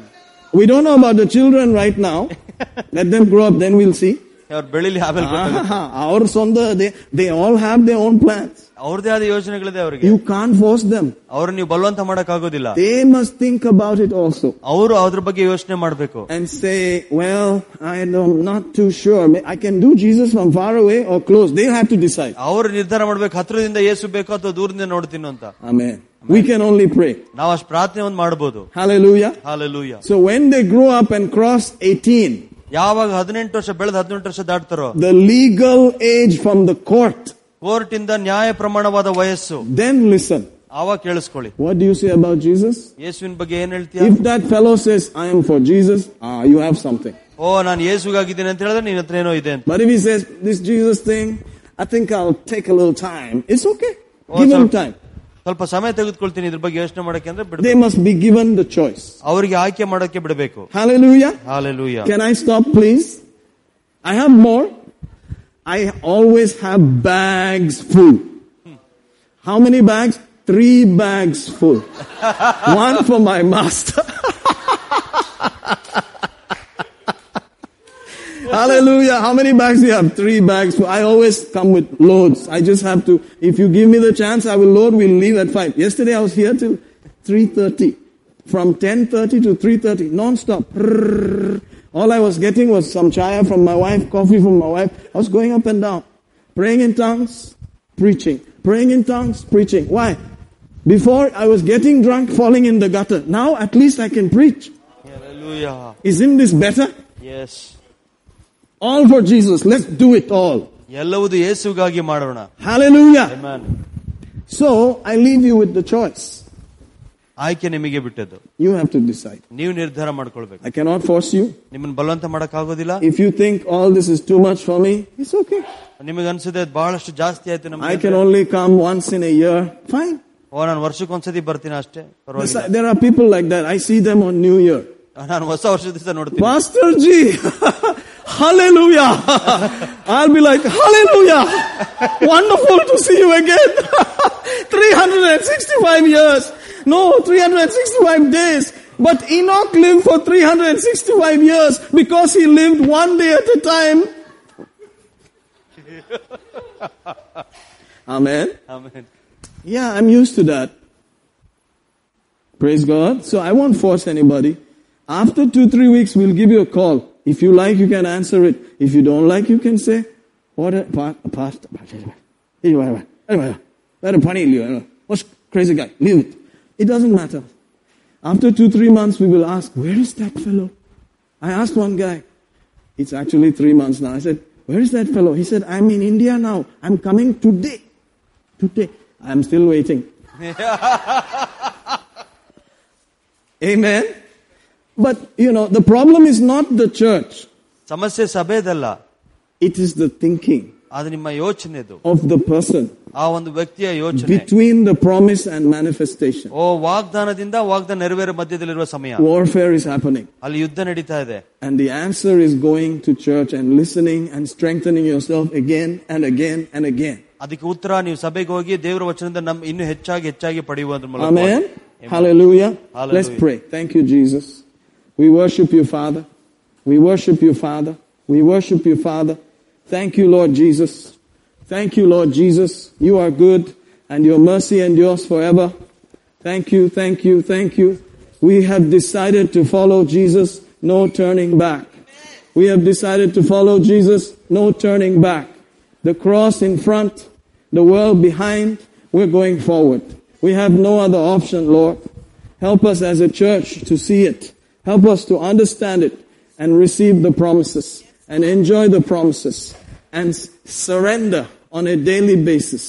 S1: We don't know about the children right now. Let them grow up, then we'll see.
S2: ಅವ್ರು ಬೆಳಿಲಿ ಆಮೇಲೆ ಗೊತ್ತಾಗುತ್ತೆ.
S1: Our sonda, they, they all have their own plans.
S2: ಅವ್ರದೇ ಆದ ಯೋಜನೆಗಳಿದೆ ಅವ್ರಿಗೆ
S1: You can't force them.
S2: ಅವ್ರನ್ನ ನೀವು ಬಲವಂತ ಮಾಡಕ್ ಆಗೋದಿಲ್ಲ
S1: They must think about it also.
S2: ಅವರು ಅದ್ರ ಬಗ್ಗೆ ಯೋಚನೆ ಮಾಡ್ಬೇಕು
S1: And say, well, I'm not too sure. May- I can do Jesus from far away or close. They have to decide.
S2: ಅವರು ನಿರ್ಧಾರ ಮಾಡ್ಬೇಕು ಹತ್ರದಿಂದ ಏಸು ಬೇಕೋ ಅಥವಾ ದೂರದಿಂದ ನೋಡ್ತೀನೋ ಅಂತ
S1: Amen. We can only pray.
S2: ನಾವು ಅಷ್ಟು ಪ್ರಾರ್ಥನೆ ಒಂದು ಮಾಡಬಹುದು
S1: Hallelujah.
S2: Hallelujah
S1: So when they grow up and cross 18,
S2: ಯಾವಾಗ ಹದಿನೆಂಟು ವರ್ಷ ಬೆಳೆದು ಹದಿನೆಂಟು ವರ್ಷ ದಾಟ್ತಾರೋ
S1: the legal age from the court,
S2: court ಇಂದ ನ್ಯಾಯ ಪ್ರಮಾಣವಾದ ವಯಸ್ಸು
S1: then listen.
S2: ಆವಾಗ ಕೇಳಿಸ್ಕೊಳ್ಳಿ
S1: What do you say about Jesus?
S2: ಯೇಸುವಿನ ಬಗ್ಗೆ ಏನ್ ಹೇಳ್ತೀಯ
S1: If that fellow says, I am for Jesus, ah, you have something.
S2: ಓ ನಾನು ಯೇಸುಗಾಗಿದ್ದೀನಿ ಅಂತ ಹೇಳಿದ್ರೆ ನಿನ್ನ ಹತ್ರ ಏನೋ ಇದೆ ಅಂತ
S1: But if he says, this Jesus thing, I think I'll take a little time, it's okay.
S2: O,
S1: Give him
S2: ಸ್ವಲ್ಪ-
S1: time.
S2: ಸ್ವಲ್ಪ ಸಮಯ ತೆಗೆದುಕೊಳ್ತೀನಿ ಇದ್ರ ಬಗ್ಗೆ ಯೋಚನೆ ಮಾಡಕ್ಕೆ ಅಂದ್ರೆ ಬಿಡ್ಬೇಕು
S1: They must be given the choice.
S2: ಅವರಿಗೆ ಆಯ್ಕೆ ಮಾಡಕ್ಕೆ ಬಿಡಬೇಕು
S1: Hallelujah.
S2: Hallelujah
S1: Can I stop, please? I have more. I always have bags full. How many bags? Three bags full. One for my master. Hallelujah. How many bags do you have? Three bags. full. I always come with loads. I just have to, if you give me the chance, I will load. We'll leave at five. Yesterday I was here till 3.30. From 10.30 to 3.30. Non-stop. Prrrr. All I was getting was some chaya from my wife, coffee from my wife. I was going up and down. Praying in tongues, preaching. Praying in tongues, preaching. Why? Before I was getting drunk, falling in the gutter. Now at least I can preach.
S2: Hallelujah
S1: Isn't this better?
S2: Yes
S1: All for Jesus. Let's do it all.
S2: ಎಲ್ಲವುದು ಯೇಸುಗಾಗಿ ಮಾಡೋಣ
S1: Hallelujah.
S2: Amen.
S1: So I leave you with the choice.
S2: ಆಯ್ಕೆ ನಿಮಗೆ ಬಿಟ್ಟದ್ದು
S1: You have to decide.
S2: ನೀವು ನಿರ್ಧಾರ ಮಾಡ್ಕೊಳ್ಬೇಕು
S1: I cannot force you.
S2: ನಿಮ್ಮನ್ನ ಬಲವಂತ ಮಾಡಕ್ ಆಗೋದಿಲ್ಲ
S1: If you think all this is too much for me, it's okay.
S2: ನಿಮಗೆ ಅನ್ಸುತ್ತೆ ಅದ್ ಬಹಳಷ್ಟು ಜಾಸ್ತಿ ಆಯ್ತು
S1: I
S2: ನಮ್ಗೆ
S1: can only come once in a year. Fine.
S2: ಓ ನಾನು ವರ್ಷಕ್ಕೊಂದ್ಸತಿ ಬರ್ತೀನಿ ಅಷ್ಟೇ ಪರವಾಗಿಲ್ಲ
S1: There's- There are people like that. I see them on New Year.
S2: ನಾನು ಹೊಸ ವರ್ಷದ ದಿವಸ ನೋಡ್ತೀನಿ
S1: Pastor G, hallelujah. I'll be like, hallelujah. Wonderful to see you again. 365 years. No, 365 days. But Enoch lived for 365 years because he lived one day at a time. Amen.
S2: ಆಮೇಲೆ
S1: Yeah, I'm used to that. Praise God. So I won't force anybody. After two, three weeks, we'll give you a call. If you like, you can answer it. If you don't like, you can say, What a pa- pastor. What a funny you. What's crazy guy? Leave it. It doesn't matter. After two, three months, we will ask, Where is that fellow? I asked one guy, It's actually three months now. I said, Where is that fellow? He said, I'm in India now. I'm coming today. Today. I'm still waiting. Amen. But you know, the problem is not the church,
S2: ಸಮಸ್ಯೆ ಸಭೆದಲ್ಲ
S1: it is the thinking
S2: ಅದು ನಿಮ್ಮ ಯೋಚನೆದು
S1: of the person
S2: ಆ ಒಂದು ವ್ಯಕ್ತಿಯ ಯೋಚನೆ
S1: between the promise and manifestation.
S2: ಓ ವಾಗ್ದಾನದಿಂದ ವಾಗ್ದಾನ ನೆರವೇರ ಮಧ್ಯದಲ್ಲಿರುವ ಸಮಯ
S1: Warfare is happening.
S2: ಅಲ್ಲಿ ಯುದ್ಧ ನಡೀತಾ ಇದೆ
S1: And the answer is going to church and listening and strengthening yourself again and again and again.
S2: ಅದಕ್ಕೆ ಉತ್ತರ ನೀವು ಸಭೆಗೆ ಹೋಗಿ ದೇವರ ವಚನದಿಂದ ನಮ್ ಇನ್ನು ಹೆಚ್ಚಾಗಿ ಹೆಚ್ಚಾಗಿ ಪಡೆಯುವುದ್ರ ಮೂಲಕ
S1: Amen.
S2: Amen.
S1: Hallelujah.
S2: Hallelujah.
S1: Let's pray. Thank you, Jesus. We worship you, Father. We worship you, Father. We worship you, Father. Thank you, Lord Jesus. Thank you, Lord Jesus. You are good and your mercy endures forever. Thank you, thank you, thank you. We have decided to follow Jesus, no turning back. We have decided to follow Jesus, no turning back. The cross in front, the world behind, we're going forward. We have no other option, Lord. Help us as a church to see it. Help us to understand it and receive the promises and enjoy the promises and s- surrender on a daily basis.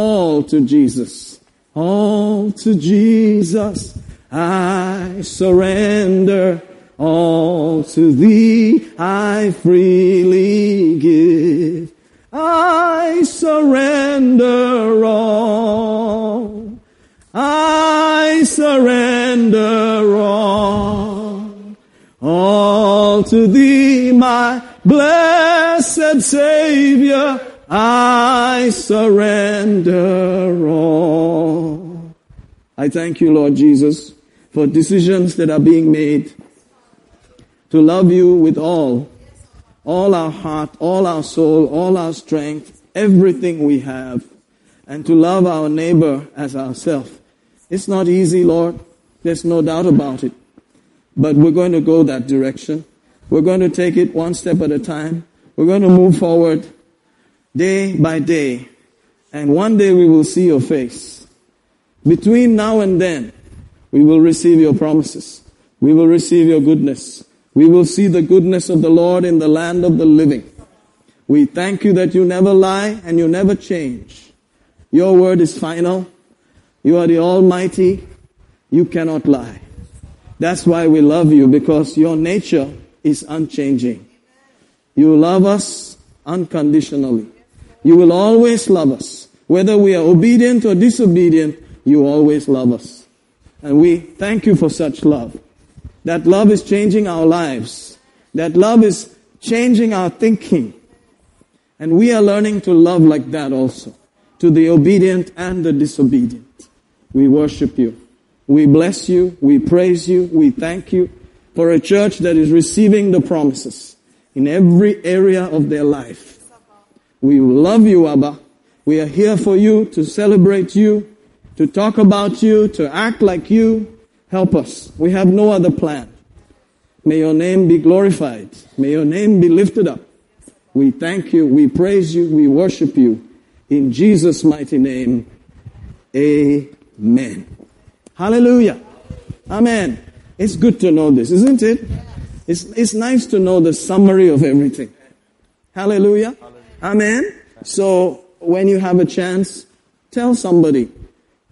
S1: All to Jesus. All to Jesus. I surrender. All to thee I freely give. I surrender all. I surrender all. All to thee, my blessed Savior, I surrender all. I thank you, Lord Jesus, for decisions that are being made to love you with all, all our heart, all our soul, all our strength, everything we have, and to love our neighbor as ourselves. It's not easy, Lord. There's no doubt about it. But we're going to go that direction. We're going to take it one step at a time. We're going to move forward day by day. And one day we will see your face. Between now and then, we will receive your promises. We will receive your goodness. We will see the goodness of the Lord in the land of the living. We thank you that you never lie and you never change. Your word is final. You are the Almighty. You cannot lie. That's why we love you because your nature is unchanging. You love us unconditionally. You will always love us. Whether we are obedient or disobedient, you always love us. And we thank you for such love. That love is changing our lives. That love is changing our thinking. And we are learning to love like that also. To the obedient and the disobedient. We worship you. We bless you. We praise you. We thank you for a church that is receiving the promises in every area of their life. We love you, Abba. We are here for you to celebrate you, to talk about you, to act like you. Help us. We have no other plan. May your name be glorified. May your name be lifted up. We thank you. We praise you. We worship you. In Jesus' mighty name. Amen. Hallelujah. Amen. It's good to know this, isn't it? It's, it's nice to know the summary of everything. Hallelujah. Amen. So when you have a chance, tell somebody,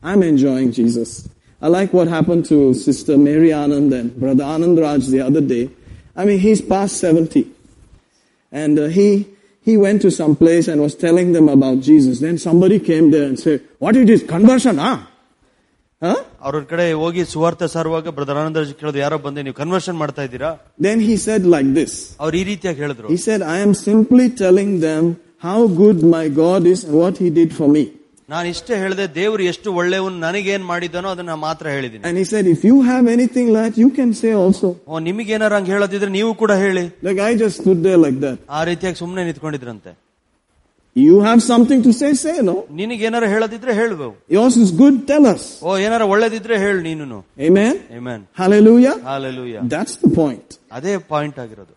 S1: I'm enjoying Jesus. I like what happened to Sister Mary Anand and Brother Anand Raj the other day. I mean, he's past 70. And uh, he, he went to some place and was telling them about Jesus. Then somebody came there and said, what it is? Conversion, huh? Huh?
S2: ಅವ್ರ ಕಡೆ ಹೋಗಿ ಸುವಾರ್ಥ ಸಾರುವಾಗ brother Anandraj ಕೇಳಿದ್ರು ಯಾರೋ ಬಂದೆ ನೀವು conversion ಮಾಡ್ತಾ ಇದ್ದೀರಾ
S1: Then he said like this.
S2: ಅವ್ರು ಈ ರೀತಿಯಾಗಿ ಹೇಳಿದ್ರು
S1: He said, I am simply telling them how good my God is and what he did for me.
S2: ನಾನು ಇಷ್ಟೇ ಹೇಳಿದೆ ದೇವ್ರು ಎಷ್ಟು ಒಳ್ಳೆಯವನು ನನಗೇನ್ ಮಾಡಿದ್ದಾನೋ ಅದನ್ನ ನಾನು ಮಾತ್ರ ಹೇಳಿದೀನಿ
S1: And he said, if you have anything like that, you can say also.
S2: ಓ ನಿಮಗೇನಾರ ಹಂಗ ಹೇಳೋದಿದ್ರೆ ನೀವು ಕೂಡ ಹೇಳಿ
S1: The guy just stood there like that.
S2: ಆ ರೀತಿಯಾಗಿ ಸುಮ್ನೆ ನಿಂತ್ಕೊಂಡಿದ್ರಂತೆ
S1: You have something to say, say no.
S2: ನಿನಗೇನಾರ ಹೇಳೋದಿದ್ರೆ ಹೇಳ್ಬೇಕು
S1: Yours is good, tell us.
S2: ಓ ಏನಾರ ಒಳ್ಳೇದಿದ್ರೆ ಹೇಳು ನೀನು
S1: Amen.
S2: ಏಮನ್
S1: Hallelujah.
S2: Hallelujah
S1: That's the point.
S2: ಅದೇ ಪಾಯಿಂಟ್ ಆಗಿರೋದು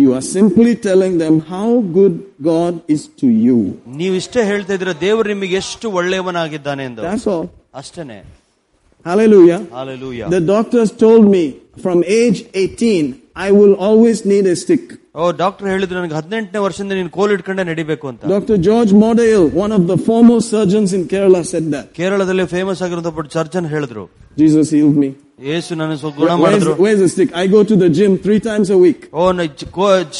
S1: You are simply telling them how good God is to you.
S2: ನೀವು ಇಷ್ಟೇ ಹೇಳ್ತಾ ಇದ್ರೆ ದೇವ್ರು ನಿಮಗೆ ಎಷ್ಟು ಒಳ್ಳೆಯವನಾಗಿದ್ದಾನೆ ಎಂದು
S1: That's all.
S2: ಅಷ್ಟೇನೆ
S1: Hallelujah.
S2: Hallelujah
S1: The doctors told me from age 18, I will always need a stick.
S2: ಓ ಡಾಕ್ಟರ್ ಹೇಳಿದ್ರು ನನಗೆ ಹದಿನೆಂಟನೇ ವರ್ಷದಿಂದ ನೀನು ಕೋಲ್ ಇಟ್ಕೊಂಡೆ ನಡಿಬೇಕು ಅಂತ
S1: Dr. George Mordale, one of the foremost surgeons in Kerala, said that.
S2: ಕೇರಳದಲ್ಲಿ ಫೇಮಸ್ ಆಗಿರುವಂತ ಒಬ್ಬ ಸರ್ಜನ್ ಹೇಳಿದ್ರು
S1: Jesus healed me.
S2: ಏಸು ನನ್ನ ಸ್ವಲ್ಪ ಗುಣ
S1: Where's,
S2: ಮಾಡಿದ್ರು
S1: where's the stick? I go to the gym three times a week.
S2: O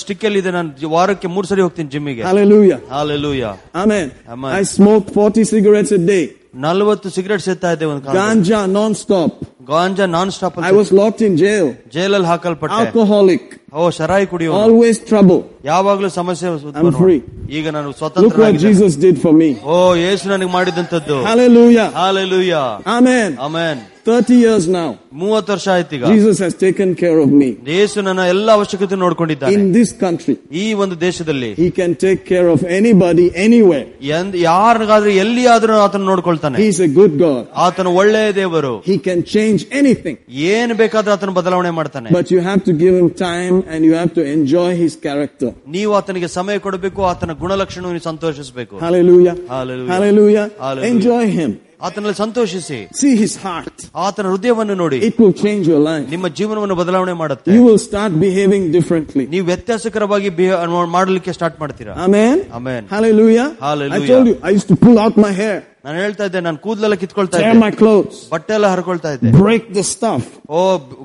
S2: stick ಅಲ್ಲಿ ಇದೆ ನಾನು ವಾರಕ್ಕೆ ಮೂರ್ ಸರಿ ಹೋಗ್ತೀನಿ ಜಿಮ್ಮಿಗೆ
S1: Hallelujah.
S2: Hallelujah
S1: Amen.
S2: Amen.
S1: I smoke 40 cigarettes a day.
S2: ನಲ್ವತ್ತು ಸಿಗರೆಟ್ ಸೇತಾ ಇದ್ದೆ ಒಂದು ಕಾಲ
S1: Ganja non-stop.
S2: Ganja non stop
S1: I was locked in jail.
S2: ಜೈಲಲ್ಲಿ ಹಾಕಲ್ಪಟ್ಟೆ
S1: Alcoholic.
S2: ಓ ಶರಾಯಿ ಕುಡಿಯೋ
S1: Always trouble.
S2: ಯಾವಾಗ್ಲೂ ಸಮಸ್ಯೆ ಉತ್ಪನ್ನ
S1: I'm free.
S2: ಮಾಡು. ಈಗ ನಾನು
S1: Look what
S2: ಸ್ವತಂತ್ರ
S1: Jesus did for me.
S2: ಓ ಯೇಸು ನನಗೆ ಮಾಡಿದಂತದ್ದು
S1: Hallelujah.
S2: Hallelujah
S1: Amen.
S2: Amen
S1: 30 years now.
S2: ಮೂವತ್ತು ವರ್ಷ ಆಯ್ತು ಈಗ
S1: Jesus has taken care of me.
S2: ಯೇಸು ನನ್ನ ಎಲ್ಲಾ ಅವಶ್ಯಕತೆ ನೋಡ್ಕೊಂಡಿದ್ದಾನೆ
S1: In this country.
S2: ಈ ಒಂದು ದೇಶದಲ್ಲಿ
S1: He can take care of anybody, anywhere.
S2: ಎಂದ್- ಯಾರಿಗಾದ್ರೂ ಎಲ್ಲಿಯಾದ್ರೂ ಆತನ ನೋಡ್ಕೊಳ್ತಾನೆ
S1: He's a good God.
S2: ಆತನ ಒಳ್ಳೆಯ ದೇವರು
S1: He can change anything.
S2: ಏನ್ ಬೇಕಾದ್ರೂ ಆತನ ಬದಲಾವಣೆ ಮಾಡ್ತಾನೆ
S1: But you have to give him time and you have to enjoy his character.
S2: ನೀವು ಆತನಿಗೆ ಸಮಯ ಕೊಡಬೇಕು ಆತನ ಗುಣಲಕ್ಷಣ ನೀವು ಸಂತೋಷಿಸಬೇಕು
S1: Hallelujah.
S2: Hallelujah.
S1: Hallelujah.
S2: Hallelujah.
S1: Enjoy him.
S2: ಆತನಲ್ಲಿ ಸಂತೋಷಿಸಿ
S1: See his heart.
S2: ಆತನ ಹೃದಯವನ್ನು ನೋಡಿ
S1: It will change your life.
S2: ನಿಮ್ಮ ಜೀವನವನ್ನು ಬದಲಾವಣೆ ಮಾಡುತ್ತೆ
S1: You will start behaving differently.
S2: ನೀವು ವ್ಯತ್ಯಾಸಕರವಾಗಿ behave- ಮಾಡಲಿಕ್ಕೆ ಸ್ಟಾರ್ಟ್ ಮಾಡ್ತೀರಾ
S1: Amen.
S2: Amen.
S1: Hallelujah.
S2: Hallelujah.
S1: I told you, I used to pull out my hair,
S2: ನಾನು ಹೇಳ್ತಾ ಇದ್ದೆ ನಾನು ಕೂದಲೆಲ್ಲ ಕಿತ್ಕೊಳ್ತಾ
S1: tear
S2: ಇದ್ದೆ
S1: my clothes,
S2: ಬಟ್ಟೆ ಎಲ್ಲ ಹರ್ಕೊಳ್ತಾ ಇದ್ದೆ
S1: break the stuff.
S2: ಓ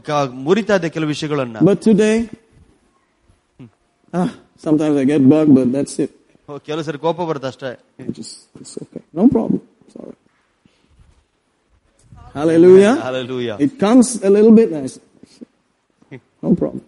S2: ಕ- ಮುರಿತಾ ಇದ್ದೆ ಕೆಲವು ವಿಷಯಗಳನ್ನ
S1: But today, ah, sometimes I get bugged, but that's it.
S2: ಓ, ಕೆಲವು ಸರಿ ಕೋಪ ಬರುತ್ತೆ ಅಷ್ಟೇ
S1: It just, it's okay. No problem. Sorry. Hallelujah.
S2: Hallelujah.
S1: It comes a little bit. I say, No problem.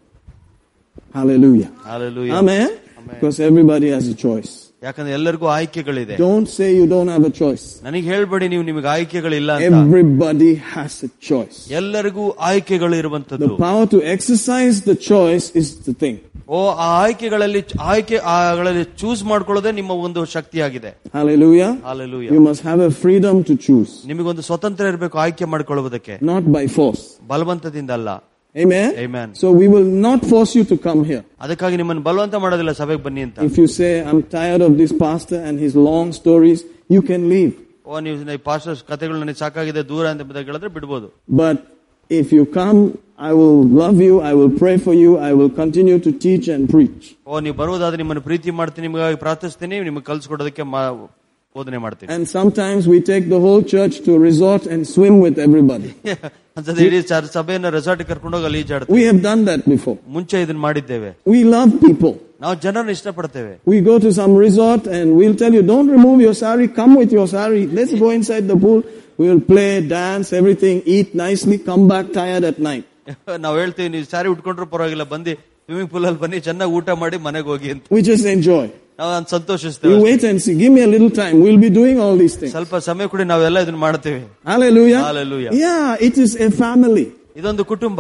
S1: Hallelujah.
S2: Hallelujah.
S1: Amen.
S2: Amen.
S1: Because everybody has a choice.
S2: ಯಾಕಂದ್ರೆ ಎಲ್ಲರಿಗೂ ಆಯ್ಕೆಗಳಿದೆ
S1: Don't say you don't have a choice.
S2: ನನಗೆ ಹೇಳ್ಬೇಡಿ ನೀವು ನಿಮಗೆ ಆಯ್ಕೆಗಳಿಲ್ಲ ಅಂತ
S1: Everybody has a choice.
S2: ಎಲ್ಲರಿಗೂ ಆಯ್ಕೆಗಳು ಇರುವಂತದ್ದು
S1: The power to exercise the choice is the thing.
S2: ಓ ಆ ಆಯ್ಕೆಗಳಲ್ಲಿ ಆಯ್ಕೆ ಆಗಳಲ್ಲಿ ಚೂಸ್ ಮಾಡ್ಕೊಳ್ಳೋದೇ ನಿಮ್ಮ ಒಂದು ಶಕ್ತಿಯಾಗಿದೆ
S1: Hallelujah.
S2: Hallelujah.
S1: You must have a freedom to choose,
S2: ನಿಮಗೊಂದು ಸ್ವತಂತ್ರ ಇರಬೇಕು ಆಯ್ಕೆ ಮಾಡ್ಕೊಳ್ಳೋದಕ್ಕೆ
S1: not by force.
S2: ಬಲವಂತದಿಂದ ಅಲ್ಲ
S1: Amen.
S2: Amen.
S1: So we will not force you to come here.
S2: ಅದಕ್ಕಾಗಿ ನಿಮ್ಮನ್ನು ಬಲವಂತ ಮಾಡೋದಿಲ್ಲ ಸಭೆಗೆ ಬನ್ನಿ ಅಂತ
S1: If you say, I'm tired of this pastor and his long stories, you can leave.
S2: ಓ ನೀವು ಪಾಸ್ಟರ್ ಕಥೆಗಳು ನನಗೆ ಸಾಕಾಗಿದೆ ದೂರ ಅಂತ ಬಂದಾಗ ಹೇಳಿದ್ರೆ ಬಿಡ್ಬೋದು
S1: But if you come, I will love you, I will pray for you, I will continue to teach and preach.
S2: ಓ ನೀವು ಬರುವುದಾದ್ರೆ ನಿಮ್ಮನ್ನು ಪ್ರೀತಿ ಮಾಡ್ತೀನಿ ನಿಮಗಾಗಿ ಪ್ರಾರ್ಥಿಸ್ತೀನಿ ನಿಮಗೆ ಕಲ್ಸ್ಕೊಡೋದಕ್ಕೆ ಮಾ- ಬೋಧನೆ ಮಾಡ್ತೀವಿ
S1: And sometimes we take the whole church to a resort and swim with everybody.
S2: ಒಂದ್ಸತಿ ಇಡೀ ಚರ್- ಸಭೆಯನ್ನ ರೆಸಾರ್ಟ್ ಕರ್ಕೊಂಡೋಗಿ ಅಲ್ಲಿ ಈಜಾಡ್ತೀವಿ
S1: We have done that before.
S2: ಮುಂಚೆ ಇದನ್ನ ಮಾಡಿದ್ದೇವೆ
S1: We love people.
S2: ನಾವು ಜನರನ್ನ ಇಷ್ಟಪಡ್ತೇವೆ
S1: We go to some resort and we'll tell you, don't remove your sari, come with your sari. Let's go inside the pool. We'll play, dance, everything, eat nicely, come back tired at night.
S2: ನಾವು ಹೇಳ್ತೀವಿ ನೀವು ಸ್ಯಾರಿ ಉಟ್ಕೊಂಡ್ರು ಪರವಾಗಿಲ್ಲ ಬಂದು swimming pool ಅಲ್ಲಿ ಬನ್ನಿ ಚೆನ್ನಾಗಿ ಊಟ ಮಾಡಿ ಮನೆಗೆ ಹೋಗಿ ಅಂತ
S1: We just enjoy.
S2: ನಾವು ಅದನ್ನ ಸಂತೋಷಿಸ್ತೇವೆ
S1: You wait and see. Give me a little time. We'll be doing all these things.
S2: ಸ್ವಲ್ಪ ಸಮಯ ಕೂಡ ನಾವೆಲ್ಲ ಇದನ್ನ ಮಾಡ್ತೇವೆ
S1: Hallelujah.
S2: Hallelujah.
S1: Yeah, it is a family
S2: ಇದೊಂದು ಕುಟುಂಬ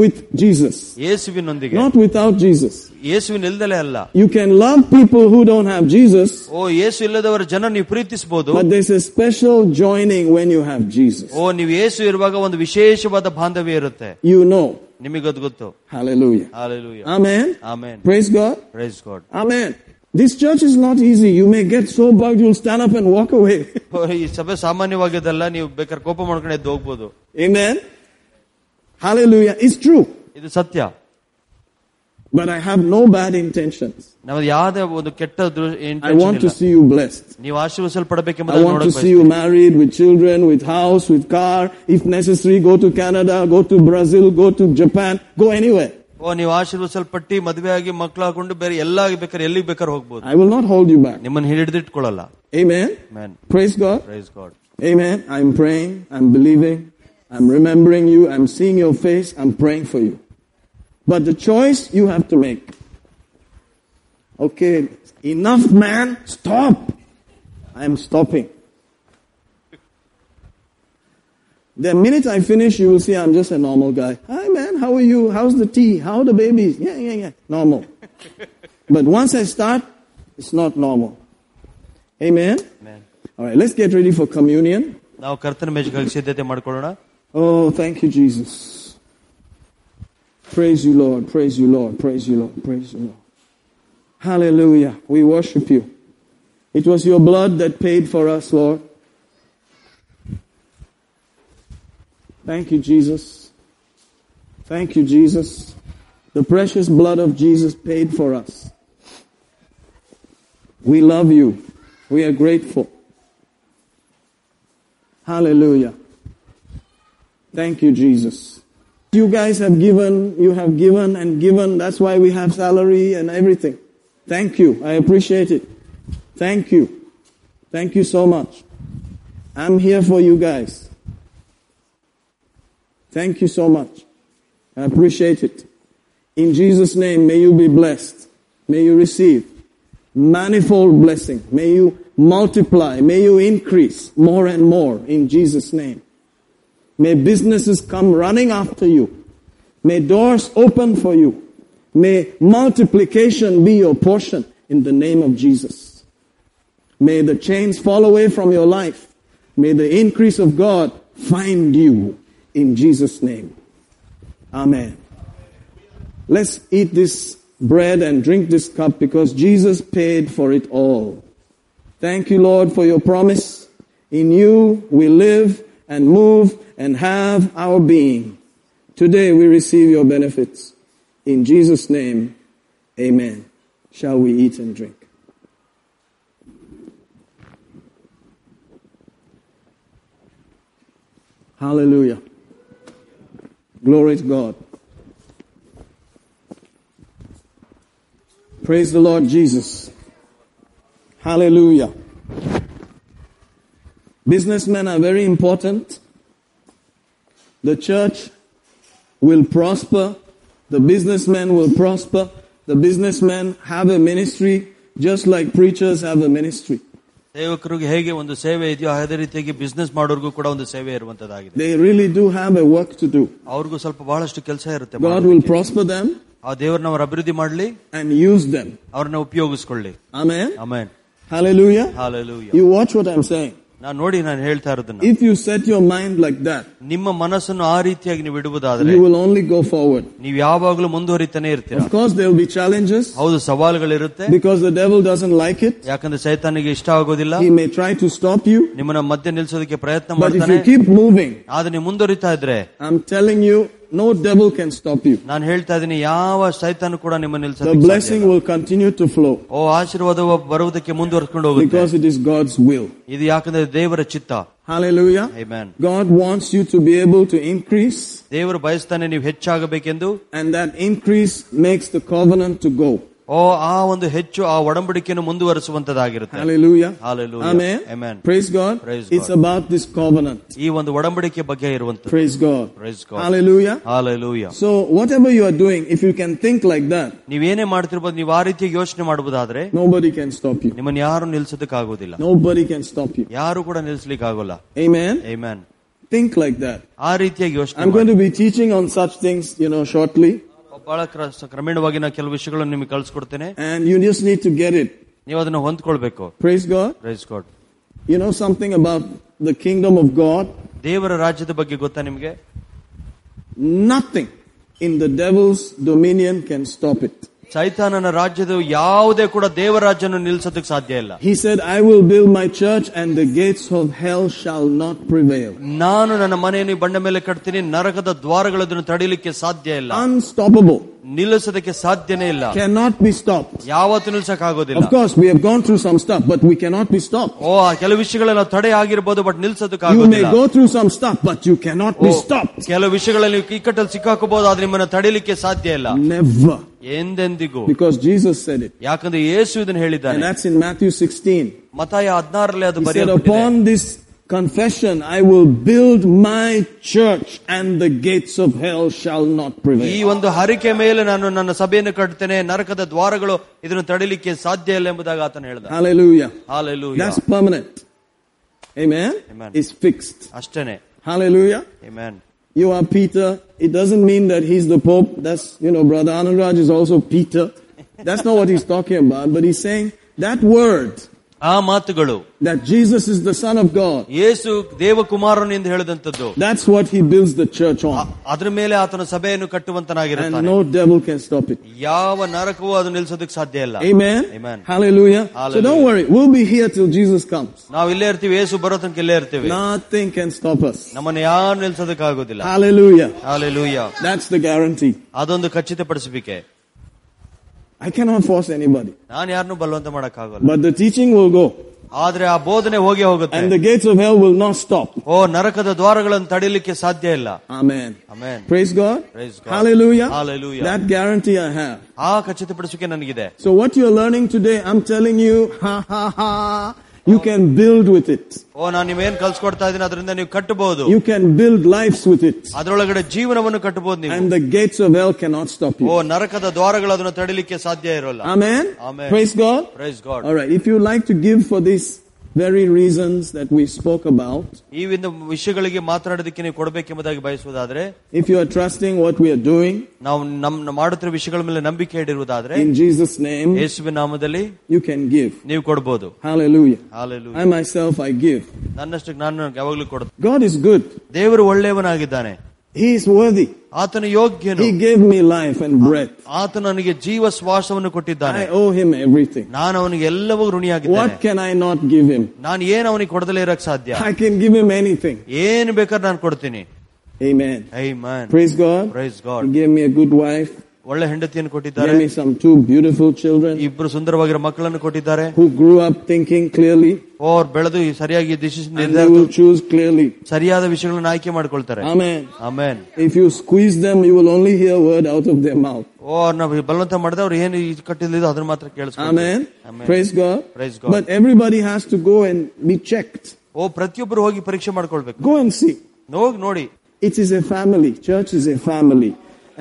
S1: with Jesus,
S2: ಯೇಸುವಿನೊಂದಿಗೆ
S1: not without Jesus.
S2: ಯೇಸುವಿನ ಇಲ್ದಲೇ ಅಲ್ಲ
S1: You can love people who don't have Jesus,
S2: ಓ ಯೇಸು ಇಲ್ಲದವರ ಜನ ನೀವು ಪ್ರೀತಿಸಬಹುದು
S1: but there's a special joining when you have Jesus.
S2: ಓ ನೀವು ಯೇಸು ಇರುವಾಗ ಒಂದು ವಿಶೇಷವಾದ ಬಾಂಧವ್ಯ ಇರುತ್ತೆ
S1: You know.
S2: ನಿಮಗದು ಗೊತ್ತು
S1: Hallelujah.
S2: Hallelujah.
S1: Amen.
S2: Amen.
S1: Praise God.
S2: Praise God.
S1: Amen. This church is not easy. You may get so bugged you'll stand up and walk away.
S2: ಓ, ಈ ಸಭೆ ಸಾಮಾನ್ಯವಾಗದಲ್ಲ ನೀವು ಬೇಕಾದ್ರೆ ಕೋಪ ಮಾಡ್ಕೊಂಡು ಎದ್ದು ಹೋಗ್ಬೋದು
S1: Amen. Hallelujah. It's true.
S2: ಇದು ಸತ್ಯ
S1: But I have no bad intentions.
S2: ನಮ್ದು ಯಾವ್ದೇ ಒಂದು ಕೆಟ್ಟ ದೃ-
S1: I
S2: intention
S1: want to
S2: ಇಲ್ಲ.
S1: see you blessed.
S2: ನೀವು ಆಶೀರ್ವಿಸಲ್ಪಡಬೇಕೆಂಬುದು
S1: I want to see you married with children, with house, with car. If necessary, go to Canada, go to Brazil, go to Japan, go anywhere.
S2: ಓ ನೀವು ಆಶೀರ್ವಸಲ್ಪಟ್ಟಿ ಮದುವೆ ಆಗಿ ಮಕ್ಕಳು ಹಾಕೊಂಡು ಬೇರೆ ಎಲ್ಲ ಬೇಕಾದ್ರೆ ಎಲ್ಲಿಗೆ ಬೇಕಾದ್ರೆ ಹೋಗ್ಬೋದು
S1: I will not hold you back.
S2: ನಿಮ್ಮನ್ನ ಹಿಡಿದಿಟ್ಕೊಳ್ಳಲ್ಲ
S1: Amen.
S2: Amen
S1: Praise God.
S2: Praise God
S1: Amen. I'm praying. I'm believing. I'm remembering you. I'm seeing your face. I'm praying for you. But the choice you have to make. Okay, enough, man. Stop. I'm stopping. The minute I finish, you will see I'm just a normal guy. Hi, man. How are you? How's the tea? How are the babies? Yeah, yeah, yeah. Normal. but once I start, it's not normal. Amen.
S2: Amen
S1: All right, let's get ready for communion.
S2: ನಾವು ಕರ್ತನ ಮೇಜ್ಗಾಗಿ ಸಿದ್ಧತೆ ಮಾಡ್ಕೊಳ್ಳೋಣ
S1: Oh, thank you, Jesus. Praise you, Lord. Praise you, Lord. Praise you, Lord. Praise you, Lord. Hallelujah. We worship you. It was your blood that paid for us, Lord. Thank you, Jesus. Thank you, Jesus. The precious blood of Jesus paid for us. We love you. We are grateful. Hallelujah. Thank you, Jesus. You guys have given, you have given and given. That's why we have salary and everything. Thank you. I appreciate it. Thank you. Thank you so much. I'm here for you guys. Thank you so much. I appreciate it. In Jesus' name, may you be blessed. May you receive manifold blessing. May you multiply. May you increase more and more in Jesus' name. May businesses come running after you. May doors open for you. May multiplication be your portion in the name of Jesus. May the chains fall away from your life. May the increase of God find you in Jesus' name. Amen. Let's eat this bread and drink this cup because Jesus paid for it all. Thank you, Lord, for your promise. In you we live and move and have our being. Today we receive your benefits. In Jesus' name, amen. Shall we eat and drink? Hallelujah. Glory to God. Praise the Lord Jesus. Hallelujah. Businessmen are very important. The church will prosper. The businessmen will prosper. The businessmen have a ministry just like preachers have a ministry.
S2: ಸೇವಕರಿಗೆ ಹೇಗೆ ಒಂದು ಸೇವೆ ಇದೆಯೋ ಅದೇ ರೀತಿಯಾಗಿ business ಮಾಡೋರ್ಗೂ ಕೂಡ ಒಂದು ಸೇವೆ ಇರುವಂತದ್ದಾಗಿದೆ
S1: They really do have a work to do.
S2: ಅವ್ರಿಗೂ ಸ್ವಲ್ಪ ಬಹಳಷ್ಟು ಕೆಲಸ ಇರುತ್ತೆ
S1: God will prosper them
S2: ಆ ದೇವ್ರನ್ನ ಅವ್ರ ಅಭಿವೃದ್ಧಿ ಮಾಡ್ಲಿ
S1: and use them.
S2: ಅವ್ರನ್ನ ಉಪಯೋಗಿಸ್ಕೊಳ್ಳಿ
S1: Amen.
S2: Amen
S1: Hallelujah.
S2: Hallelujah
S1: You watch what I'm saying.
S2: ನಾನು ನೋಡಿ ನಾನು ಹೇಳ್ತಾ ಇರೋದನ್ನ
S1: If you set your mind like that,
S2: ನಿಮ್ಮ ಮನಸ್ಸನ್ನು ಆ ರೀತಿಯಾಗಿ ನೀವು ಇಡುವುದಾದ್ರೆ
S1: you will only go forward.
S2: ನೀವು ಯಾವಾಗಲೂ ಮುಂದುವರಿತಾನೆ ಇರ್ತೀರಾ
S1: Of course, there will be challenges
S2: ಹೌದು ಸವಾಲುಗಳಿರುತ್ತೆ
S1: because the devil doesn't like it.
S2: ಯಾಕಂದ್ರೆ ಸೈತಾನಿಗೆ ಇಷ್ಟ ಆಗೋದಿಲ್ಲ
S1: He may try to stop you,
S2: ನಿಮ್ಮನ್ನ ಮಧ್ಯೆ ನಿಲ್ಸೋದಕ್ಕೆ ಪ್ರಯತ್ನ
S1: but if
S2: ಮಾಡ್ತಾನೆ
S1: you keep moving,
S2: ಆದ್ರೆ ನೀವು ಮುಂದುವರಿತಾ ಇದ್ರೆ
S1: I'm telling you, no devil can stop you.
S2: ನಾನು ಹೇಳ್ತಾ ಇದ್ದೀನಿ ಯಾವ ಸೈತಾನು ಕೂಡ ನಿಮ್ಮ
S1: The blessing will continue to flow
S2: ಓ ಆಶೀರ್ವಾದ ಬರುವುದಕ್ಕೆ ಮುಂದುವರ್ಸ್ಕೊಂಡು ಹೋಗುತ್ತೆ
S1: because it is God's will.
S2: ಇದು ಯಾಕಂದ್ರೆ ದೇವರ ಚಿತ್ತ
S1: Hallelujah.
S2: Amen.
S1: God wants you to be able to increase
S2: ದೇವರು ಬಯಸ್ತಾನೆ ನೀವು ಹೆಚ್ಚಾಗಬೇಕೆಂದು
S1: and that increase makes the covenant to go.
S2: ಓ ಆ ಒಂದು ಹೆಚ್ಚು ಆ ಒಡಂಬಡಿಕೆಯನ್ನು ಮುಂದುವರಿಸುವಂತದ್ದಾಗಿರುತ್ತೆ
S1: Hallelujah.
S2: Hallelujah.
S1: Amen.
S2: Amen.
S1: Praise God.
S2: Praise
S1: it's
S2: God.
S1: about this covenant.
S2: ಈ ಒಂದು ಒಡಂಬಡಿಕೆ ಬಗ್ಗೆ ಇರುವಂತದ್ದು
S1: Praise God.
S2: Praise God.
S1: Hallelujah.
S2: Hallelujah
S1: So whatever you are doing, if you can think like that,
S2: ನೀವೇನೇ ಮಾಡ್ತಿರ್ಬೋದು ನೀವು ಆ ರೀತಿ ಯೋಚನೆ ಮಾಡಬಹುದಾದ್ರೆ
S1: nobody can stop you.
S2: ನಿಮ್ಮನ್ನ ಯಾರು ನಿಲ್ಸೋದಕ್ಕಾಗೋದಿಲ್ಲ
S1: Nobody can stop you.
S2: ಯಾರು ಕೂಡ ನಿಲ್ಸ್ಲಿಕ್ಕಾಗೋಲ್ಲ
S1: Amen.
S2: Amen
S1: Think like that.
S2: ಆ ರೀತಿಯಾಗಿ ಯೋಚನೆ
S1: I'm going to be teaching on such things, you know, shortly.
S2: ಮಾಡಿ. ಬಹಳ ಕ್ರ- ಕ್ರಮೇಣವಾಗಿ ನಾ ಕೆಲವು ವಿಷಯಗಳನ್ನು ನಿಮಗೆ ಕಳ್ಸಿಕೊಡ್ತೇನೆ
S1: And you just need to get it.
S2: ನೀವು ಅದನ್ನ ಹೊಂದ್ಕೊಳ್ಬೇಕು
S1: Praise God.
S2: Praise God
S1: You know something about the kingdom of God?
S2: ದೇವರ ರಾಜ್ಯದ ಬಗ್ಗೆ ಗೊತ್ತಾ ನಿಮಗೆ
S1: Nothing in the devil's dominion can stop it.
S2: ಚೈತಾನನ ರಾಜ್ಯದ ಯಾವುದೇ ಕೂಡ ದೇವರ ರಾಜ್ಯನ ನಿಲ್ಸೋದಕ್ಕೆ ಸಾಧ್ಯ ಇಲ್ಲ
S1: He said, I will build my church and the gates of hell shall not prevail.
S2: ನಾನು ನನ್ನ ಮನೆಯನ್ನು ಈ ಬಂಡೆ ಮೇಲೆ ಕಟ್ತೀನಿ ನರಕದ ದ್ವಾರಗಳನ್ನು ತಡೀಲಿಕ್ಕೆ ಸಾಧ್ಯ ಇಲ್ಲ
S1: Unstoppable.
S2: ನಿಲ್ಲಿಸೋದಕ್ಕೆ ಸಾಧ್ಯನೇ ಇಲ್ಲ
S1: Cannot be stopped.
S2: ಯಾವತ್ತು ನಿಲ್ಸಕ್ ಆಗೋದಿಲ್ಲ
S1: Of course, we have gone through some stuff, but we cannot be stopped.
S2: ಓ ಆ ಕೆಲವು ವಿಷಯಗಳೆಲ್ಲ ತಡೆ ಆಗಿರ್ಬೋದು ಬಟ್ ನಿಲ್ಸೋದಕ್ಕೆ
S1: You may
S2: ಆಗೋದಿಲ್ಲ
S1: go through some stuff, but you cannot be
S2: O,
S1: stopped.
S2: ಕೆಲವು ವಿಷಯಗಳಲ್ಲಿ ನೀವು ಇಕ್ಕಟ್ಟಲ್ಲಿ ಸಿಕ್ಕಾಕೋಬಹುದು ಆದ್ರೆ ನಿಮ್ಮನ್ನ ತಡೀಲಿಕ್ಕೆ ಸಾಧ್ಯ ಇಲ್ಲ
S1: Never.
S2: ಎಂದೆಂದಿಗೂ
S1: Because Jesus said it.
S2: ಯಾಕಂದ್ರೆ ಯೇಸು ಇದನ್ನ
S1: And
S2: ಹೇಳಿದ್ದಾನೆ
S1: that's in Matthew 16.
S2: ಮತಾಯ ಹದಿನಾರರಲ್ಲಿ ಅದು
S1: He said,
S2: ಬರೆಯಲ್ಪಟ್ಟಿದೆ
S1: upon this confession, I will build my church and the gates of hell shall not
S2: ಈ
S1: prevail.
S2: ಒಂದು ಹರಿಕೆ ಮೇಲೆ ನಾನು ನನ್ನ ಸಭೆಯನ್ನು ಕಟ್ತೇನೆ ನರಕದ ದ್ವಾರಗಳು ಇದನ್ನು ತಡಿಲಿಕ್ಕೆ ಸಾಧ್ಯ ಇಲ್ಲ ಎಂಬುದಾಗಿ ಆತನ ಹೇಳಿದ
S1: Hallelujah.
S2: Hallelujah
S1: That's permanent. Amen.
S2: Amen.
S1: It's fixed.
S2: ಅಷ್ಟೇನೆ
S1: Hallelujah.
S2: Amen.
S1: You are Peter. It doesn't mean that he's the Pope. That's, you know, Brother Anuraj is also Peter. That's not what he's talking about, but he's saying that word
S2: ಆ ಮಾತುಗಳು
S1: that Jesus is the Son of God.
S2: ಯೇಸು ದೇವಕುಮಾರನು ಎಂದು ಹೇಳಿದಂತದ್ದು
S1: That's what he builds the church
S2: a-
S1: on.
S2: ಅದ್ರ ಮೇಲೆ ಆತನ ಸಭೆಯನ್ನು
S1: And
S2: ಕಟ್ಟುವಂತನಾಗಿರುತ್ತಾನೆ
S1: no devil can stop it.
S2: ಯಾವ ನರಕವೂ ಅದು ನಿಲ್ಸೋದಕ್ಕೆ ಸಾಧ್ಯ ಇಲ್ಲ
S1: Amen.
S2: Amen.
S1: Hallelujah. So
S2: Hallelujah.
S1: don't worry. We'll be here till Jesus comes.
S2: ನಾವು ಇಲ್ಲೇ ಇರ್ತೀವಿ ಯೇಸು ಬರೋ ತನಕ ಇಲ್ಲೇ ಇರ್ತೀವಿ
S1: Nothing can stop us.
S2: ನಮ್ಮನ್ನ ಯಾರು ನಿಲ್ಸೋದಕ್ಕೆ ಆಗೋದಿಲ್ಲ
S1: Hallelujah.
S2: Hallelujah
S1: That's the guarantee.
S2: ಅದೊಂದು ಖಚಿತಪಡಿಸಬೇಕೆ
S1: I cannot force anybody.
S2: ನಾನು ಯಾರನ್ನು ಬಲವಂತ ಮಾಡಕ್ಕಾಗಲ್ಲ
S1: But the teaching will go.
S2: ಆದ್ರೆ ಆ ಬೋಧನೆ ಹೋಗಿ ಹೋಗುತ್ತೆ
S1: And the gates of hell will not stop.
S2: ಓ ನರಕದ ದ್ವಾರಗಳನ್ನು ತಡಿಲಿಕ್ಕೆ ಸಾಧ್ಯ ಇಲ್ಲ
S1: Amen.
S2: Amen
S1: Praise God.
S2: Praise God.
S1: Hallelujah.
S2: Hallelujah.
S1: That guarantee I have.
S2: ಆ ಖಚಿತಪಡಿಸಿಕೆ ನನಗಿದೆ
S1: So what you're learning today, I'm telling you, ha ha ha, you can build with it.
S2: ಓ ನಾನು ನೀವೇನ್ ಕಲ್ಸ್ಕೊಡ್ತಾ ಇದ್ದೀನಿ ಅದರಿಂದ ನೀವು ಕಟ್ಟಬಹುದು
S1: You can build lives with it.
S2: ಅದರೊಳಗಡೆ ಜೀವನವನ್ನು ಕಟ್ಟಬಹುದು ನೀವು
S1: And the gates of hell cannot stop
S2: O
S1: you.
S2: ನರಕದ ದ್ವಾರಗಳು ಅದನ್ನು ತಡಿಲಿಕ್ಕೆ ಸಾಧ್ಯ ಇರೋಲ್ಲ
S1: Amen.
S2: Amen.
S1: Praise God.
S2: Praise God
S1: All right. If you like to give for these very reasons that we spoke about,
S2: ಈ ಒಂದು ವಿಷಯಗಳಿಗೆ ಮಾತನಾಡೋದಕ್ಕೆ ನೀವು ಕೊಡಬೇಕೆಂಬುದಾಗಿ ಬಯಸುವುದಾದ್ರೆ
S1: if you are trusting what we are doing
S2: ನಾವು ನಮ್ಮ ಮಾಡುತ್ತಿರುವ ವಿಷಯಗಳ ಮೇಲೆ ನಂಬಿಕೆ ಇಡಿರುವುದಾದ್ರೆ
S1: in Jesus' name,
S2: ಯೇಸುವಿನ ನಾಮದಲ್ಲಿ
S1: you can give.
S2: ನೀವು ಕೊಡಬಹುದು
S1: Hallelujah.
S2: ಹಾಲೆಲು
S1: I myself, I give.
S2: ನನ್ನಷ್ಟಕ್ಕೆ ನಾನು ಯಾವಾಗ್ಲೂ ಕೊಡುತ್ತೆ
S1: God is good.
S2: ದೇವರು ಒಳ್ಳೆಯವನಾಗಿದ್ದಾನೆ
S1: He is worthy.
S2: ಆತನು ಯೋಗ್ಯನು
S1: He gave me life and breath.
S2: ಆತ ನನಗೆ ಜೀವ ಶ್ವಾಸವನ್ನು ಕೊಟ್ಟಿದ್ದಾನೆ
S1: I owe him everything.
S2: ನಾನು ಅವನಿಗೆ ಎಲ್ಲವೂ ಋಣಿಯಾಗಿದ್ದೇನೆ
S1: What can I not give him?
S2: ನಾನು ಏನ್ ಅವನಿಗೆ ಕೊಡದಲೇ ಇರಕ್ ಸಾಧ್ಯ
S1: I can give him anything.
S2: ಏನ್ ಬೇಕಾದ್ರೆ ನಾನು ಕೊಡ್ತೀನಿ
S1: Amen.
S2: Amen
S1: Praise God.
S2: Praise
S1: He
S2: God
S1: gave me a good wife.
S2: ಒಳ್ಳೆ ಹೆಂಡತಿಯನ್ನು ಕೊಟ್ಟಿದ್ದಾರೆ
S1: Gave me some two beautiful children
S2: ಇಬ್ರು ಸುಂದರವಾಗಿರೋ ಮಕ್ಕಳನ್ನು ಕೊಟ್ಟಿದ್ದಾರೆ
S1: who grew up thinking clearly
S2: ಅವ್ರು ಬೆಳೆದು ಈ ಸರಿಯಾಗಿ decision
S1: and they will choose clearly.
S2: ಸರಿಯಾದ ವಿಷಯಗಳನ್ನ ಆಯ್ಕೆ ಮಾಡ್ಕೊಳ್ತಾರೆ
S1: Amen.
S2: Amen
S1: If you squeeze them, you will only hear word out of their mouth.
S2: ಓ ಅವ್ರನ್ನ ಬಲವಂತ ಮಾಡಿದ್ರೆ ಅವ್ರು ಏನು ಕಟ್ಟಿಲ್ಲ ಅದನ್ನ ಮಾತ್ರ
S1: Amen.
S2: ಕೇಳಿಸ್ತಾರೆ
S1: Praise God.
S2: Praise God.
S1: But everybody has to go and be checked.
S2: ಓ ಪ್ರತಿಯೊಬ್ಬರು ಹೋಗಿ ಪರೀಕ್ಷೆ ಮಾಡ್ಕೊಳ್ಬೇಕು
S1: Go and see.
S2: ಹೋಗಿ ನೋಡಿ
S1: It is a family. Church is a family.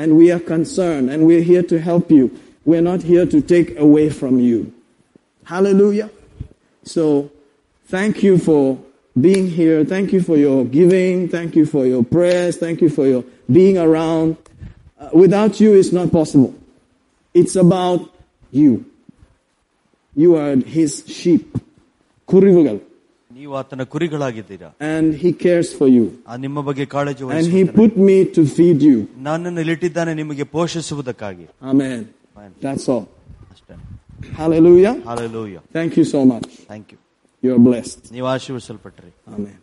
S1: And we are concerned and we're here to help you. We're not here to take away from you. Hallelujah. So thank you for being here. Thank you for your giving. Thank you for your prayers. Thank you for your being around. Uh, without you, it's not possible. It's about you. You are his sheep. Kurivugal.
S2: ನೀವು ಆತನ ಕುರಿಗಳಾಗಿದ್ದೀರಾ
S1: And he cares for you.
S2: ಆ ನಿಮ್ಮ ಬಗ್ಗೆ ಕಾಳಜಿ
S1: And
S2: ವಹಿಸಿ
S1: he put me to feed you.
S2: ನನ್ನನ್ನು ಇಲ್ಲಿಟ್ಟಿದ್ದಾನೆ ನಿಮಗೆ ಪೋಷಿಸುವುದಕ್ಕಾಗಿ
S1: Amen.
S2: Amen.
S1: That's all.
S2: ಅಷ್ಟೇ
S1: Hallelujah.
S2: Hallelujah
S1: Thank you so much.
S2: Thank you
S1: You're blessed.
S2: ನೀವು ಆಶೀರ್ವಿಸಲ್ಪಟ್ರಿ
S1: Amen.